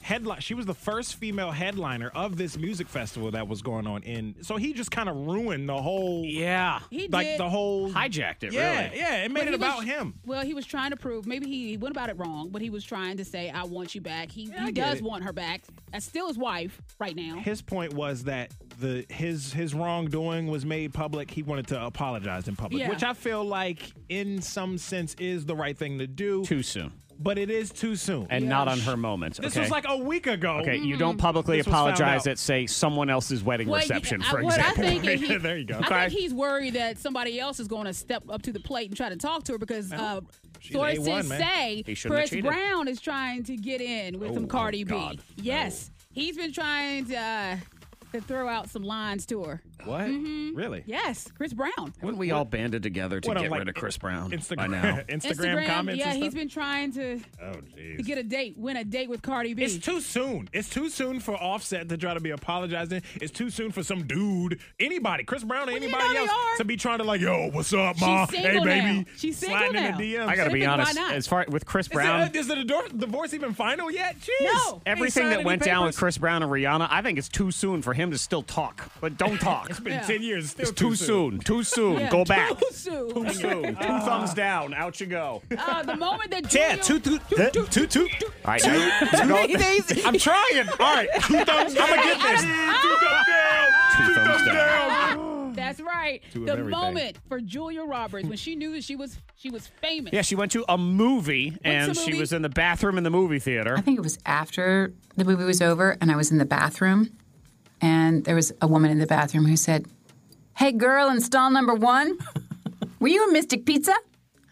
Speaker 1: headline she was the first female headliner of this music festival that was going on in so he just kind of ruined the whole
Speaker 3: Yeah.
Speaker 4: he
Speaker 1: like
Speaker 4: did.
Speaker 1: the whole
Speaker 3: Hijacked it,
Speaker 1: yeah,
Speaker 3: really.
Speaker 1: Yeah, it
Speaker 4: but
Speaker 1: made it
Speaker 4: he
Speaker 1: about
Speaker 4: was-
Speaker 1: him.
Speaker 4: Well, he was trying to prove maybe he, he went about it wrong, but he was trying to say, "I want you back." He,
Speaker 1: I
Speaker 4: he
Speaker 1: get
Speaker 4: does
Speaker 1: it.
Speaker 4: want her back. That's still his wife right now.
Speaker 1: His point was that the his his wrongdoing was made public. He wanted to apologize in public,
Speaker 4: Yeah.
Speaker 1: which I feel like in some sense is the right thing to do,
Speaker 3: Too soon.
Speaker 1: but it is too soon.
Speaker 3: And not on her moments.
Speaker 1: this
Speaker 3: okay?
Speaker 1: was like oh, a week ago. Mm-hmm.
Speaker 3: Okay, you don't publicly
Speaker 1: This was found
Speaker 3: apologize
Speaker 1: out.
Speaker 3: at say someone else's wedding
Speaker 4: Well,
Speaker 3: reception,
Speaker 4: yeah,
Speaker 3: for
Speaker 4: I- what
Speaker 3: example.
Speaker 4: I think is he,
Speaker 1: There you go.
Speaker 4: I
Speaker 3: Okay.
Speaker 4: think he's worried that somebody else is going to step up to the plate and try to talk to her because uh,
Speaker 1: she's
Speaker 4: sources
Speaker 1: A1, man.
Speaker 4: say
Speaker 3: He shouldn't
Speaker 4: Chris
Speaker 3: have cheated.
Speaker 4: Brown is trying to get in with some
Speaker 3: Oh,
Speaker 4: Cardi
Speaker 3: oh,
Speaker 4: B.
Speaker 3: God.
Speaker 4: Yes, he's been trying to uh, to throw out some lines to her.
Speaker 1: What?
Speaker 4: Mm-hmm.
Speaker 1: Really?
Speaker 4: Yes, Chris Brown.
Speaker 3: Wouldn't we all banded together to
Speaker 1: What,
Speaker 3: get
Speaker 1: on, like,
Speaker 3: rid of Chris Brown by
Speaker 1: Instagram,
Speaker 3: now?
Speaker 1: Instagram, comments.
Speaker 4: Yeah,
Speaker 1: and
Speaker 4: he's
Speaker 1: stuff?
Speaker 4: been trying to
Speaker 1: Oh,
Speaker 4: to
Speaker 1: jeez.
Speaker 4: get a date, win a date with Cardi B.
Speaker 1: It's too soon. It's too soon for Offset to try to be apologizing. It's too soon for some dude, anybody, Chris Brown or
Speaker 4: you
Speaker 1: anybody
Speaker 4: know they
Speaker 1: else,
Speaker 4: are.
Speaker 1: to be trying to like, yo, what's up,
Speaker 4: She's
Speaker 1: ma? Hey,
Speaker 4: single
Speaker 1: baby.
Speaker 4: now. She's single
Speaker 1: Sliding
Speaker 4: now.
Speaker 1: In the DMs.
Speaker 3: I gotta be
Speaker 4: Then why
Speaker 3: honest.
Speaker 4: not?
Speaker 3: As far with Chris
Speaker 1: Is,
Speaker 3: Brown,
Speaker 1: it- is the divorce, divorce even final yet? Jeez.
Speaker 4: No.
Speaker 3: everything
Speaker 1: Ain't
Speaker 3: that
Speaker 1: signed
Speaker 3: went
Speaker 1: any
Speaker 3: down with
Speaker 1: papers.
Speaker 3: Chris Brown and Rihanna, I think it's too soon for him to still talk. But don't talk.
Speaker 1: It's been
Speaker 4: Yeah.
Speaker 1: ten years. It's still
Speaker 3: It's too soon. Too soon.
Speaker 4: Yeah,
Speaker 3: Go back.
Speaker 4: Too soon. Ah.
Speaker 3: Too soon. Two thumbs down. Out you go. All
Speaker 4: Uh, the moment that
Speaker 1: Yeah,
Speaker 4: Julia-
Speaker 1: two, two,
Speaker 4: Toot,
Speaker 1: two,
Speaker 4: toot,
Speaker 1: two, two.
Speaker 3: right. now-
Speaker 1: I'm trying. All right, two thumbs. I'm gonna get this. Two thumbs down. Two thumbs down.
Speaker 4: That's right.
Speaker 1: Two of
Speaker 4: the
Speaker 1: everything.
Speaker 4: moment for Julia Roberts when she knew that she was she was famous.
Speaker 3: Yeah, she went to a movie and she
Speaker 4: movie?
Speaker 3: was in the bathroom in the movie theater.
Speaker 18: I think it was after the movie was over, and I was in the bathroom, and there was a woman in the bathroom who said, "Hey, girl, in stall number one, were you a Mystic Pizza?"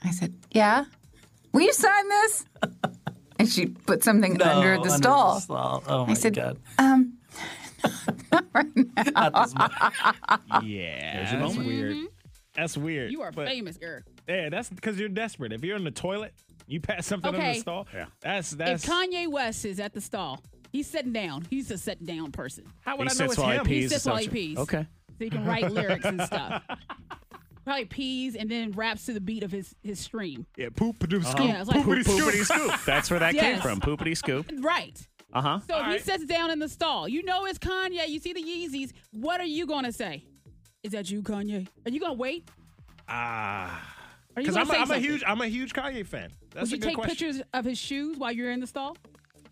Speaker 18: I said, "Yeah." Will you sign this? And she put something under the stall.
Speaker 19: Oh my
Speaker 18: I said,
Speaker 19: god.
Speaker 18: Um,
Speaker 1: Yeah, that's weird. That's weird.
Speaker 4: you are
Speaker 1: but-
Speaker 4: famous, girl.
Speaker 1: Yeah, that's because you're desperate. If you're in the toilet, you pass something under
Speaker 4: Okay.
Speaker 1: the stall. Yeah. That's that's.
Speaker 4: If Kanye West is at the stall, he's sitting down. He's a sitting down person.
Speaker 1: how would
Speaker 3: He
Speaker 1: I know
Speaker 3: sits
Speaker 1: it's
Speaker 3: while he
Speaker 1: him?
Speaker 3: pees.
Speaker 4: He sits
Speaker 3: so
Speaker 4: while he
Speaker 3: she-
Speaker 4: pees.
Speaker 3: Okay.
Speaker 4: So he can write lyrics and stuff. Probably pees and then raps to the beat of his his stream.
Speaker 1: Uh-huh. Yeah, poop doop scoop.
Speaker 4: Yeah, it's like-
Speaker 1: poopity
Speaker 3: Poopity
Speaker 1: scoop.
Speaker 3: scoop. That's where that came
Speaker 4: Yes.
Speaker 3: from. Poopity scoop.
Speaker 4: Right.
Speaker 3: Uh huh.
Speaker 4: So if he sits down in the stall, you know it's Kanye. You see the Yeezys. What are you gonna say? Is that you, Kanye? Are you gonna wait?
Speaker 1: Ah.
Speaker 4: Are you
Speaker 1: Because
Speaker 4: gonna
Speaker 1: I'm, a-
Speaker 4: say
Speaker 1: I'm a
Speaker 4: something?
Speaker 1: huge I'm a huge Kanye fan.
Speaker 4: would
Speaker 1: That's
Speaker 4: you
Speaker 1: a good
Speaker 4: take
Speaker 1: question.
Speaker 4: pictures of his shoes while you're in the stall?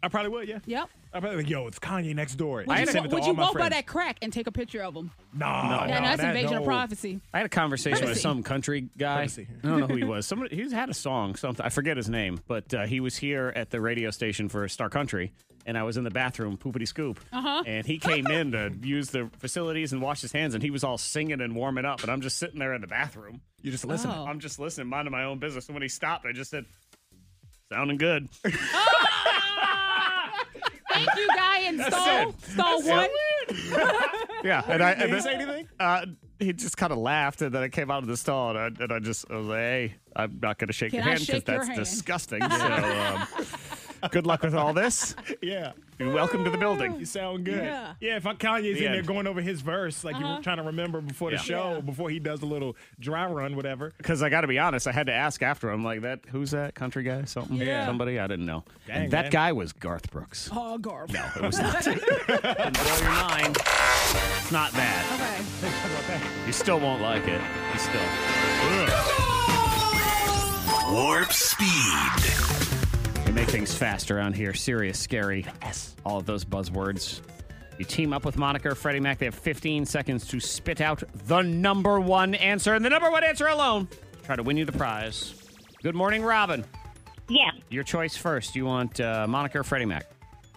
Speaker 1: I probably would. Yeah.
Speaker 4: Yep.
Speaker 1: I probably like, yo, it's Kanye next door.
Speaker 4: Would
Speaker 1: I
Speaker 4: you,
Speaker 1: had to send it to
Speaker 4: would
Speaker 1: all
Speaker 4: you
Speaker 1: my
Speaker 4: walk by
Speaker 1: friends.
Speaker 4: that crack and take a picture of them?
Speaker 1: Nah,
Speaker 3: Ah, No.
Speaker 1: nah,
Speaker 4: That- that's
Speaker 1: that-
Speaker 4: invasion
Speaker 1: no.
Speaker 4: of prophecy.
Speaker 3: I had a conversation with
Speaker 4: Privacy.
Speaker 3: some country guy.
Speaker 1: Privacy.
Speaker 3: I don't know who he was. Somebody he's had a song. Something I forget his name, but uh, he was here at the radio station for Star Country, and I was in the bathroom poopity scoop,
Speaker 4: Uh-huh.
Speaker 3: and he came in to use the facilities and wash his hands, and he was all singing and warming up, and I'm just sitting there in the bathroom.
Speaker 1: You just listen.
Speaker 4: Oh.
Speaker 3: I'm just listening, minding my own business, and when he stopped, I just said, "Sounding good."
Speaker 4: Thank you, guy in
Speaker 3: That's
Speaker 4: stall
Speaker 3: it.
Speaker 4: stall
Speaker 3: That's
Speaker 4: one.
Speaker 3: yeah, and I and
Speaker 1: Did he
Speaker 3: then-
Speaker 1: say anything?
Speaker 3: Uh, he just kind of laughed, and then I came out of the stall, and I, and I just I was like, "Hey, I'm not going to shake
Speaker 4: Can
Speaker 3: your
Speaker 4: I
Speaker 3: hand because
Speaker 4: shake your
Speaker 3: that's
Speaker 4: hand?"
Speaker 3: disgusting." So, um, good luck with all this.
Speaker 1: Yeah.
Speaker 3: You're welcome to the building.
Speaker 1: You sound good.
Speaker 4: Yeah.
Speaker 1: if I, Kanye's
Speaker 3: The
Speaker 1: in there
Speaker 3: end.
Speaker 1: going over his verse, like
Speaker 4: Uh-huh.
Speaker 1: you're trying to remember before the
Speaker 3: Yeah.
Speaker 1: show, before he does a little dry run, whatever.
Speaker 3: Because I got to be honest, I had to ask after him, like that. Who's that country guy? Something?
Speaker 1: Yeah.
Speaker 3: Somebody I didn't know.
Speaker 1: Dang,
Speaker 3: and that
Speaker 1: man.
Speaker 3: guy was Garth Brooks.
Speaker 4: Oh, Garf.
Speaker 3: It was not. Didn't blow your mind. It's not that.
Speaker 4: Okay.
Speaker 3: You still won't like it. You still.
Speaker 2: Warp speed.
Speaker 3: We make things fast around here. Serious, scary, all of those buzzwords. You team up with Monica or Freddie Mac. They have 15 seconds to spit out the number one answer, and the number one answer alone. Try to win you the prize. Good morning, Robin.
Speaker 19: Yeah,
Speaker 3: Your choice first. You want uh, Monica or Freddie Mac?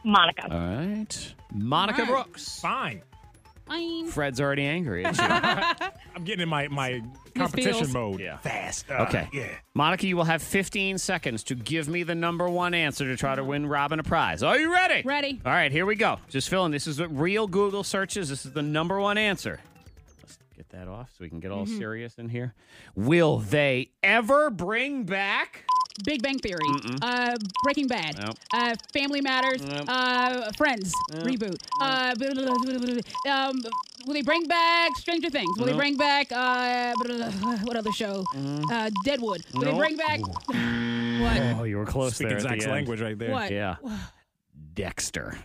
Speaker 19: Monica.
Speaker 3: All right. Monica
Speaker 4: All right.
Speaker 3: Brooks.
Speaker 1: Fine.
Speaker 4: Fine.
Speaker 3: Fred's already angry at you.
Speaker 1: I'm getting in my, my competition
Speaker 4: feels-
Speaker 1: mode.
Speaker 3: Yeah.
Speaker 1: Fast. Uh,
Speaker 3: Okay.
Speaker 1: Yeah.
Speaker 3: Monica, you will have 15 seconds to give me the number one answer to try to win Robin a prize. Are you ready?
Speaker 4: Ready.
Speaker 3: All right, here we go. Just fill in. This is what real Google searches. This is the number one answer. Let's get that off so we can get all
Speaker 4: Mm-hmm.
Speaker 3: serious in here. Will they ever bring back?
Speaker 4: Big Bang Theory, uh, Breaking Bad,
Speaker 3: Nope.
Speaker 4: uh, Family Matters,
Speaker 3: Nope.
Speaker 4: uh, Friends reboot. Uh, blah, blah, blah, blah, blah, blah. um, will they bring back Stranger Things? Will they bring back uh, blah, blah, blah, what other show? Uh, Deadwood. Will they
Speaker 3: Mm-hmm. Nope.
Speaker 4: bring back what?
Speaker 3: Oh, you were close
Speaker 1: Speaking
Speaker 3: there. at the
Speaker 1: Zach's
Speaker 3: end.
Speaker 1: language right there.
Speaker 4: What?
Speaker 3: Yeah. Dexter.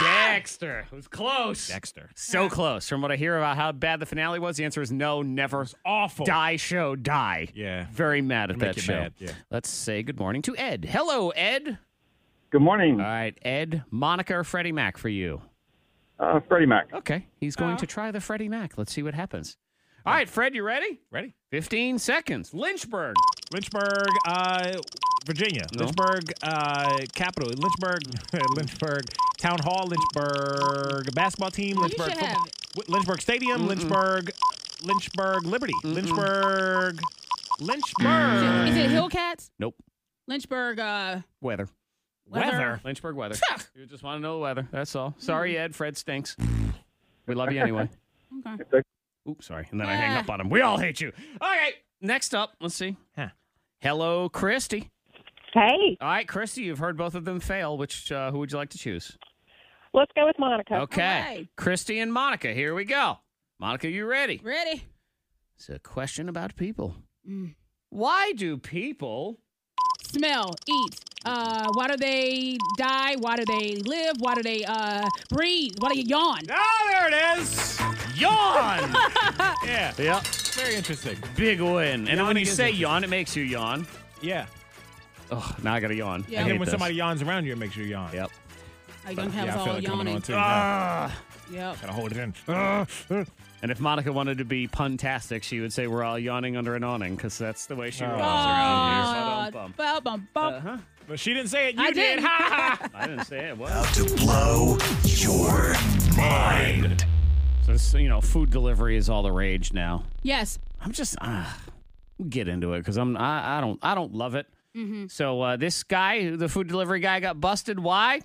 Speaker 3: Dexter. It was close.
Speaker 1: Dexter.
Speaker 3: So close. From what I hear about how bad the finale was, the answer is no, never.
Speaker 1: Awful.
Speaker 3: Die show, die.
Speaker 1: Yeah.
Speaker 3: Very mad at
Speaker 1: Make
Speaker 3: that
Speaker 1: you
Speaker 3: show.
Speaker 1: mad, yeah.
Speaker 3: Let's say good morning to Ed. Hello, Ed.
Speaker 12: Good morning,
Speaker 3: All right, Ed, Monica or Freddie Mac for you.
Speaker 12: uh, Freddie Mac.
Speaker 3: Okay. He's going to try the Freddie Mac. Let's see what happens. All right, Fred, you ready?
Speaker 1: Ready?
Speaker 3: 15 seconds. Lynchburg.
Speaker 1: Lynchburg, uh, Virginia.
Speaker 3: No.
Speaker 1: Lynchburg, uh, capital. Lynchburg, Lynchburg, town hall. Lynchburg, basketball team.
Speaker 4: You
Speaker 1: Lynchburg,
Speaker 4: should
Speaker 1: football-
Speaker 4: have it.
Speaker 1: Wi- Lynchburg Stadium. Lynchburg, Lynchburg Liberty. Lynchburg,
Speaker 3: Mm.
Speaker 1: Lynchburg.
Speaker 4: Is it Hillcats?
Speaker 3: Nope.
Speaker 4: Lynchburg. Uh,
Speaker 3: Weather.
Speaker 4: Weather.
Speaker 3: Lynchburg weather. you just want to know the weather. That's all. Sorry, Ed. Fred stinks. We love you anyway.
Speaker 4: okay.
Speaker 3: Oops, sorry. And then I hang
Speaker 4: Ah.
Speaker 3: up on him. We all hate you. All right. Next up, let's see.
Speaker 1: Huh.
Speaker 3: Hello, Christy.
Speaker 17: Hey,
Speaker 3: All right, Christy, you've heard both of them fail. Which uh, who would you like to choose?
Speaker 17: let's go with Monica.
Speaker 3: Okay.
Speaker 4: right.
Speaker 3: Christy and Monica, here we go. Monica, you ready?
Speaker 4: Ready?
Speaker 3: It's a question about people.
Speaker 4: Mm.
Speaker 3: Why do people
Speaker 4: Smell. Eat. Uh, why do they die? Why do they live? Why do they uh, breathe? Why do you yawn?
Speaker 1: Oh, there it is.
Speaker 3: yawn?
Speaker 1: Yeah,
Speaker 3: yep.
Speaker 1: very interesting.
Speaker 3: Big win. And then when
Speaker 1: Yawning
Speaker 3: you
Speaker 1: is
Speaker 3: say
Speaker 1: interesting.
Speaker 3: yawn, it makes you yawn.
Speaker 1: Yeah.
Speaker 3: Oh, now I gotta yawn.
Speaker 4: Yeah.
Speaker 3: I
Speaker 1: And
Speaker 3: hate
Speaker 1: then when
Speaker 3: this.
Speaker 1: somebody yawns around you, it makes you yawn.
Speaker 3: Yep. Ah!
Speaker 4: Like, don't have
Speaker 1: yeah,
Speaker 4: us
Speaker 1: I feel
Speaker 4: all
Speaker 1: it coming on
Speaker 4: yawning. Ah.
Speaker 1: too. now.
Speaker 4: Yep.
Speaker 1: Gotta hold it in. Ah, ah.
Speaker 3: And if Monica wanted to be puntastic, she would say we're all yawning under an awning because that's the way she rolls
Speaker 4: Oh,
Speaker 3: around here. Ba-dum-bum.
Speaker 4: bum, bum, bum.
Speaker 1: But she didn't say it. You
Speaker 4: I
Speaker 1: did.
Speaker 4: did.
Speaker 1: Ha ha.
Speaker 3: I didn't say it. Well,
Speaker 2: To blow your mind.
Speaker 3: since you know, food delivery is all the rage now.
Speaker 4: Yes.
Speaker 3: I'm just uh,
Speaker 1: ah.
Speaker 3: we'll get into it because I'm I, I don't I don't love it.
Speaker 4: Mm-hmm.
Speaker 3: So uh, this guy, the food delivery guy, got busted. Why?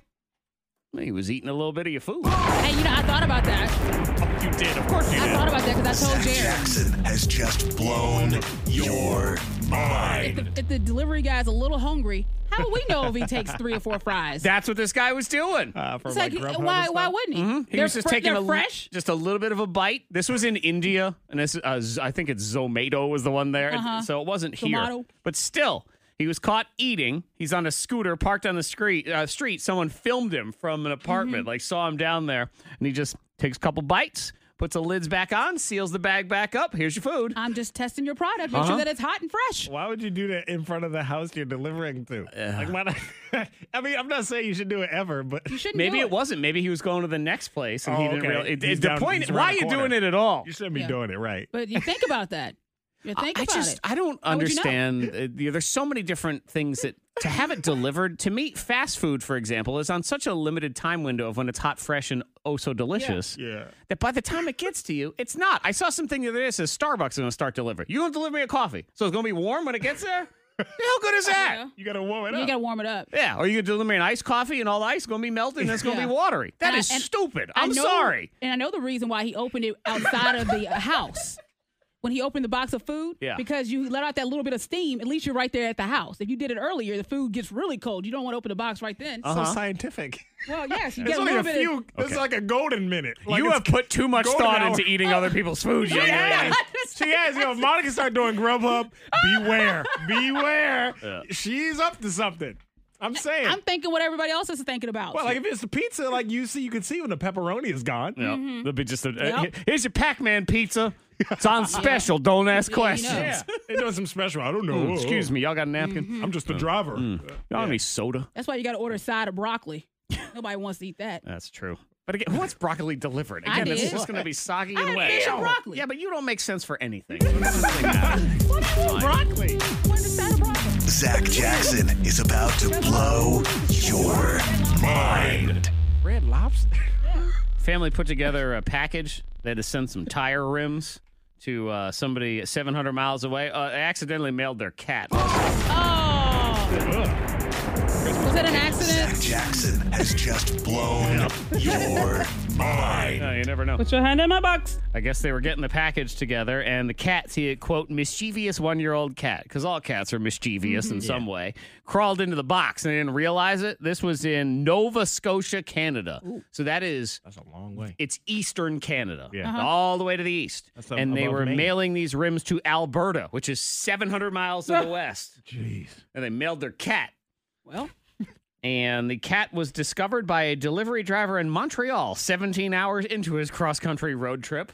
Speaker 3: He was eating a little bit of your food.
Speaker 4: Hey, you know, I thought about that.
Speaker 3: You did, of course you
Speaker 4: I thought about that because I told
Speaker 2: Zach
Speaker 4: Jared.
Speaker 2: Jackson has just blown your
Speaker 4: If
Speaker 2: mind.
Speaker 4: the, if the delivery guy's a little hungry, how do we know if he takes three or four fries?
Speaker 3: That's what this guy was doing.
Speaker 1: Uh, from
Speaker 4: it's like,
Speaker 1: Grubhub and
Speaker 4: why,
Speaker 1: stuff. Mm-hmm.
Speaker 4: why wouldn't he?
Speaker 3: He
Speaker 4: they're
Speaker 3: was just
Speaker 4: fre-
Speaker 3: taking
Speaker 4: they're
Speaker 3: a li-
Speaker 4: fresh.
Speaker 3: just a little bit of a bite. This was in India, and this uh, Z- I think it's Zomato was the one there,
Speaker 4: Uh-huh.
Speaker 3: so it wasn't here.
Speaker 4: Zomato.
Speaker 3: But still, he was caught eating. He's on a scooter parked on the street. Uh,
Speaker 4: Mm-hmm.
Speaker 3: street. Someone filmed him from an apartment, like saw him down there, and he just takes a couple bites. puts the lids back on, seals the bag back up. Here's your food.
Speaker 4: I'm just testing your product. Make
Speaker 3: Uh-huh.
Speaker 4: sure that it's hot and fresh.
Speaker 1: Why would you do that in front of the house you're delivering to? Like, why not? I mean, I'm not saying you should do it ever, but
Speaker 4: you shouldn't.
Speaker 3: Maybe it. wasn't. Maybe he was going to the next place and
Speaker 1: Oh,
Speaker 3: he didn't
Speaker 1: okay.
Speaker 3: realize. It,
Speaker 1: He's
Speaker 3: it- the
Speaker 1: down-
Speaker 3: point.
Speaker 1: he's around
Speaker 3: Why
Speaker 1: the
Speaker 3: are you
Speaker 1: corner.
Speaker 3: doing it at all?
Speaker 1: You shouldn't be
Speaker 4: Yeah.
Speaker 1: doing it right.
Speaker 4: But you think about that. You think
Speaker 3: I
Speaker 4: about
Speaker 3: just
Speaker 4: it.
Speaker 3: I don't
Speaker 4: How would you know?
Speaker 3: understand. uh, the- There's so many different things that to have it delivered to me. Fast food, for example, is on such a limited time window of when it's hot, fresh, and oh so delicious.
Speaker 1: Yeah.
Speaker 3: That by the time it gets to you, it's not. I saw something the other day that says Starbucks is going to start delivering. You're going to deliver me a coffee, so it's going to be warm when it gets there. How good is that?
Speaker 1: You got to warm it
Speaker 4: You
Speaker 1: up.
Speaker 4: gotta warm it up.
Speaker 3: Yeah, or you could deliver me an iced coffee and all the ice going to be melted and it's going to
Speaker 4: Yeah.
Speaker 3: be watery. That
Speaker 4: And I-
Speaker 3: is
Speaker 4: and
Speaker 3: stupid.
Speaker 4: I
Speaker 3: I'm
Speaker 4: know-
Speaker 3: sorry.
Speaker 4: And I know the reason why he opened it outside of the house. When he opened the box of food,
Speaker 3: Yeah.
Speaker 4: because you let out that little bit of steam, at least you're right there at the house. If you did it earlier, the food gets really cold. You don't want to open the box right then.
Speaker 1: so
Speaker 3: Uh-huh.
Speaker 1: scientific.
Speaker 4: Well, yes, you get
Speaker 1: It's
Speaker 4: a
Speaker 1: only
Speaker 4: little
Speaker 1: a
Speaker 4: bit.
Speaker 1: few.
Speaker 4: Of,
Speaker 1: It's
Speaker 3: Okay.
Speaker 1: like a golden minute. Like,
Speaker 3: you
Speaker 1: it's-
Speaker 3: have put too much
Speaker 1: golden
Speaker 3: thought
Speaker 1: hour.
Speaker 3: into eating other people's food, young
Speaker 1: Yeah.
Speaker 3: lady.
Speaker 1: She has, yo, Monica started doing Grubhub. Beware. Beware.
Speaker 3: Yeah.
Speaker 1: She's up to something. I'm saying.
Speaker 4: I'm thinking what everybody else is thinking about.
Speaker 1: well, like if it's the pizza, like you see, you can see when the pepperoni is gone.
Speaker 3: Yeah, They'll be just a,
Speaker 4: Mm-hmm.
Speaker 3: uh,
Speaker 4: Yep.
Speaker 3: here's your Pac-Man pizza. It's on special. Don't ask
Speaker 4: Yeah, you
Speaker 3: questions.
Speaker 4: know.
Speaker 1: Yeah, it does some special. I don't know.
Speaker 3: Mm, excuse me, y'all got a napkin?
Speaker 4: Mm-hmm.
Speaker 3: Mm.
Speaker 1: I'm just the driver. Uh,
Speaker 3: Y'all need soda?
Speaker 4: That's why you got to order a side of broccoli. Nobody wants to eat that.
Speaker 3: That's true. But again, who wants broccoli delivered?
Speaker 4: I
Speaker 3: Again, it's
Speaker 4: did.
Speaker 3: just going to be soggy
Speaker 4: I
Speaker 3: and
Speaker 4: had
Speaker 3: wet. Oh.
Speaker 4: fish and broccoli.
Speaker 3: Yeah, but you don't make sense for anything.
Speaker 4: What do you want broccoli? What is a side of broccoli?
Speaker 2: Zach Jackson is about to blow your mind.
Speaker 1: Red lobster.
Speaker 3: Family put together a package. They had to send some tire rims to uh, somebody 700 miles away. Uh, they accidentally mailed their cat.
Speaker 4: Oh, was that an accident?
Speaker 2: Zach Jackson has just blown your mind.
Speaker 3: No, Uh, you never know.
Speaker 4: Put your hand in my box.
Speaker 3: I guess they were getting the package together, and the cat, see a quote, mischievous one year old cat, because all cats are mischievous
Speaker 4: Mm-hmm.
Speaker 3: in some way, crawled into the box and they didn't realize it. This was in Nova Scotia, Canada. So that is,
Speaker 1: That's a long way.
Speaker 3: it's Eastern Canada,
Speaker 1: Yeah. Uh-huh.
Speaker 3: all the way to the east.
Speaker 1: That's a-
Speaker 3: and they
Speaker 1: above
Speaker 3: were
Speaker 1: Maine.
Speaker 3: mailing these rims to Alberta, which is 700 miles to the west.
Speaker 1: Jeez.
Speaker 3: And they mailed their cat.
Speaker 4: Well,
Speaker 3: And the cat was discovered by a delivery driver in Montreal 17 hours into his cross country road trip.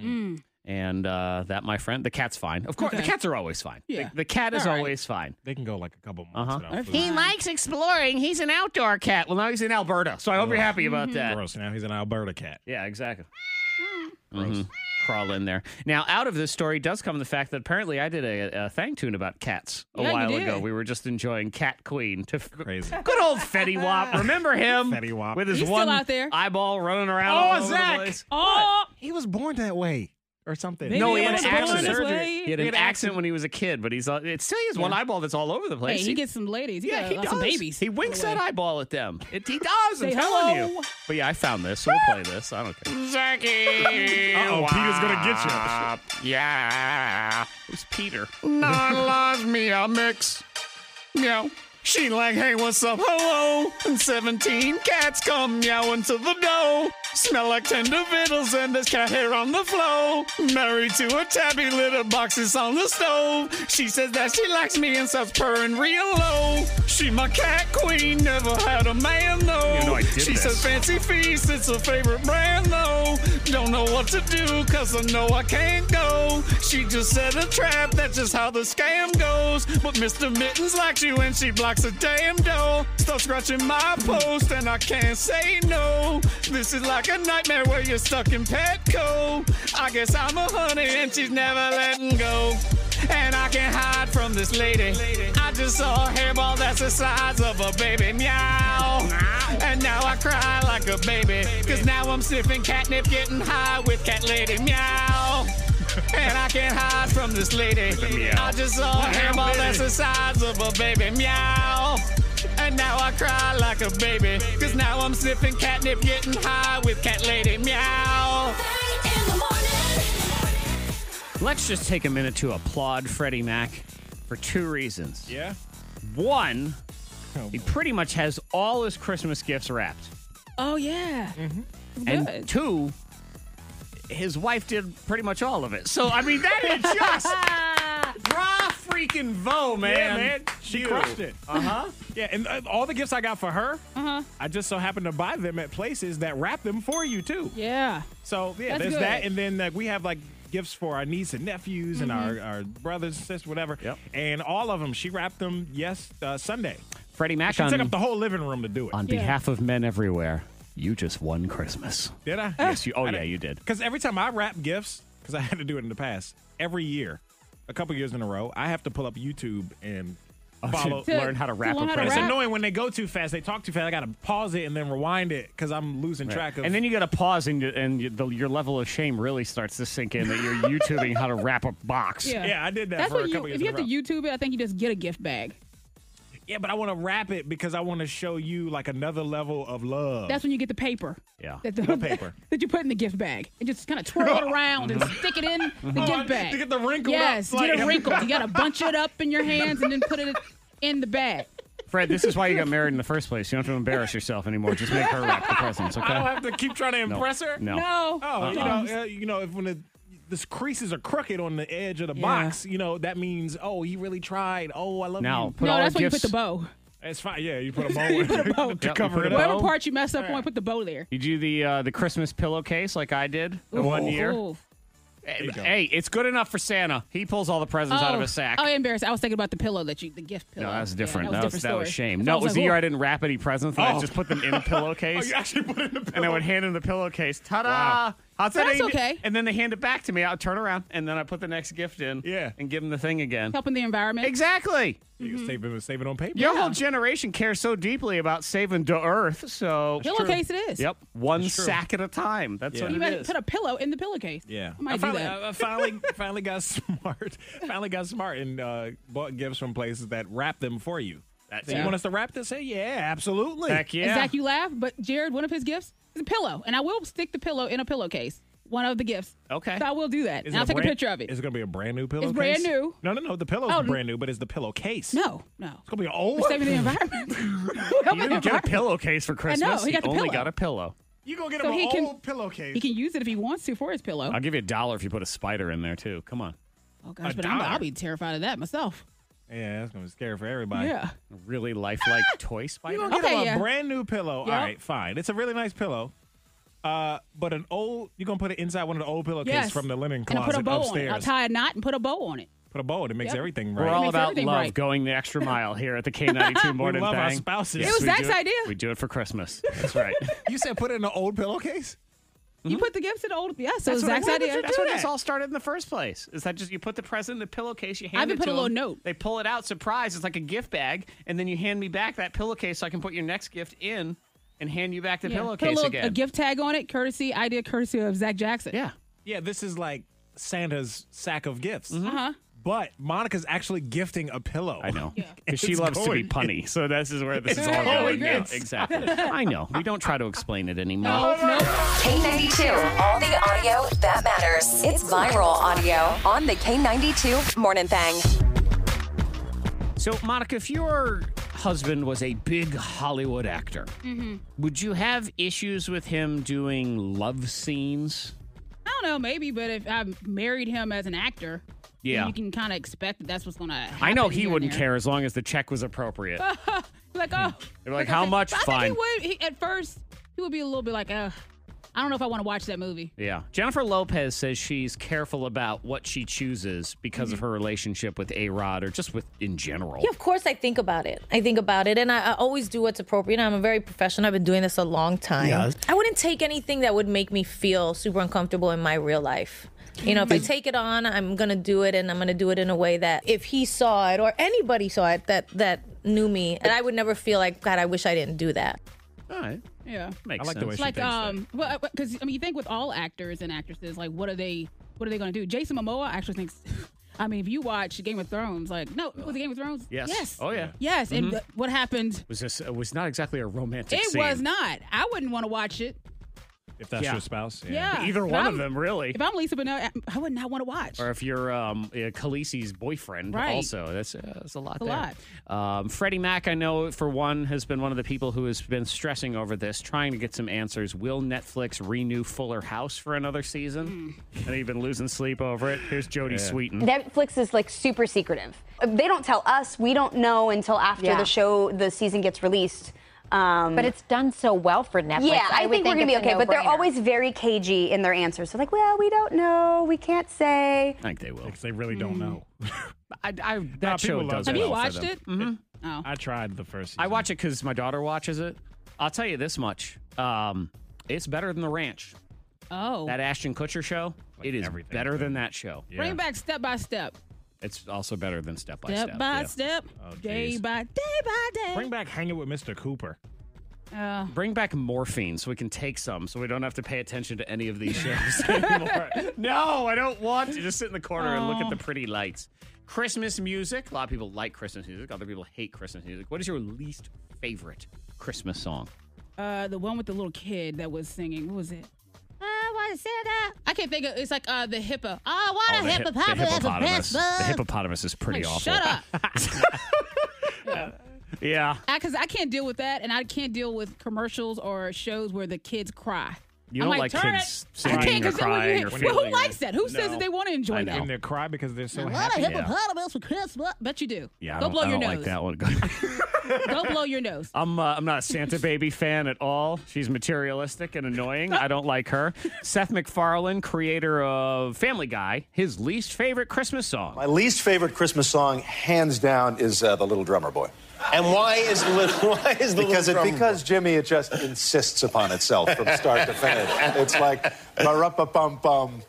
Speaker 4: mm,
Speaker 3: And uh, that, my friend, the cat's fine. Of course, the
Speaker 4: Okay.
Speaker 3: cats are always fine. The-
Speaker 4: Yeah.
Speaker 3: The, cat is
Speaker 4: All right.
Speaker 3: always fine.
Speaker 1: They can go like a couple months.
Speaker 3: Uh-huh.
Speaker 1: without food.
Speaker 10: He
Speaker 3: likes exploring. He's an outdoor cat. Well, now he's in Alberta, so I hope you're happy about
Speaker 4: Mm-hmm.
Speaker 3: that.
Speaker 1: Gross. Now he's an Alberta cat.
Speaker 3: Yeah, exactly.
Speaker 4: Mm.
Speaker 3: Mhm. Crawl in there. Now, out of this story does come the fact that apparently I did a, a thang tune about cats a
Speaker 4: Yeah, you
Speaker 3: while
Speaker 4: did.
Speaker 3: ago. We were just enjoying Cat Queen. To
Speaker 1: Crazy.
Speaker 3: Good old Fetty Wap. Remember him?
Speaker 1: Fetty Wap.
Speaker 3: With his
Speaker 4: He's still
Speaker 3: one
Speaker 4: out there.
Speaker 3: eyeball running around. all
Speaker 1: Oh,
Speaker 3: over the
Speaker 1: Zach.
Speaker 3: place.
Speaker 4: oh,
Speaker 1: He was born that way or something.
Speaker 4: Maybe
Speaker 3: No, he
Speaker 4: he
Speaker 3: had
Speaker 4: was
Speaker 3: an
Speaker 4: born
Speaker 3: accident.
Speaker 4: this way.
Speaker 3: He had an accident when he was a kid, but he's uh, it still he has one eyeball that's all over the place.
Speaker 4: Hey, he gets some ladies. He
Speaker 3: yeah,
Speaker 4: got
Speaker 3: he
Speaker 4: uh,
Speaker 3: does.
Speaker 4: some babies.
Speaker 3: He winks
Speaker 4: By the
Speaker 3: that
Speaker 4: way.
Speaker 3: eyeball at them. It, he does. I'm
Speaker 4: Say
Speaker 3: telling you.
Speaker 4: hello.
Speaker 3: But yeah, I found this. So we'll play this. I don't care. Zachy.
Speaker 1: Uh-oh, Peter's gonna get you.
Speaker 3: you. Yeah. Who's Peter? Not loves me a mix. Meow. She like, hey, what's up? Hello. And 17 cats come meowing to the dough. Smell like tender vittles and there's cat hair on the floor. Married to a tabby litter boxes on the stove. She says that she likes me and starts purring real low. She my cat queen, never had a man though.
Speaker 2: You know I did
Speaker 3: she
Speaker 2: this.
Speaker 3: says fancy feast, it's her favorite brand though. Don't know what to do, cause I know I can't go. She just set a trap, that's just how the scam goes. But Mr. Mittens likes you and she blocks a damn door. Start scratching my post and I can't say no. This is like a nightmare where you're stuck in Petco. I guess I'm a honey and she's never letting go. And I can hide from this lady. I just saw a hairball that's the size of a baby meow. And now I cry like a baby. Cause now I'm sniffing catnip, getting high with cat lady meow. And I can't hide from this lady. I just saw a hairball that's the size of a baby meow. And now I cry like a baby. Cause now I'm sniffing catnip, getting high with cat lady meow. Let's just take a minute to applaud Freddie Mac for two reasons.
Speaker 1: Yeah. Oh,
Speaker 3: One, he pretty much has all his Christmas gifts wrapped.
Speaker 4: Oh yeah.
Speaker 3: Mm-hmm. And
Speaker 4: Good.
Speaker 3: two, his wife did pretty much all of it. So, I mean, that is just rough. freaking Vo, man.
Speaker 1: Yeah, man. She
Speaker 3: You.
Speaker 1: crushed it.
Speaker 3: Uh huh.
Speaker 1: Yeah, and uh, all the gifts I got for her,
Speaker 4: uh-huh.
Speaker 1: I just so happened to buy them at places that wrap them for you too.
Speaker 4: Yeah.
Speaker 1: So yeah,
Speaker 4: That's
Speaker 1: there's
Speaker 4: good.
Speaker 1: that, and then like we have like gifts for our niece and nephews and
Speaker 4: Mm-hmm.
Speaker 1: our, our brothers, sisters, whatever. Yep. And all of them, she wrapped them. Yes, uh, Sunday.
Speaker 3: Freddie Mac
Speaker 1: She
Speaker 3: on,
Speaker 1: took up the whole living room to do it.
Speaker 3: on behalf of men everywhere. You just won Christmas.
Speaker 1: Did I?
Speaker 3: Yes, you. Oh yeah, you did.
Speaker 1: Because every time I wrap gifts, because I had to do it in the past, every year, a couple years in a row, I have to pull up YouTube and follow.
Speaker 3: Oh, To- learn how to to wrap a learn how to
Speaker 1: It's
Speaker 3: present. wrap.
Speaker 1: annoying when they go too fast. They talk too fast. I got to pause it and then rewind it because I'm losing track of.
Speaker 3: And then you got to pause, and, you- and you- the, your level of shame really starts to sink in that you're YouTubing how to wrap a box.
Speaker 4: Yeah.
Speaker 1: I did that
Speaker 4: That's
Speaker 1: for
Speaker 4: what
Speaker 1: a
Speaker 4: you,
Speaker 1: couple years
Speaker 4: If you
Speaker 1: in
Speaker 4: have
Speaker 1: a
Speaker 4: to YouTube it, I think you just get a gift bag.
Speaker 1: yeah, but I want to wrap it because I want to show you like another level of
Speaker 3: Oh.
Speaker 1: love.
Speaker 4: That's when you get the paper.
Speaker 1: Yeah.
Speaker 4: That the,
Speaker 1: What paper?
Speaker 4: that you put in the gift bag and just kind of twirl it around and
Speaker 3: Mm-hmm.
Speaker 4: stick it in the
Speaker 1: Oh,
Speaker 4: gift bag.
Speaker 1: to get the wrinkled up,
Speaker 4: Yes, get
Speaker 1: like-
Speaker 4: it wrinkled. You got to bunch it up in your hands and then put it in the bag.
Speaker 3: Fred, this is why you got married in the first place. You don't have to embarrass yourself anymore. Just make her wrap the presents, okay?
Speaker 1: I don't have to keep trying to
Speaker 3: No.
Speaker 1: impress her.
Speaker 3: No.
Speaker 4: No.
Speaker 1: Oh, you
Speaker 3: Uh-uh.
Speaker 1: know, uh, you know, if when the the creases are crooked on the edge of the
Speaker 4: Yeah.
Speaker 1: box, you know that means oh he really tried. Oh, I love
Speaker 3: Now,
Speaker 1: you.
Speaker 3: put No, all
Speaker 4: that's
Speaker 3: the
Speaker 4: when you
Speaker 3: gifts-
Speaker 4: put the bow.
Speaker 1: It's fine. Yeah, you put a bow.
Speaker 4: You
Speaker 1: in
Speaker 4: put a
Speaker 1: it
Speaker 4: bow.
Speaker 1: to
Speaker 3: Yep,
Speaker 1: cover it
Speaker 3: you put a
Speaker 1: up.
Speaker 4: Whatever
Speaker 3: bow.
Speaker 4: part you mess up on, put the bow there.
Speaker 3: You do the uh, the Christmas pillowcase like I did the one
Speaker 4: Ooh.
Speaker 3: year.
Speaker 4: Ooh.
Speaker 3: Hey, hey, it's good enough for Santa. He pulls all the presents out of a sack.
Speaker 4: Oh, embarrassed. I was thinking about the pillow that you, the gift pillow.
Speaker 3: No, that's
Speaker 4: Yeah,
Speaker 3: different.
Speaker 4: that was, a different
Speaker 3: that was
Speaker 4: story.
Speaker 3: shame.
Speaker 4: So
Speaker 3: No, it was the
Speaker 4: like,
Speaker 3: year
Speaker 4: "Whoa."
Speaker 3: I didn't wrap any presents, and I
Speaker 1: Oh.
Speaker 3: just put them in a pillowcase.
Speaker 1: Oh, you actually put it in the pillow.
Speaker 3: and I would hand him the pillowcase. Ta-da!
Speaker 1: Wow.
Speaker 3: I'll say
Speaker 4: That's
Speaker 3: they-
Speaker 4: okay.
Speaker 3: And then they hand it back to me. I'll turn around, and then I put the next gift in.
Speaker 1: Yeah.
Speaker 3: And give him the thing again.
Speaker 4: helping the environment.
Speaker 3: Exactly.
Speaker 4: Mm-hmm.
Speaker 1: You can save it, save it on paper.
Speaker 3: Your whole generation cares so deeply about saving the earth, so
Speaker 4: Pillowcase it is.
Speaker 3: Yep, one
Speaker 1: It's true.
Speaker 3: sack at a time. That's
Speaker 1: Yeah.
Speaker 3: what
Speaker 4: You
Speaker 3: it
Speaker 4: better
Speaker 3: is.
Speaker 4: put a pillow in the pillowcase.
Speaker 1: Yeah,
Speaker 4: I uh, might
Speaker 1: I
Speaker 4: do
Speaker 1: finally,
Speaker 4: that.
Speaker 1: I- I finally, finally got smart. Finally got smart and uh, bought gifts from places that wrap them for you.
Speaker 3: That's
Speaker 1: So you
Speaker 3: it.
Speaker 1: want us to wrap this? Hey, yeah, absolutely.
Speaker 3: Heck yeah.
Speaker 4: And Zach, you laugh, but Jared, one of his gifts is a pillow, and I will stick the pillow in a pillowcase. One of the gifts.
Speaker 3: Okay.
Speaker 4: So I will do that.
Speaker 1: Is
Speaker 4: and
Speaker 1: it
Speaker 4: I'll take
Speaker 1: brand-
Speaker 4: a picture of it.
Speaker 1: Is it going to be a brand new pillow?
Speaker 4: brand new.
Speaker 1: No, no, no. The pillow's
Speaker 4: Oh, n-
Speaker 1: brand new, but it's the pillowcase.
Speaker 4: No, no.
Speaker 1: It's going to be an old.
Speaker 4: We're saving the environment.
Speaker 3: You didn't get a pillowcase for Christmas.
Speaker 4: he got the
Speaker 3: only
Speaker 4: pillow.
Speaker 3: got a pillow.
Speaker 1: You gonna get
Speaker 4: So
Speaker 1: him
Speaker 4: he
Speaker 1: an
Speaker 4: can-
Speaker 1: old pillowcase?
Speaker 4: He can use it if he wants to for his pillow.
Speaker 3: I'll give you a dollar if you put a spider in there too. Come on,
Speaker 4: Oh gosh,
Speaker 1: a
Speaker 4: but I'm, I'll
Speaker 1: dollar.
Speaker 4: be terrified of that myself.
Speaker 1: yeah, that's gonna be scary for everybody.
Speaker 4: Yeah.
Speaker 3: a really lifelike toy
Speaker 1: Ah! You
Speaker 3: spider.
Speaker 1: gonna get
Speaker 4: Okay,
Speaker 1: him a
Speaker 4: yeah.
Speaker 1: brand new pillow?
Speaker 4: Yeah.
Speaker 1: All right, fine. It's a really nice pillow. Uh, but an old you're gonna put it inside one of the old pillowcases
Speaker 4: Yes.
Speaker 1: from the linen
Speaker 4: And I
Speaker 1: closet
Speaker 4: put a bow on
Speaker 1: upstairs.
Speaker 4: it. I'll tie a knot and put a bow on it.
Speaker 1: put a bow on it. It makes
Speaker 4: Yep.
Speaker 1: everything
Speaker 3: We're
Speaker 1: right.
Speaker 3: all
Speaker 4: makes
Speaker 3: about
Speaker 4: everything
Speaker 3: love,
Speaker 4: right.
Speaker 3: going the extra mile here at the K92 Morning
Speaker 1: love our
Speaker 3: Thang.
Speaker 1: spouses.
Speaker 4: It was
Speaker 3: we do
Speaker 4: Zach's idea.
Speaker 3: We do it for Christmas. That's right.
Speaker 1: you said put it in an old pillowcase? Mm-hmm.
Speaker 4: You put the gifts in the old. Yeah, so
Speaker 3: That's what-
Speaker 4: Zach's
Speaker 3: why would
Speaker 4: idea.
Speaker 3: you
Speaker 4: That's
Speaker 3: do
Speaker 4: what
Speaker 3: that?
Speaker 4: it's
Speaker 3: That's all started in the first place. Is that just you put the present in the pillowcase, you hand
Speaker 4: even
Speaker 3: it
Speaker 4: put
Speaker 3: to
Speaker 4: a little
Speaker 3: 'em,
Speaker 4: note.
Speaker 3: They pull it out, surprise. It's like a gift bag, and then you hand me back that pillowcase so I can put your next gift in and hand you back the
Speaker 4: Yeah. Put
Speaker 3: pillowcase
Speaker 4: a little
Speaker 3: again.
Speaker 4: a gift tag on it, courtesy idea, courtesy of Zach Jackson.
Speaker 3: yeah.
Speaker 1: Yeah, this is like Santa's sack of gifts.
Speaker 4: Uh huh.
Speaker 1: But Monica's actually gifting a pillow.
Speaker 3: I know.
Speaker 4: Yeah.
Speaker 3: Because she
Speaker 1: It's
Speaker 3: loves to be
Speaker 1: going-
Speaker 3: punny. So this is where this is
Speaker 1: It's
Speaker 3: all
Speaker 1: going
Speaker 3: going. now.
Speaker 1: in.
Speaker 3: Exactly. I know. We don't try to explain it anymore.
Speaker 6: K92, all the audio that matters. It's viral audio on the K92 Morning Thing.
Speaker 3: So, Monica, if your husband was a big Hollywood actor, would you have issues with him doing love scenes?
Speaker 4: I don't know, maybe, but if I married him as an actor, then
Speaker 3: Yeah.
Speaker 4: you can kind of expect that that's what's gonna. happen
Speaker 3: I know he
Speaker 4: here and
Speaker 3: wouldn't
Speaker 4: there.
Speaker 3: care as long as the check was appropriate.
Speaker 4: Like oh,
Speaker 3: They're like, how
Speaker 4: I think-
Speaker 3: much?
Speaker 4: I
Speaker 3: Fine.
Speaker 4: Think he would. He, at first, he would be a little bit like, uh, I don't know if I want to watch that movie.
Speaker 3: yeah. Jennifer Lopez says she's careful about what she chooses because of her relationship with A Rod or just with in general.
Speaker 19: Yeah, of course I think about it. I think about it, and I, I always do what's appropriate. I'm a very professional. I've been doing this a long time. I wouldn't take anything that would make me feel super uncomfortable in my real life. You know, if I take it on, I'm gonna do it, and I'm gonna do it in a way that if he saw it or anybody saw it that that knew me, and I would never feel like God, I wish I didn't do that.
Speaker 3: All right.
Speaker 4: Yeah.
Speaker 3: Makes
Speaker 1: I like the
Speaker 3: sense.
Speaker 1: way she
Speaker 4: like
Speaker 1: thinks that.
Speaker 4: um well because i mean you think with all actors and actresses like what are they what are they going to do jason momoa actually thinks i mean if you watch game of thrones like no was it game of thrones
Speaker 3: Yes.
Speaker 4: yes
Speaker 3: Oh, yeah.
Speaker 4: yes and th- what happened
Speaker 3: was this it was not exactly a romantic
Speaker 4: it
Speaker 3: scene.
Speaker 4: was not i wouldn't want to watch it
Speaker 1: If that's
Speaker 3: Yeah.
Speaker 1: your spouse.
Speaker 4: Yeah.
Speaker 3: Either
Speaker 4: If
Speaker 3: one
Speaker 4: I'm-
Speaker 3: of them, really.
Speaker 4: If I'm Lisa Bonet, I would not want to watch.
Speaker 3: Or if you're um, uh, Khaleesi's boyfriend,
Speaker 4: Right.
Speaker 3: also that's, uh, that's a lot.
Speaker 4: It's a
Speaker 3: there. Um, Freddie Mac, I know for one, has been one of the people who has been stressing over this, trying to get some answers. Will Netflix renew Fuller House for another season? And he's been losing sleep over it. Here's Jody Sweeten.
Speaker 20: Netflix is like super secretive. They don't tell us. We don't know until after
Speaker 21: Yeah.
Speaker 20: the show, the season gets released. Um,
Speaker 21: But it's done so well for Netflix.
Speaker 20: yeah, I,
Speaker 21: would
Speaker 20: think, we're gonna be
Speaker 21: it's a
Speaker 20: okay. But they're
Speaker 21: no-brainer.
Speaker 20: always very cagey in their answers. So like, well, we don't know. We can't say.
Speaker 3: I think they will.
Speaker 1: Because they really
Speaker 4: Hmm.
Speaker 1: don't know.
Speaker 3: I, I, that
Speaker 1: Nah, people
Speaker 3: show
Speaker 1: love that show.
Speaker 3: does well for
Speaker 1: Have you
Speaker 3: them.
Speaker 1: watched it?
Speaker 3: Mhm.
Speaker 1: I tried the first season.
Speaker 3: I watch it because my daughter watches it. I'll tell you this much: um, it's better than The Ranch.
Speaker 4: Oh.
Speaker 3: That Ashton Kutcher show, it is better than that show.
Speaker 4: Bring back step by step.
Speaker 3: It's also better than Step by
Speaker 4: Step
Speaker 3: Step.
Speaker 4: by
Speaker 3: yeah. Oh,
Speaker 4: step. day
Speaker 3: geez.
Speaker 4: by day by day.
Speaker 1: Bring back Hanging with Mr. Cooper.
Speaker 4: Uh,
Speaker 3: Bring back morphine so we can take some, so we don't have to pay attention to any of these shows anymore. no, I don't want to just sit in the corner and look at the pretty lights. Christmas music. A lot of people like Christmas music. Other people hate Christmas music. What is your least favorite Christmas song?
Speaker 4: uh, the one with the little kid that was singing. What was it? I want to say that. I can't think of. It's like uh, the hippo. I
Speaker 3: Oh,
Speaker 4: want
Speaker 3: the
Speaker 4: a
Speaker 3: hip- the
Speaker 4: hippopotamus.
Speaker 3: hippopotamus. The
Speaker 4: hippopotamus.
Speaker 3: hippopotamus is pretty
Speaker 4: Like,
Speaker 3: awful.
Speaker 4: Shut up.
Speaker 3: Yeah.
Speaker 4: Because I, can't deal with that, and I can't deal with commercials or shows where the kids cry.
Speaker 1: You
Speaker 4: I'm
Speaker 1: don't
Speaker 4: like,
Speaker 1: like
Speaker 4: Turn
Speaker 1: kids
Speaker 4: it.
Speaker 1: singing
Speaker 4: I can't
Speaker 1: or
Speaker 4: 'cause then when
Speaker 1: crying
Speaker 4: you
Speaker 1: or
Speaker 4: hit- well, who
Speaker 1: feeling or-
Speaker 4: likes that? Who says
Speaker 1: No.
Speaker 4: that they want to enjoy that?
Speaker 1: And they cry because they're so
Speaker 4: I want
Speaker 1: happy.
Speaker 4: a hippopotamus for Christmas. Bet you do.
Speaker 3: Yeah, I
Speaker 4: Go
Speaker 3: don't,
Speaker 4: blow
Speaker 3: I
Speaker 4: your
Speaker 3: don't
Speaker 4: nose.
Speaker 3: like that one. Go-
Speaker 4: Go blow your nose.
Speaker 3: I'm uh, I'm not a Santa Baby fan at all. She's materialistic and annoying. I don't like her. Seth MacFarlane, creator of Family Guy, his least favorite Christmas song.
Speaker 22: My least favorite Christmas song, hands down, is uh, "The Little Drummer Boy." And why is little? Why is
Speaker 23: the
Speaker 22: because
Speaker 23: Little Drummer
Speaker 22: it, because Jimmy it just insists upon itself from start to finish. It's like baruppa bum bum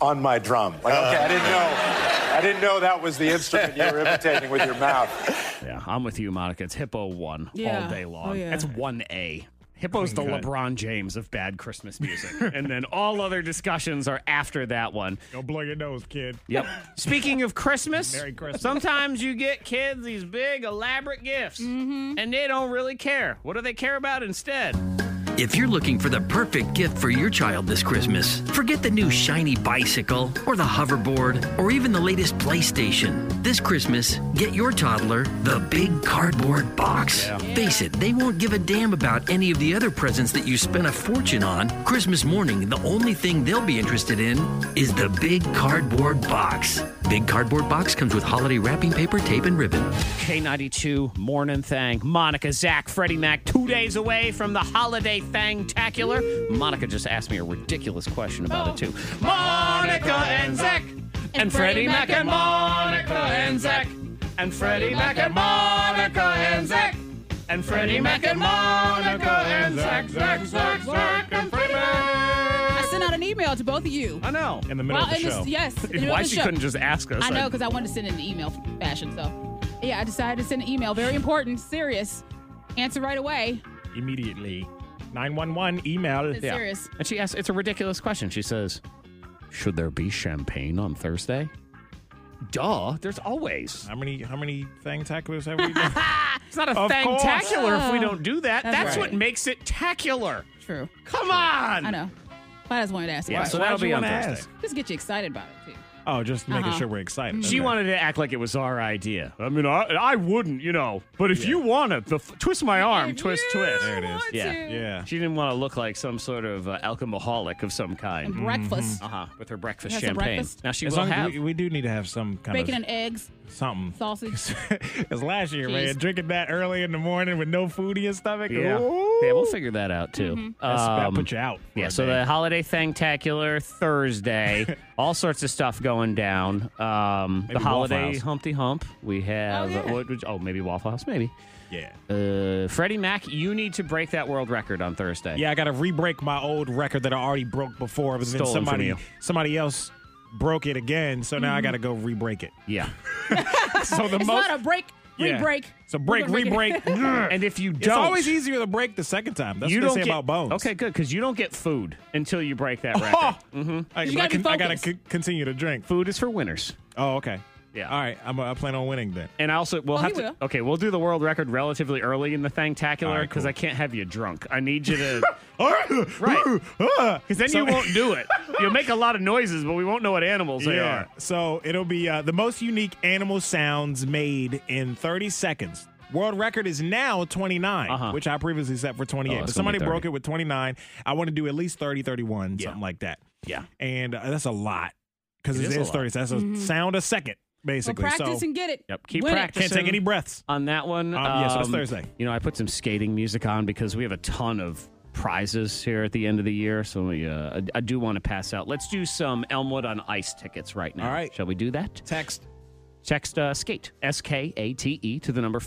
Speaker 22: on my drum. Like okay, I didn't know, I didn't know that was the instrument you were imitating with your mouth.
Speaker 3: Yeah, I'm with you, Monica. It's Hippo One
Speaker 22: Yeah.
Speaker 3: all day long.
Speaker 22: Oh, yeah.
Speaker 3: That's one A. Hippo's the
Speaker 22: Clean cut.
Speaker 3: LeBron James of bad Christmas music, and then all other discussions are after that one.
Speaker 1: Don't blow your nose, kid.
Speaker 3: Yep. Speaking of Christmas,
Speaker 1: Merry Christmas.
Speaker 3: sometimes you get kids these big elaborate gifts,
Speaker 1: Mm-hmm.
Speaker 3: and they don't really care. What do they care about instead?
Speaker 24: If you're looking for the perfect gift for your child this Christmas, forget the new shiny bicycle or the hoverboard or even the latest PlayStation. This Christmas, get your toddler the big cardboard box. Face it, they won't give a damn about any of the other presents that you spent a fortune on. Christmas morning, the only thing they'll be interested in is the big cardboard box. Big cardboard box comes with holiday wrapping paper, tape, and ribbon.
Speaker 3: K92 Morning Thang. Monica, Zach, Freddie Mac, two days away from the holiday Thangtacular. Monica just asked me a ridiculous question about it, too. Monica and Zach. And, Freddie Mac and Monica and Zach. And Freddie Mac and Monica and Zach. And Freddie Mac and Monica and Zach, Zach, Zach, Zach, and Freddie Mac.
Speaker 4: I sent out an email to both of you. I
Speaker 3: know. In the
Speaker 4: Well, in this- yes. in the middle
Speaker 3: Why
Speaker 4: of the
Speaker 3: she
Speaker 4: show.
Speaker 3: couldn't just ask us?
Speaker 4: I know because I wanted to send it in email fashion. So, yeah, I decided to send an email. Very important, serious. Answer right away.
Speaker 1: Immediately. 911 email.
Speaker 4: It's Yeah. serious.
Speaker 3: And she asked, it's a ridiculous question. She says, Should there be champagne on Thursday? Duh, there's always.
Speaker 1: How many how many thang tacklers have we done?
Speaker 3: it's not a
Speaker 1: Of course.
Speaker 3: fantacular if we don't do that.
Speaker 1: Oh, That's
Speaker 3: That's,
Speaker 1: right.
Speaker 3: what makes it tacular.
Speaker 4: True.
Speaker 3: Come on.
Speaker 4: I know. But I just wanted to ask.
Speaker 3: Yeah,
Speaker 4: why.
Speaker 3: so that'll
Speaker 1: Why'd you be on wanna Thursday.
Speaker 4: Just get you excited about it too.
Speaker 1: Oh, just making
Speaker 4: Uh-huh.
Speaker 1: sure we're excited.
Speaker 3: She
Speaker 1: Okay.
Speaker 3: wanted to act like it was our idea. I mean, I, I wouldn't, you know. But if you want it, the, f- twist my arm, twist, twist. There it is. Yeah, yeah. She didn't want to look like some sort of uh, alcoholic of some kind.
Speaker 4: And breakfast.
Speaker 3: Uh huh. With her breakfast
Speaker 4: Has some
Speaker 3: champagne.
Speaker 4: breakfast?
Speaker 3: Now she
Speaker 1: As
Speaker 3: will
Speaker 1: long as
Speaker 3: have.
Speaker 1: we, we do need to have some kind
Speaker 4: Bacon
Speaker 1: of
Speaker 4: and eggs,
Speaker 1: something.
Speaker 4: sausage.
Speaker 1: Because last year, man,
Speaker 4: Jeez.
Speaker 1: drinking that early in the morning with no food in your stomach.
Speaker 3: Yeah.
Speaker 1: Ooh.
Speaker 3: Yeah, we'll figure that out too.
Speaker 1: That's- that
Speaker 4: Um,
Speaker 1: put you out for
Speaker 3: Yeah,
Speaker 1: a
Speaker 3: so
Speaker 1: day.
Speaker 3: the holiday thangtacular Thursday, all sorts of stuff going down. Um, the
Speaker 1: Waffle
Speaker 3: holiday
Speaker 1: House.
Speaker 3: Humpty Hump. We have oh, what, would- oh maybe Waffle House, maybe.
Speaker 1: Yeah.
Speaker 3: Uh, Freddie Mac, you need to break that world record on Thursday.
Speaker 1: Yeah, I got to re-break my old record that I already broke before, but
Speaker 3: Stolen
Speaker 1: then
Speaker 3: from
Speaker 1: somebody
Speaker 3: you.
Speaker 1: somebody else broke it again. So now
Speaker 4: Mm-hmm.
Speaker 1: I got to go re-break it.
Speaker 3: Yeah.
Speaker 1: so the
Speaker 4: it's
Speaker 1: most
Speaker 4: not a break,
Speaker 1: Yeah.
Speaker 4: re-break.
Speaker 1: So break,
Speaker 4: We're gonna make
Speaker 1: re-break.
Speaker 4: it-
Speaker 3: and if you
Speaker 1: It's
Speaker 3: don't,
Speaker 1: always easier to break the second time. That's
Speaker 3: you
Speaker 1: what
Speaker 3: don't
Speaker 1: they say
Speaker 3: get,
Speaker 1: about bones.
Speaker 3: Okay, good, because you don't get food until you break that record.
Speaker 1: Oh!
Speaker 3: Mhm.
Speaker 1: I, I, can- I gotta c- continue to drink.
Speaker 3: Food is for winners.
Speaker 1: Oh, okay. Yeah. All right. I'm, I plan on winning then.
Speaker 3: And I also, we'll
Speaker 1: Oh,
Speaker 3: have
Speaker 1: he
Speaker 3: to.
Speaker 1: will.
Speaker 3: Okay, we'll do the world record relatively early in the
Speaker 1: All
Speaker 3: Thanktacular
Speaker 1: right,
Speaker 3: because
Speaker 1: cool. Oh,
Speaker 3: I can't have you drunk. I need you to. right. Because then you
Speaker 1: So-
Speaker 3: won't do it. You'll make a lot of noises, but we won't know what animals they
Speaker 1: Yeah.
Speaker 3: are.
Speaker 1: So it'll be uh, the most unique animal sounds made in 30 seconds. World record is now 29,
Speaker 3: Uh-huh.
Speaker 1: which I previously set for 28.
Speaker 5: Oh,
Speaker 1: but
Speaker 5: it's gonna
Speaker 1: somebody
Speaker 5: be 30.
Speaker 1: broke it with 29. I want to do at least 30, 31,
Speaker 5: Yeah.
Speaker 1: something like that.
Speaker 3: Yeah.
Speaker 1: And uh, that's a lot because
Speaker 3: It
Speaker 1: it
Speaker 3: is
Speaker 1: is,
Speaker 3: a lot.
Speaker 1: 30. So that's
Speaker 4: Mhm.
Speaker 1: a sound a second, basically.
Speaker 4: practice
Speaker 1: so,
Speaker 4: and get it.
Speaker 3: Yep. Keep
Speaker 4: Win it.
Speaker 3: practicing.
Speaker 1: Can't take any breaths
Speaker 3: on that one.
Speaker 1: Um, yeah, so it's Thursday.
Speaker 3: You know, I put some skating music on because we have a ton of prizes here at the end of the year. So we, uh, I, I do want to pass out. Let's do some Elmwood on Ice tickets right now. All right. Shall we do that?
Speaker 1: Text.
Speaker 3: Text uh, skate, S K A T E, to the number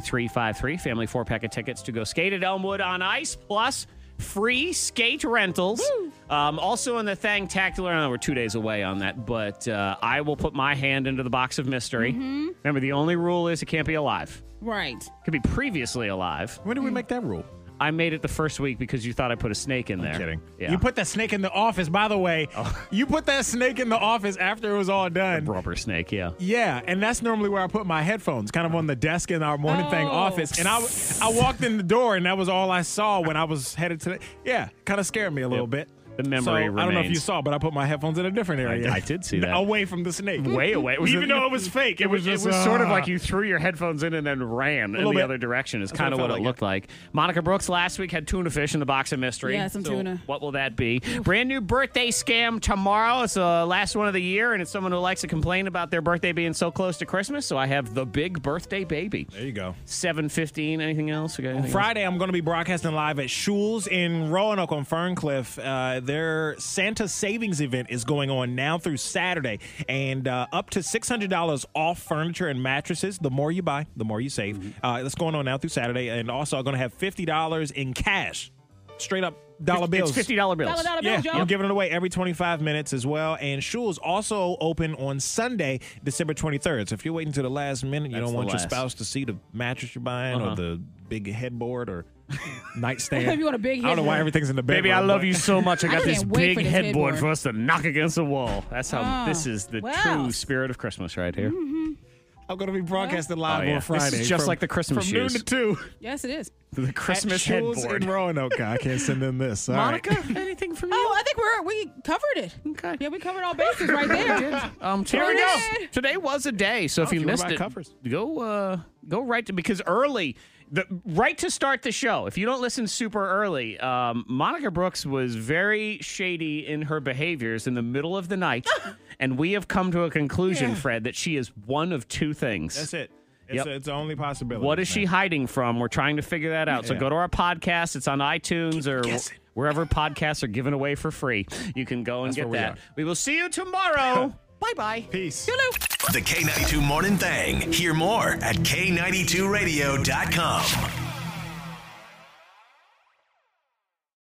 Speaker 3: 52353. Family four pack of tickets to go skate at Elmwood on Ice, plus free skate rentals. Um, also in the Thang Tacular, I know we're two days away on that, but uh, I will put my hand into the box of mystery. Remember, the only rule is it can't be alive.
Speaker 4: Right.
Speaker 3: Could be previously alive.
Speaker 1: When did we make that rule?
Speaker 3: I made it the first week because you thought I put a snake in there. kidding. Yeah.
Speaker 1: You put that snake in the office, by the way.
Speaker 3: Oh.
Speaker 1: You put that snake in the office after it was all done.
Speaker 3: rubber snake, yeah.
Speaker 1: Yeah, and that's normally where I put my headphones, kind of on the desk in our morning thing office. And I, I walked in the door, and that was all I saw when I was headed to. The, yeah, kind of scared me a little bit.
Speaker 3: The memory
Speaker 1: So, I don't know if you
Speaker 3: remains.
Speaker 1: saw, but I put my headphones in a different area.
Speaker 3: I did see that.
Speaker 1: away from the snake,
Speaker 3: Way away. It was-
Speaker 1: even though it Mm-hmm. was fake. It,
Speaker 3: It was,
Speaker 1: was just
Speaker 3: it was sort of
Speaker 1: uh,
Speaker 3: like you threw your headphones in and then ran in the
Speaker 1: little bit.
Speaker 3: other direction. Is
Speaker 1: That's what
Speaker 3: kind of
Speaker 1: it
Speaker 3: what,
Speaker 1: felt
Speaker 3: it
Speaker 1: like.
Speaker 3: looked like. Monica Brooks last week had tuna fish in the box of mystery.
Speaker 4: Yeah, some
Speaker 3: So
Speaker 4: tuna.
Speaker 3: What will that be? Brand new birthday scam tomorrow. It's the last one of the year, and it's someone who likes to complain about their birthday being so close to Christmas. So I have the big birthday baby. There
Speaker 1: you go.
Speaker 3: Seven fifteen. Anything else? We got anything else?
Speaker 1: Friday, I'm going to be broadcasting live at Shules in Roanoke on Ferncliff. Uh, their Santa Savings event is going on now through Saturday, and uh, up to $600 off furniture and mattresses. The more you buy, the more you save. Uh, that's going on now through Saturday, and also I'm going to have $50 in cash, straight up dollar
Speaker 3: It's
Speaker 1: bills.
Speaker 3: $50 bills. Dollar, dollar
Speaker 1: yeah,
Speaker 3: bills, y'all.
Speaker 1: I'm giving it away every 25 minutes as well. And Shules also open on Sunday, December 23rd. So if you're waiting to the last minute, you
Speaker 5: That's
Speaker 1: don't
Speaker 5: the
Speaker 1: want your
Speaker 5: last.
Speaker 1: spouse to see the mattress you're buying
Speaker 5: Uh-huh.
Speaker 1: or the big headboard or nightstand.
Speaker 4: You want a big
Speaker 1: I don't know why
Speaker 4: headboard.
Speaker 1: everything's in the bedroom.
Speaker 3: Baby, I love
Speaker 1: but-
Speaker 3: you so much. I got this
Speaker 4: wait
Speaker 3: big
Speaker 4: for this
Speaker 3: headboard
Speaker 4: headboard.
Speaker 3: for us to knock against the wall. That's how
Speaker 4: Ah,
Speaker 3: this is the
Speaker 4: wow.
Speaker 3: true spirit of Christmas right
Speaker 4: Hmm.
Speaker 3: here.
Speaker 1: I'm going to be broadcasting live
Speaker 3: Oh, yeah.
Speaker 1: on
Speaker 3: This
Speaker 1: Friday.
Speaker 3: is just
Speaker 1: from-
Speaker 3: like the Christmas
Speaker 1: from
Speaker 3: shoes.
Speaker 1: noon to two.
Speaker 4: Yes, it is.
Speaker 3: The Christmas
Speaker 1: at Shules
Speaker 3: headboard.
Speaker 1: in Roanoke. I can't send in this. All right.
Speaker 3: anything from
Speaker 4: you? Oh, I think we're we covered it.
Speaker 3: Okay.
Speaker 4: Yeah, we covered all bases right there.
Speaker 3: Um,
Speaker 4: Here
Speaker 3: today-
Speaker 4: we go.
Speaker 3: Today was a day, so
Speaker 4: Oh,
Speaker 3: if you
Speaker 4: if you were
Speaker 3: missed
Speaker 4: my
Speaker 3: it,
Speaker 4: covers.
Speaker 3: go uh, go right to because early, the right to start the show. If you don't listen super early, um, Monica Brooks was very shady in her behaviors in the middle of the night, and we have come to a conclusion, Fred, that she is one of two things.
Speaker 1: That's it. It's,
Speaker 3: Yep.
Speaker 1: it's the only possibility.
Speaker 3: What is she hiding from? We're trying to figure that out. So
Speaker 1: Yeah.
Speaker 3: go to our podcast. It's on iTunes or
Speaker 1: guessing.
Speaker 3: wherever podcasts are given away for free. You can go and
Speaker 2: That's
Speaker 3: get
Speaker 2: where we
Speaker 3: that.
Speaker 2: are.
Speaker 3: We will see you tomorrow. bye bye.
Speaker 1: Peace.
Speaker 2: The K92 Morning Thing. Hear more at K92Radio.com.